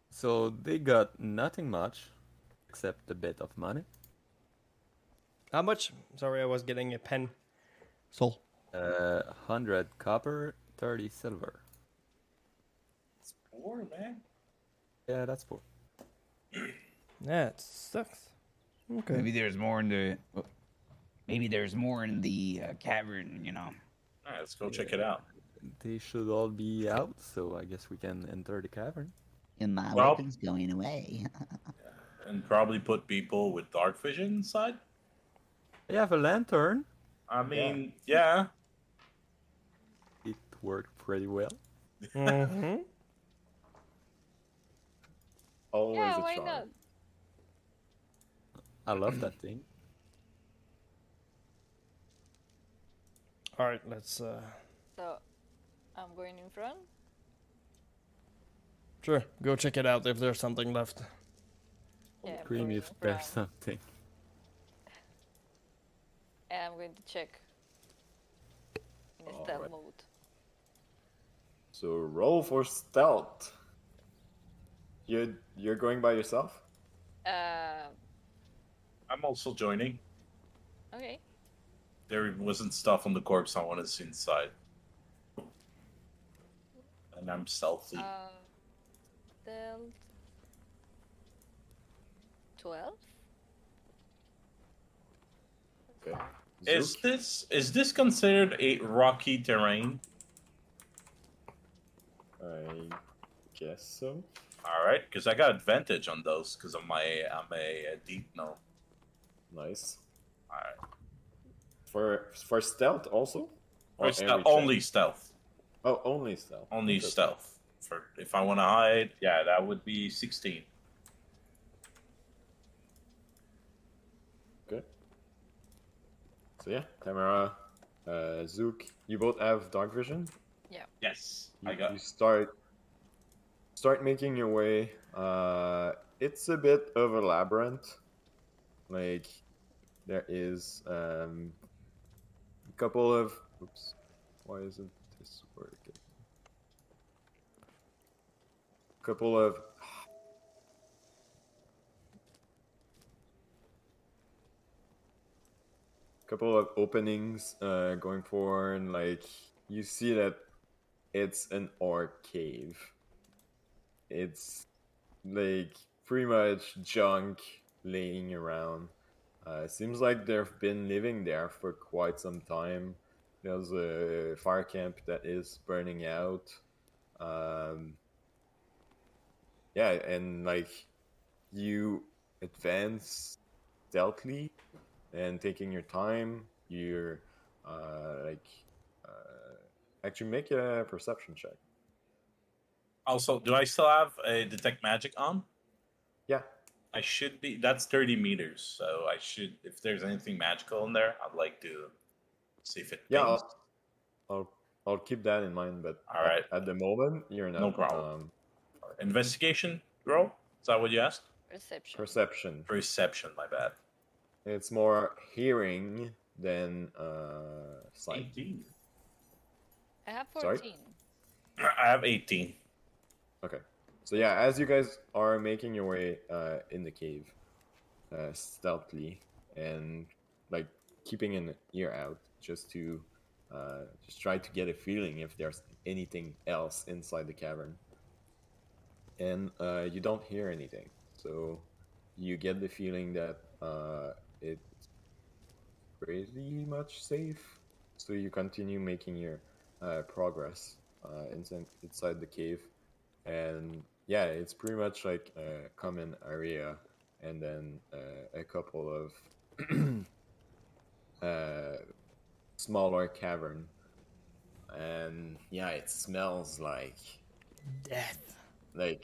So they got nothing much except a bit of money.
How much? Sorry, I was getting a pen. Soul.
Uh, 100 copper, 30 silver.
It's poor, man.
Yeah, that's poor.
That sucks. Okay.
Maybe there's more in the. Maybe there's more in the uh, cavern. You know.
All right, let's go check it out.
They should all be out, so I guess we can enter the cavern.
And my
Well-
weapon's going away.
And probably put people with dark vision inside.
I have a lantern.
I mean, yeah.
It worked pretty well.
hmm
Always
Yeah,
a
why
charm.
not?
I love that thing.
All right, let's. Uh,
So, I'm going in front.
sure, go check it out if there's something left.
Yeah, I'm
Scream
going
if
in
there's
front.
something.
And I'm going to check. In a stealth
Alright.
mode.
So roll for stealth. You're you're going by yourself?
Uh,
I'm also joining.
okay.
There wasn't stuff on the corpse I wanted to see inside. And I'm stealthy.
Uh, stealth. 12?
Okay.
is
Zook,
this is this considered a rocky terrain?
I guess so.
All right, because I got advantage on those because I'm a I'm a, uh deep no.
Nice.
All right.
For for stealth also? Or
Or stealth-
every check?
only stealth.
Oh, only stealth.
Only
Okay.
stealth. For if I want to hide, yeah, that would be sixteen.
Good. So yeah, Tamara, uh, Zook, you both have dark vision.
Yes, I
You-
got.
You start start making your way. Uh, it's a bit of a labyrinth. Like there is um, a couple of. Oops, why isn't this working? Couple of. Couple of openings uh, going forward, like you see that it's an orc cave. It's like pretty much junk laying around. Uh, seems like they've been living there for quite some time. There's a fire camp that is burning out. Um, yeah, and like you advance stealthily and taking your time. You're uh, like uh, Actually, make a perception check.
Also, do I still have a detect magic on?
Yeah.
I should be. That's thirty meters, so I should. If there's anything magical in there, I'd like to see if it.
Yeah,
pings.
I'll, I'll, I'll keep that in mind, but
All right.
at, at the moment, you're not.
No problem.
Um,
Investigation roll. Is that what you asked?
Perception.
perception.
Perception. My bad.
It's more hearing than uh, sight.
Eighteen.
I have
Sorry?
14.
I have eighteen.
Okay. So yeah, as you guys are making your way uh, in the cave, uh, stealthily and like keeping an ear out, just to uh, just try to get a feeling if there's anything else inside the cavern. And uh, you don't hear anything, so you get the feeling that uh, it's pretty much safe. So you continue making your uh, progress uh, inside, inside the cave and yeah, it's pretty much like a common area, and then uh, a couple of uh, smaller cavern, and yeah, it smells like
Death.
like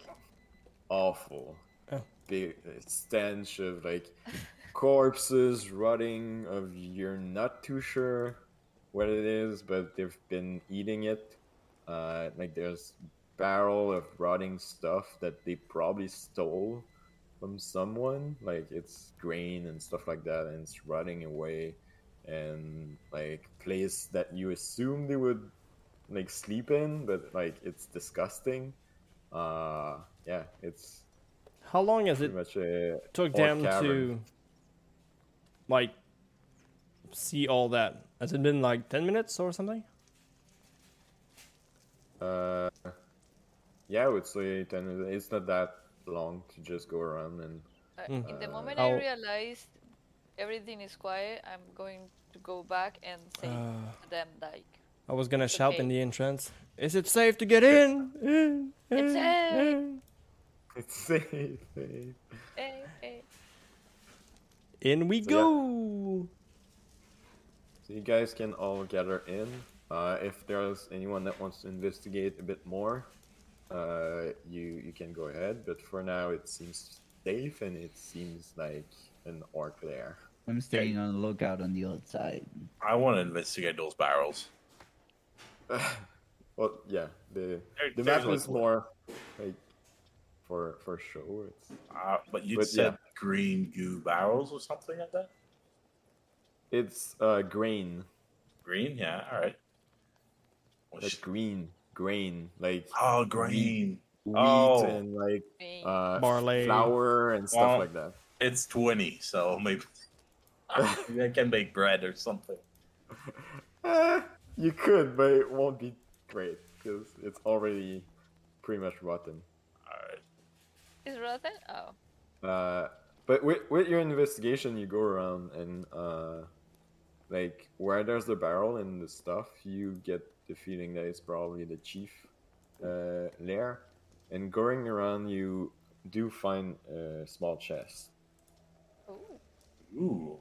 awful,
Oh.
big stench of like corpses rotting. Of you're not too sure what it is, but they've been eating it. Uh, like there's barrel of rotting stuff that they probably stole from someone. Like it's grain and stuff like that, and it's rotting away. And like place that you assume they would like sleep in, but like it's disgusting. Uh, yeah, it's
How long has it
pretty much a
took
or
them to
cavern.
like see all that? Has it been like ten minutes or something?
Uh, yeah, I would say ten. It's not that long to just go around and
Uh,
Mm-hmm.
in the moment
I'll-
I realized everything is quiet, I'm going to go back and say to them, like,
I was gonna shout
okay.
in the entrance. Is it safe to get in? In, in,
It's safe.
in."
it's safe. safe.
hey, hey.
In we
So, yeah.
go.
So you guys can all gather in. Uh, if there's anyone that wants to investigate a bit more, uh, you you can go ahead. But for now, it seems safe and it seems like an orc lair.
I'm staying on the lookout on the outside.
I want to investigate those barrels.
Well, yeah, the
There-
the
there's
map is
like-
more like for for show. It's
Uh, but you
But
said
yeah.
green goo barrels or something like that.
it's uh, grain,
Green, yeah. All right. Well,
like
sh-
green, grain, like
Oh, green.
wheat
Oh.
and like
hey.
uh,
Barley.
flour and stuff
Well,
like that.
It's twenty, so maybe, maybe I can make bread or something.
Eh, you could, but it won't be great because it's already pretty much rotten.
All right.
Is Rotten? Oh.
Uh, but with, with your investigation, you go around and uh, like where there's the barrel and the stuff, you get the feeling that it's probably the chief uh, lair. And going around, you do find a small chest
Ooh.
Ooh.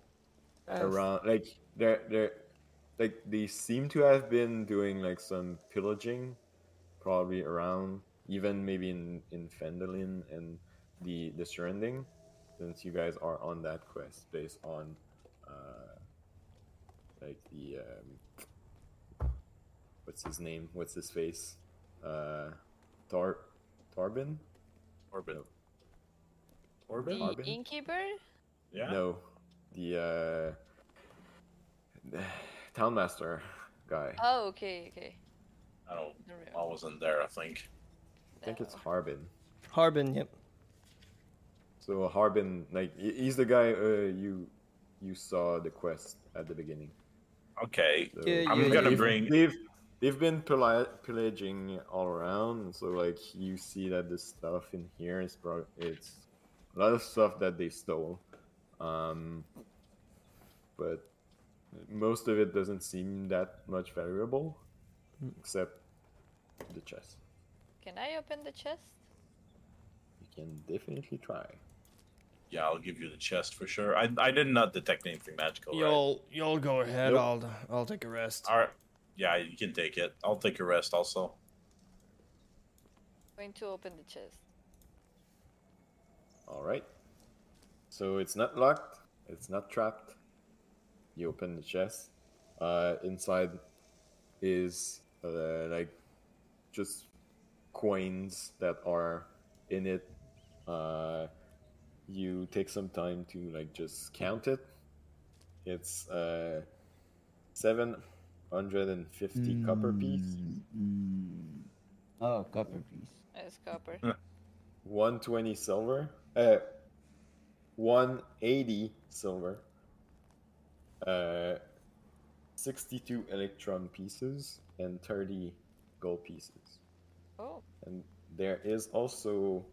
around like there there like they seem to have been doing like some pillaging, probably around even maybe in in Fendelin and the the surrounding, since you guys are on that quest based on, uh, like the um, what's his name? What's his face? Uh, Tar, Tarbin?
Orbit.
No.
Orbit?
The
Harbin?
innkeeper?
Yeah.
No, the uh, townmaster guy.
Oh, okay, okay.
I don't.
Oh,
Don't remember.
I wasn't there. I think.
I think it's
No.
Harbin.
Harbin, yep.
So Harbin, like he- he's the guy uh, you you saw the quest at the beginning.
Okay.
So,
Yeah,
I'm
yeah,
gonna
they've,
bring.
They've, they've been pilla- pillaging all around, so like you see that the stuff in here is pro- it's a lot of stuff that they stole, um, but most of it doesn't seem that much valuable, except the chest.
Can I open the chest?
You can definitely try.
Yeah, I'll give you the chest for sure. I, I did not detect anything magical. Right?
Y'all, y'all go ahead.
Nope.
I'll, I'll take a rest.
All right. Yeah, you can take it. I'll take a rest also.
going to open the chest.
All right. So it's not locked. It's not trapped. You open the chest. Uh, inside is uh, like just coins that are in it. Uh, you take some time to like just count it. It's uh, seven hundred and fifty copper piece,
Oh, copper piece.
It's copper.
Mm. one twenty silver, uh, one eighty silver, uh, sixty-two electron pieces, and thirty gold pieces.
Oh,
And there is also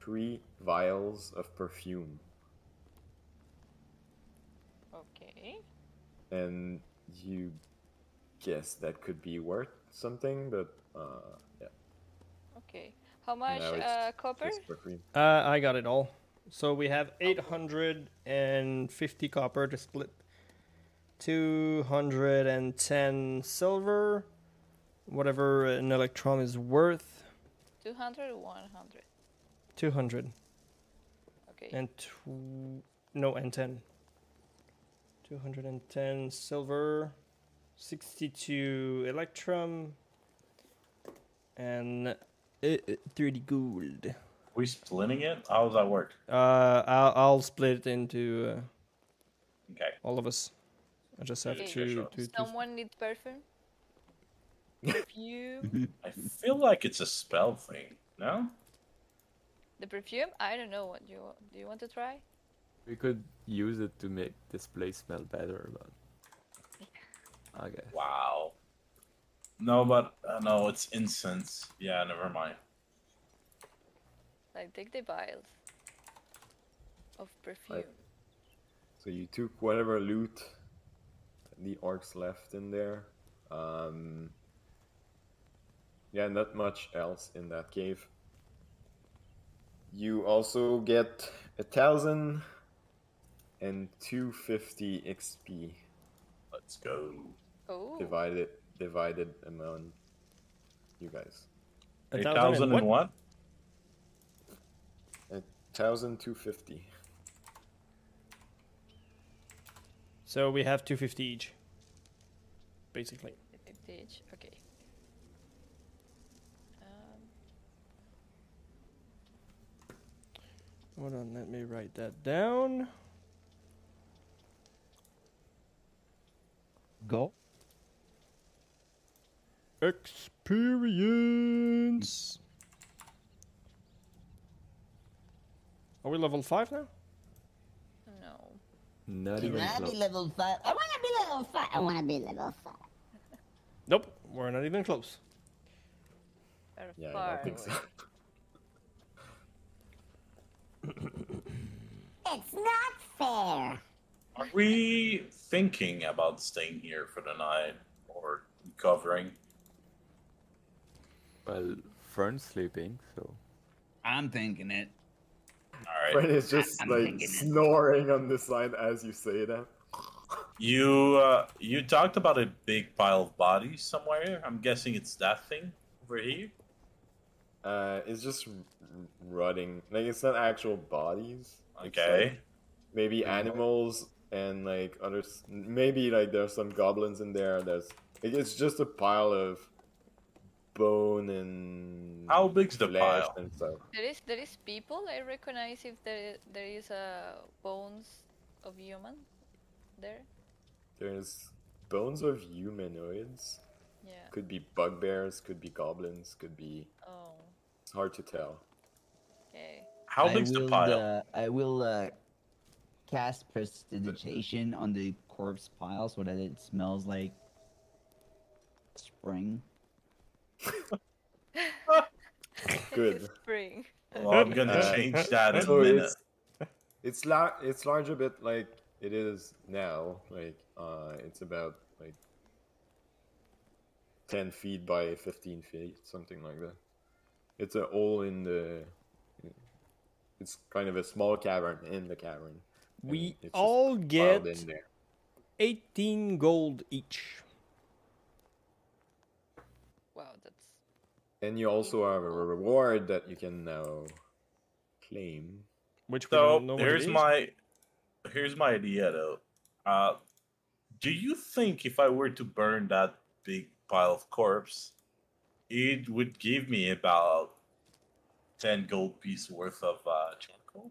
three vials of perfume.
okay.
And you guess that could be worth something, but uh, yeah,
Okay. How much
No, it's-
uh, copper?
it's for free.
Uh, I got it all. So we have 850 copper to split, 210 silver, whatever an electron is worth,
200 or 100?
200,
Okay.
and tw- no, and 10. 210 silver, 62 electrum, and uh, uh, 30 gold.
we splitting it? How does that work?
Uh, I'll, I'll split it into. Uh,
Okay.
all of us. I just have
Yeah,
to,
yeah,
sure.
to, to-
Someone need perfume? perfume?
I feel like it's a spell thing. No?
the perfume? I don't know what you do. You want to try?
We could use it to make this place smell better, but I guess.
Wow. No, but uh, no, it's incense. Yeah, never mind.
Like take the vials of perfume.
So you took whatever loot the orcs left in there. Um, yeah, not much else in that cave. You also get a thousand and two fifty XP
Let's go.
Oh,
divided divided among you guys.
A
Eight
thousand
thousand
and
and one.
A thousand two fifty.
So we have 250 each. Basically.
advantage. Okay. Um,
Hold on, let me write that down.
Go.
Experience. Are we level 5 now?
no.
Not
Can
even
I be
close.
level five? I wanna be level five. I wanna be level five.
Nope, we're not even close.
Very
Yeah,
far
I think so.
away.
It's not fair.
Are we thinking about staying here for the night or covering?
Well, Fern's sleeping, so.
I'm thinking it.
All right.
Fred is just
I'm
like
thinking it.
snoring on the side as you say that.
You uh, you talked about a big pile of bodies somewhere. I'm guessing it's that thing over here.
Uh, it's just r- r- rotting. Like it's not actual bodies. It's, like,
Okay.
maybe animals and like others. Maybe like there's some goblins in there. There's like, it's just a pile of bone and
How big's the
flesh
pile?
and stuff.
There is there is people I recognize if there there is uh, bones of human there.
There's bones of humanoids.
Yeah.
Could be bugbears. Could be goblins. Could be.
Oh.
It's hard to tell.
Okay.
How
I
big's
will,
the pile?
Uh, I will uh, cast prestidigitation on the corpse pile so that it smells like spring.
Good.
Spring.
Well, I'm gonna
Uh,
change that in a
so
minute.
it's it's lar- it's large a bit like it is now. Like uh, it's about like ten feet by fifteen feet, something like that. It's a hole in the. It's kind of a small cavern in the cavern. and
We
it's just
all
piled
get
in there.
18 gold each.
Wow, that's
and you also have a reward that you can now claim.
Which we don't know what
So
it
here's
is.
my here's my idea though. Uh, do you think if I were to burn that big pile of corpse, it would give me about ten gold piece worth of uh, charcoal?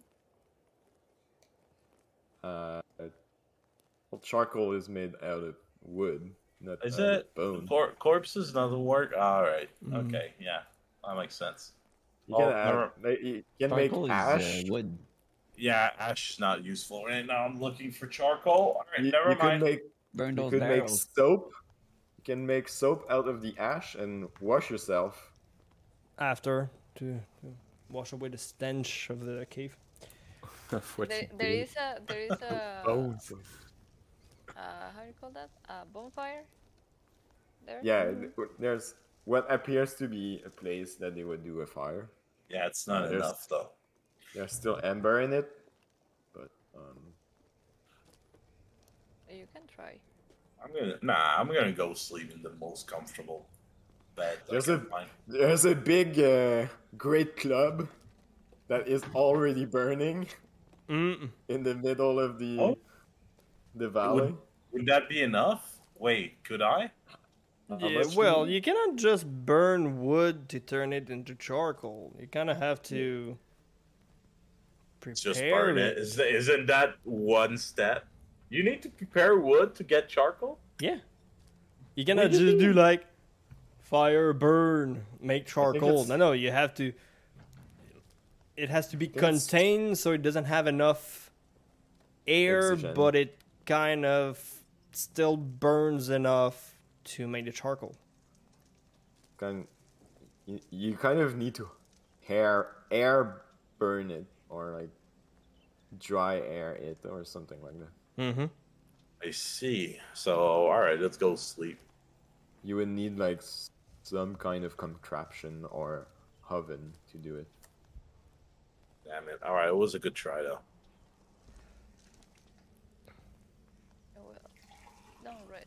Uh, well, charcoal is made out of wood, not
Is
out of
it
bone. Mm-hmm.
Cor- corpses doesn't work? All right.
Mm.
Okay. Yeah, that makes sense.
You can,
Oh,
add-
never-
like, you can make
Charcoal is, uh,
ash. you
wood.
Yeah, ash is not useful right now. I'm looking for charcoal. All right,
you
never
could
mind.
make
Burn
you
those
could make
barrels.
soap. You can make soap out of the ash and wash yourself.
After to, to wash away the stench of the cave.
That's what
there,
you
there
do.
is a there is a
Oh.
Bones.
uh, how do you call that? A bonfire. There. Mm-hmm.
Yeah, th- there's what appears to be a place that they would do a fire.
Yeah, it's not
There's-
enough though.
There's still ember in it, but um,
You can try.
I'm gonna nah. I'm gonna go sleep in the most comfortable bed. I
There's
can
a-
find.
there's a big, uh, great club that is already burning
Mm.
in the middle of the
Oh.
the valley.
Would that be enough? Wait, could I?
How
Yeah,
much
well,
wood?
you cannot just burn wood to turn it into charcoal. You kind of have to prepare
Just burn it. Is, isn't that one step? You need to prepare wood to get charcoal.
Yeah. You cannot just do like fire, burn, make charcoal.
it's-
No, no, you have to. It has to be
it's-
contained so it doesn't have enough air,
Oxygen.
but it kind of still burns enough to make the charcoal.
kind you, you kind of need to hair air burn it or like dry air it or something like that.
Mm-hmm.
I see. So all right, let's go sleep.
You would need like s- some kind of contraption or oven to do it.
Damn it. All right, it was a good try though.
I will. Oh, Don't rest.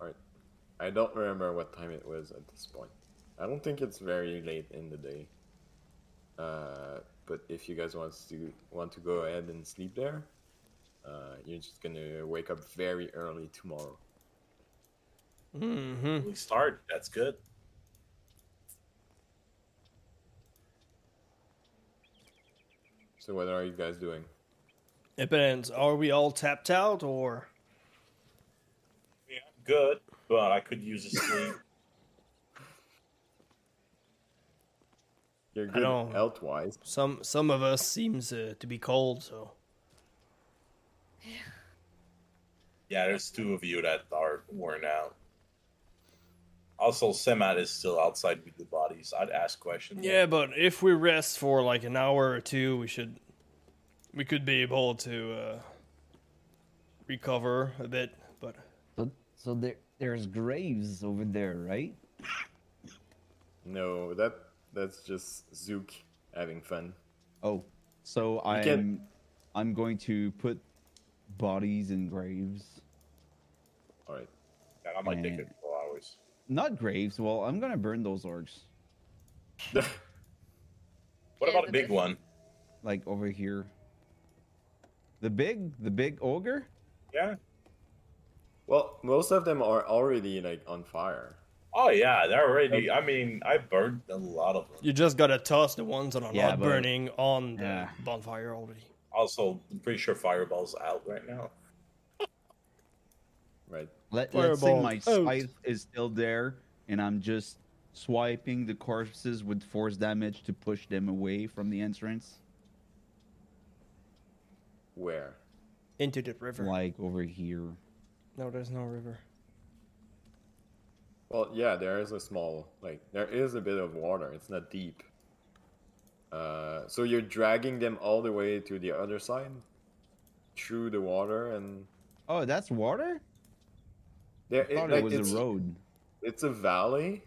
Alright. I don't remember what time it was at this point. I don't think it's very late in the day. Uh, but if you guys wants to want to go ahead and sleep there, uh, you're just gonna wake up very early tomorrow.
Mm-hmm.
Hmm.
We start. That's good.
So what are you guys doing?
It depends. Are we all tapped out or?
Yeah, good. But I could use a sleep.
You're
I
good
don't-
health wise.
Some some of us seems uh, to be cold, so
yeah, there's two of you that are worn out. Also, Semat is still outside with the bodies. I'd ask questions.
yeah. But if we rest for like an hour or two, we should we could be able to uh, recover a bit. But
So, so there, there's graves over there, right?
No, that that's just Zook having fun.
Oh, so I'm,
can-
I'm going to put bodies in graves.
All right.
Yeah, that might take
Yeah.
a couple hours.
Not graves. Well, I'm gonna burn those orcs.
What
Yeah,
about a
the
big
best-
one?
Like over here. The big, the big ogre.
Yeah.
Well, most of them are already like on fire.
Oh yeah, they're already. I mean, I burned a lot of them.
You just gotta toss the ones that are
Yeah,
not
but-
burning on the
Yeah.
bonfire already.
Also, I'm pretty sure fireballs out right now.
Right.
Let, let's say
Fireball
my
out.
scythe is still there, and I'm just swiping the corpses with force damage to push them away from the entrance,
Where?
Into the river.
like over here.
No, there's no river.
Well, yeah, there is a small like there is a bit of water. It's not deep. Uh, so you're dragging them all the way to the other side, through the water, and
Oh, that's water.
there
I
it,
thought
like,
it was
it's,
a road.
it's a valley,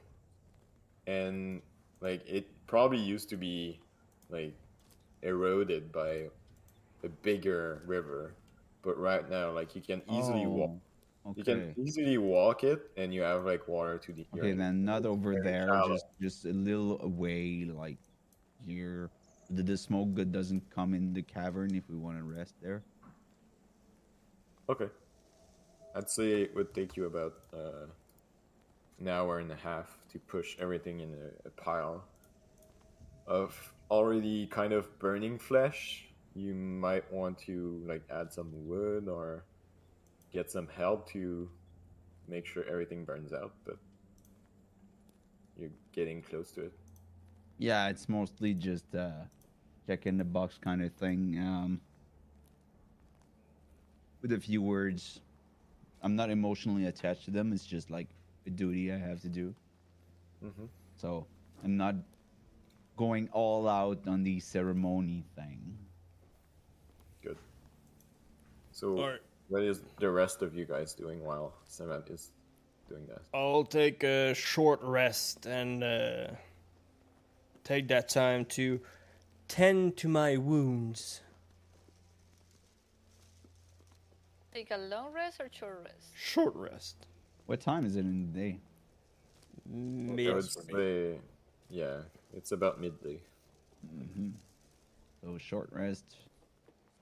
and like it probably used to be like eroded by a bigger river, but right now like you can easily walk.
Oh,
You can
Okay.
easily walk it, and you have like water to the
Okay,
ear.
then not over
very
there,
shallow.
just just a little away, like here. The, the smoke good doesn't come in the cavern if we want to rest there.
Okay. I'd say it would take you about uh, an hour and a half to push everything in a, a pile of already kind of burning flesh. You might want to like add some wood or get some help to make sure everything burns out, but you're getting close to it.
Yeah, it's mostly just uh, checking the box kind of thing. Um, with a few words, I'm not emotionally attached to them. It's just like a duty I have to do.
Mhm.
So I'm not going all out on the ceremony thing.
Good. So,
Alright.
what is the rest of you guys doing while Samat is doing that?
I'll take a short rest and uh, take that time to tend to my wounds.
Take a long rest or short rest?
Short rest.
What time is it in the day?
I
Mid-
would say, yeah, it's about midday.
So short rest,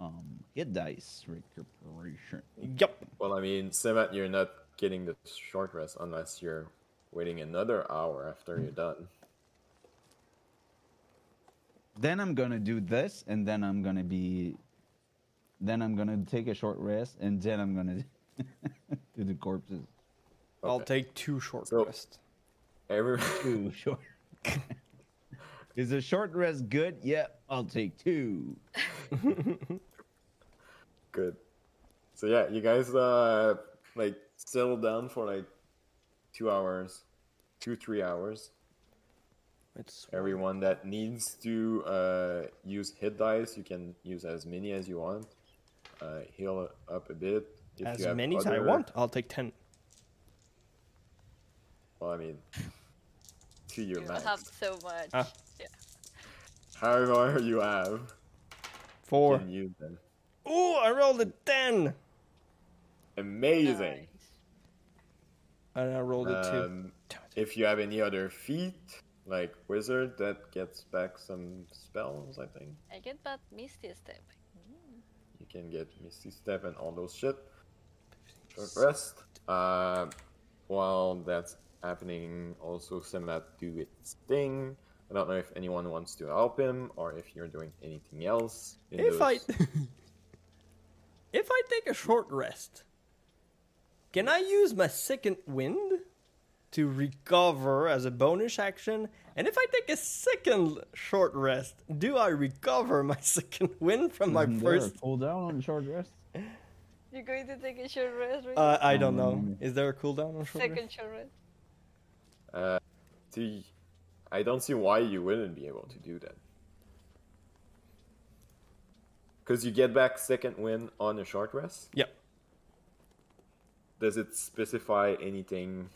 um, hit dice recuperation.
Yup.
Well, I mean, Semat, you're not getting the short rest unless you're waiting another hour after you're done.
Then I'm gonna do this, and then I'm gonna be, then I'm gonna take a short rest, and then I'm gonna do the corpses.
I'll
Okay.
take two short
So-
rest.
Every
Two short. Is a short rest good? Yeah, I'll take two.
good. So yeah, you guys uh like settle down for like two hours, two three hours.
It's
Everyone that needs to uh, use hit dice, you can use as many as you want. Uh, heal up a bit. If
as
you have
many as I
other-
want. I'll take ten.
Well, I mean, to your
You
max.
have so much.
Ah.
Yeah.
However you have,
Four.
can use them.
Ooh, I rolled a ten.
Amazing.
And I rolled a two.
Um,
Damn it.
if you have any other feat, like wizard, that gets back some spells. I think
I get that misty step.
you can get misty step and all those shit. Short rest. Uh, while that's happening, also Semat do its thing. I don't know if anyone wants to help him or if you're doing anything else. in
If I
those-
if I take a short rest, can I use my second wind to recover as a bonus action? And if I take a second short rest, do I recover my second wind from my
Mm,
Isn't there a
first?
cooldown on short rest.
You're going to take a short rest, right?
Uh, I don't
Oh,
Mm.
know. Is there a cooldown on short
Second
rest?
short rest.
Uh, to, I don't see why you wouldn't be able to do that. Because you get back second win on a short rest.
Yeah.
Does it specify anything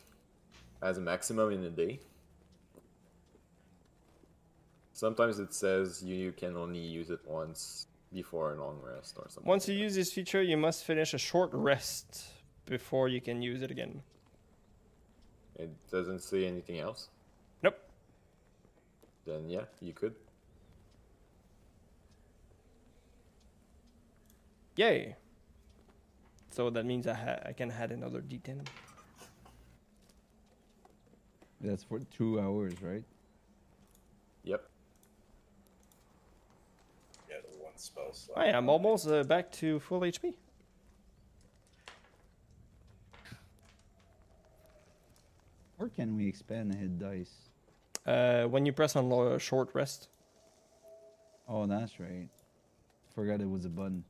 as a maximum in a day? Sometimes it says you can only use it once before a long rest or something.
Once you use this feature, you must finish a short rest before you can use it again.
It doesn't say anything else.
Nope.
Then yeah, you could.
Yay. So that means I, ha- I can add another D10.
That's for two hours, right?
Yep.
Yeah, the one spell slot.
I am almost uh, back to full HP.
Or can we expand hit dice?
Uh, when you press on lo- short rest,
Oh, that's right. Forgot it was a button.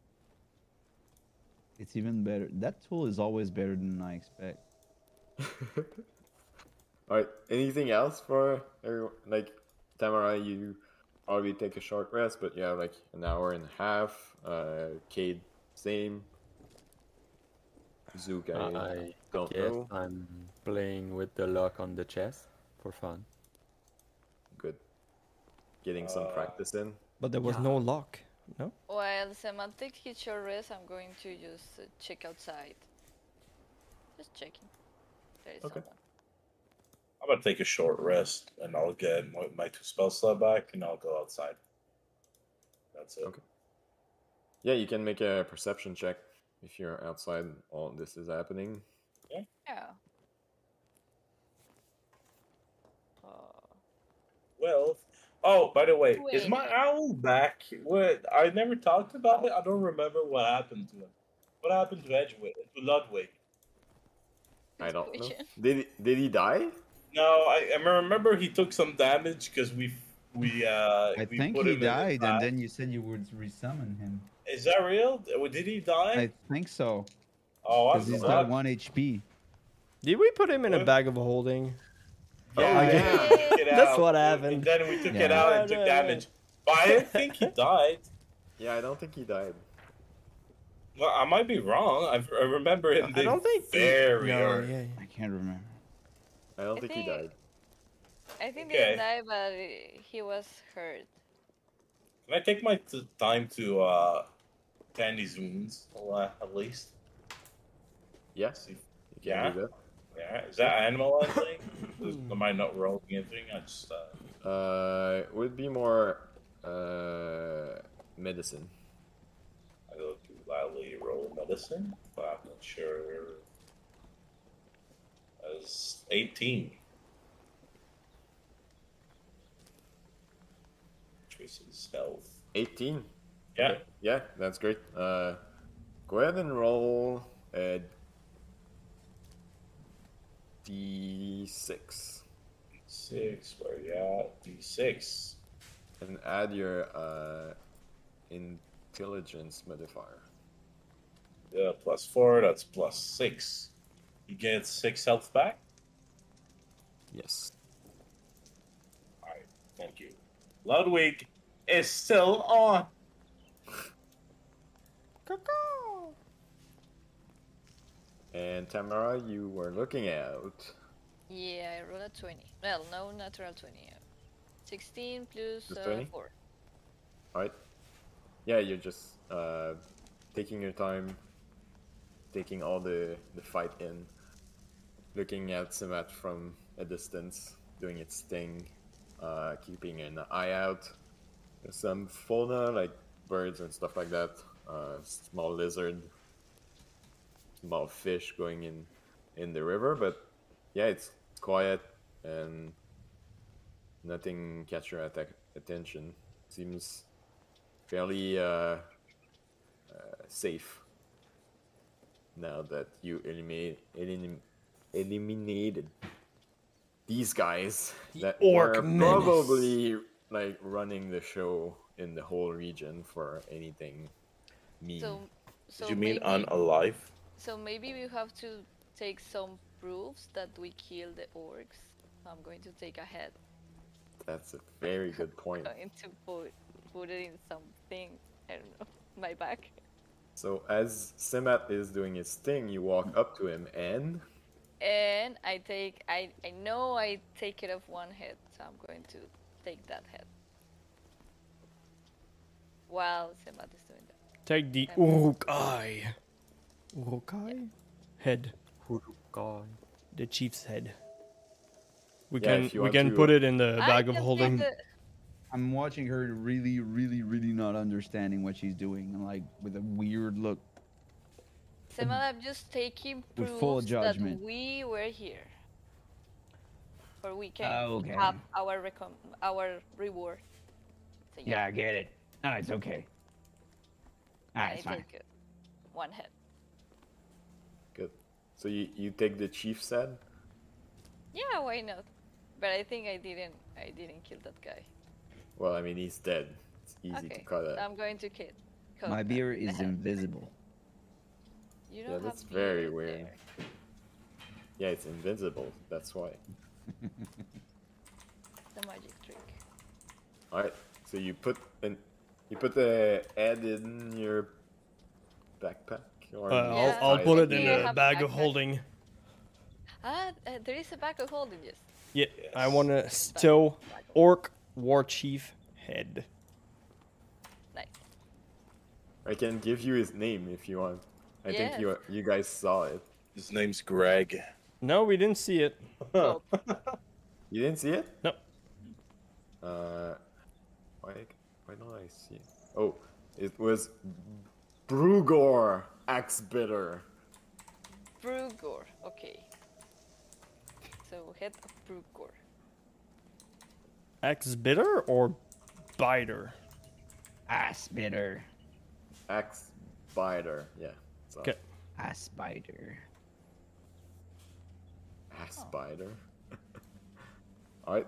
It's even better. That tool is always better than I expect.
All right. Anything else for everyone? Like Tamara, you already take a short rest, but you have like an hour and a half. Uh, Cade, same. Zook, I
Uh, I
don't
guess
know.
I'm playing with the lock on the chest for fun.
Good. Getting some practice in.
but there was no lock. No?
While semantic hits your rest, I'm going to just uh, check outside. Just checking. There is
Okay.
someone.
I'm gonna take a short rest, and I'll get my, my two spell slot back, and I'll go outside. That's it.
Okay. Yeah, you can make a perception check if you're outside while this is happening.
Yeah. Oh.
Well, oh, by the way, is
Wait.
my owl back? What I never talked about it. I don't remember what happened to him. What happened to Edgewood? To Ludwig?
I don't know.
Inspiration.
Did he, did he die?
No, I, I remember he took some damage because we we uh.
I
we
think
put
he
him in the
died, and
back.
then you said you would resummon him.
Is that real? Did he die?
I think so.
oh, I'm
Because he's
fucked.
got one HP.
Did we put him in a
What?
bag of holding?
Yeah,
Oh,
yeah.
yeah.
we took it
That's
out.
what
We-
happened.
And then we took it
Yeah.
out and
Yeah,
took
yeah.
damage. But I don't think he died.
Yeah, I don't think he died.
Well, I might be wrong. I, I remember him.
I don't think.
very
no,
early.
yeah, yeah.
I can't remember.
I don't
I
think he
think-
died.
I think
Okay.
they died, but uh, he was hurt.
Can I take my t- time to uh, Candy's wounds uh, at least?
Yes,
See-
you can
Yeah,
do
yeah. Is that animal thing? Am I not rolling anything? I just uh,
that. Uh, it would be more uh, medicine.
I go to loudly roll medicine, but I'm not sure. As eighteen. Tracy's health.
18.
Yeah.
Yeah, that's great. Uh, go ahead and roll a d6
Six, where you at? D6.
and add your uh, intelligence modifier.
Yeah, plus four, that's plus six. You get six health back?
Yes.
Alright, thank you. Ludwig is still on.
And Tamara, you were looking out.
Yeah, I rolled a 20. Well, no natural 20. uh, 16 plus
Plus
uh,
20?
4.
Alright. Yeah, you're just uh, taking your time, taking all the, the fight in, looking at Simat from a distance, doing its thing, uh, keeping an eye out. There's some fauna, like birds and stuff like that, uh, small lizard, small fish going in, in the river, but yeah, it's quiet and nothing catch your attack attention. Seems fairly uh, uh, safe now that you eliminate, elim- eliminated these guys that
orc
were
menace.
probably like running the show in the whole region for anything mean.
So, so maybe,
unalive?
So maybe we have to take some proofs that we killed the orcs. I'm going to take a head.
That's a very good point.
going to put, put it in something. I don't know. My back.
So as Semat is doing his thing, you walk up to him and
And I take. I, I know I take it off one head, so I'm going to take that head. while Sebat is doing that.
Take the Urukai. Urukai? Head.
Hurukai.
The chief's head. We
Yeah,
can
if
we
you want
can
to-
put it in the
I
bag of
can take
holding.
the-
I'm watching her really, really, really not understanding what she's doing, and like with a weird look.
Semalab just taking
With
proofs
full judgment.
that we were here. Or we can
Oh,
Okay.
have our recom- our reward. So
Yeah, I get it. No, it's okay. Ah,
I
it's fine.
take uh, one head.
Good. So you, you take the chief's head?
Yeah, why not? But I think I didn't I didn't kill that guy.
Well, I mean, he's dead. It's easy
okay. Um.
to cut it.
I'm going to kill. cut
My
that
beer is
head.
invisible.
You don't
yeah,
have
that's very
beer
weird.
there.
Yeah, it's invincible. That's why.
The magic trick.
All right. So you put an, you put the head in your backpack or
Uh,
Yeah.
I'll, I'll put it
Do
in
you
a
have
bag of
backpack?
holding.
Ah, uh, there is a bag of holding, yes.
Yeah, I
Yes.
want to stow orc war chief head.
Nice.
I can give you his name if you want. I think
Yes.
you you guys saw it.
His name's Greg.
No, we didn't see it.
Well,
You didn't see it?
No.
Uh, why why don't I see it? Oh, it was Brugor Axbitter.
Brugor. Okay. So head of Brugor.
Axe bitter or biter?
Ah, spitter.
Axbiter. Yeah. it's a-
Okay.
Ah, spider.
A spider. Alright.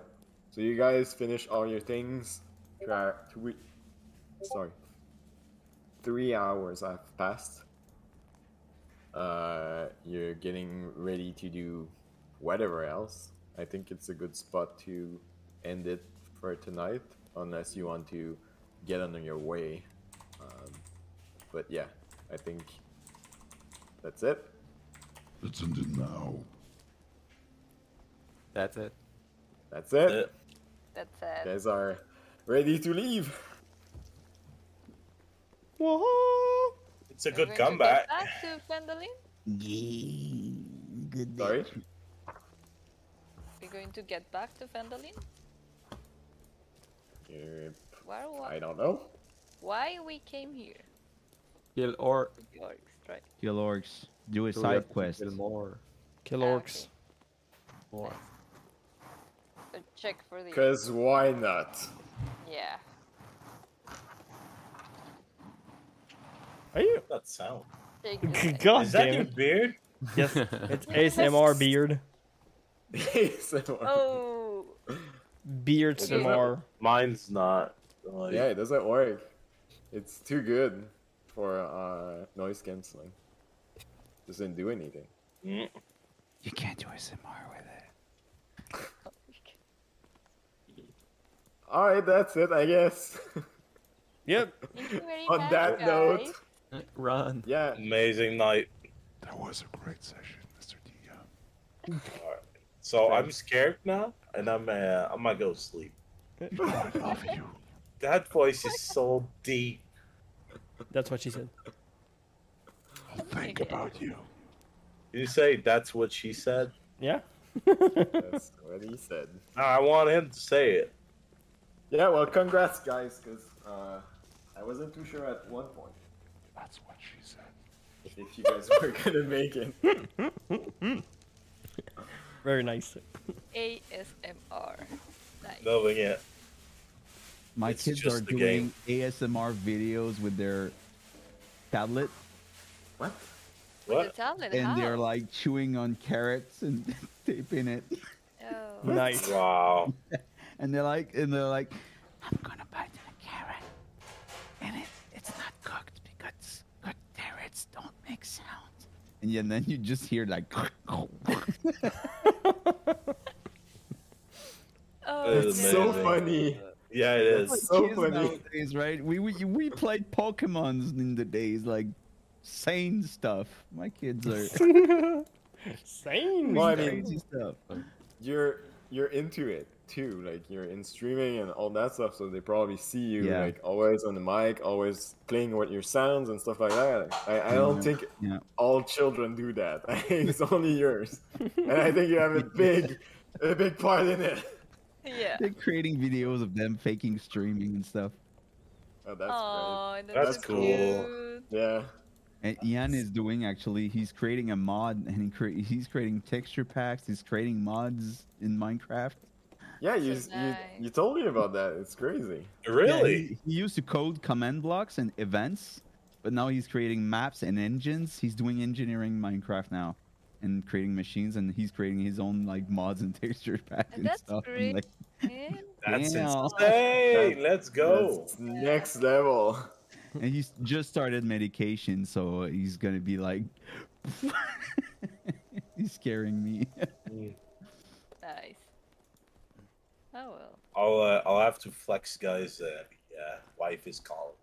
So you guys finish all your things. You are three sorry. Three hours have passed. Uh you're getting ready to do whatever else. I think it's a good spot to end it for tonight, unless you want to get on your way. Um, but yeah, I think that's it.
Let's end it now.
That's it.
That's it.
Uh,
That's it.
You guys are ready to leave.
Whoa!
It's a good
We're going to
comeback.
get Back to Flandolin?
Yeah, good day.
Sorry.
We're going to get back to Fandolin?
You-
Why,
Uh, I
why,
don't know.
why we came here?
Kill or
with the orcs, right?
Kill orcs. Do a
so we have
side
to
quest.
Kill more.
Kill
Ah,
orcs.
okay.
More.
So Ah, check for the
Cause why not?
yeah.
Are you?
That sound.
Check this out.
God
Is that
damn
your
it.
beard?
Yes, it's ASMR beard.
So,
Oh,
Beard
It doesn't-
SMR.
Mine's not. Like,
Yeah, it doesn't work. It's too good for uh, noise canceling. Doesn't do anything.
mm,
You can't do SMR with it.
All right, that's it, I guess.
Yep.
thank you very
On
much,
that note,
guys.
Run.
yeah.
amazing night.
That was a great session, Mr. D.
So I'm scared now, and I'm uh, I might go sleep.
I love you.
That voice is so deep.
That's what she said.
I'll think about you.
You say that's what she said?
Yeah?
That's what he said.
No, I want him to say it.
Yeah, well, congrats, guys, because uh, I wasn't too sure at one point
That's what she said.
if you guys were gonna make it.
Very nice.
ASMR. Nice.
Loving it.
My
It's
kids
just
are
the
doing ASMR videos with their tablet,
What?
With
What?
the tablet,
and
how?
they're like chewing on carrots and taping it,
Oh,
Nice.
Wow.
and they're like, and they're like,
I'm gonna bite on a carrot, and it, it's not cooked because cooked carrots don't make sound.
and yeah, and then you just hear like,
oh
That
It's
is
man.
so
amazing.
funny.
Yeah, it is.
So
kids
funny.
nowadays, right? We, we we played Pokemon's in the days, like sane stuff. My kids are
Same.
Well, I mean-
crazy stuff.
You're you're into it. too. Like you're in streaming and all that stuff, so they probably see you
Yeah.
like always on the mic, always playing with your sounds and stuff like that. Like, I, I
Mm-hmm.
don't think
Yeah.
all children do that. I think it's only yours, and I think you have a big, a big part in it.
Yeah.
They're creating videos of them faking streaming and stuff.
Oh, that's
Oh,
That's
so
cool.
Cute.
great. Yeah.
And Ian is doing actually. He's creating a mod, and he crea- he's creating texture packs. He's creating mods in Minecraft.
Yeah, you,
So
you
nice.
you told me about that. It's crazy.
Yeah,
Really?
he, he used to code command blocks and events, but now he's creating maps and engines. He's doing engineering Minecraft now, and creating machines. And he's creating his own like mods and texture packs and
That's
stuff. I'm
great.
like,
Yeah.
That's
Damn.
insane. Let's go.
That's next level.
and he's just started medication, so he's gonna be like, he's scaring me.
Nice. Oh well.
I'll uh, I'll have to flex, guys. Uh, yeah, wife is calling,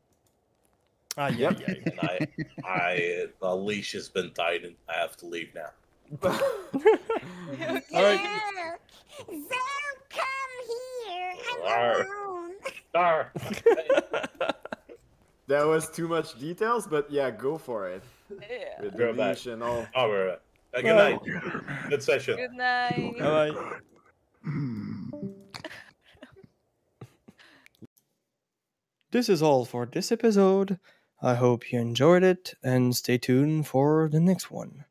Ah, yeah, yeah.
and I I uh, the leash has been tightened. I have to leave now.
All right.
Zook, Zook, come here.
Arr.
I'm alone.
Dar.
that was too much details, but yeah, go for it.
Yeah.
With
Go
the
back.
leash and all.
Oh, we're, uh, good
Well.
night. Good session.
Good night.
All right. this is all for this episode. I hope you enjoyed it and stay tuned for the next one.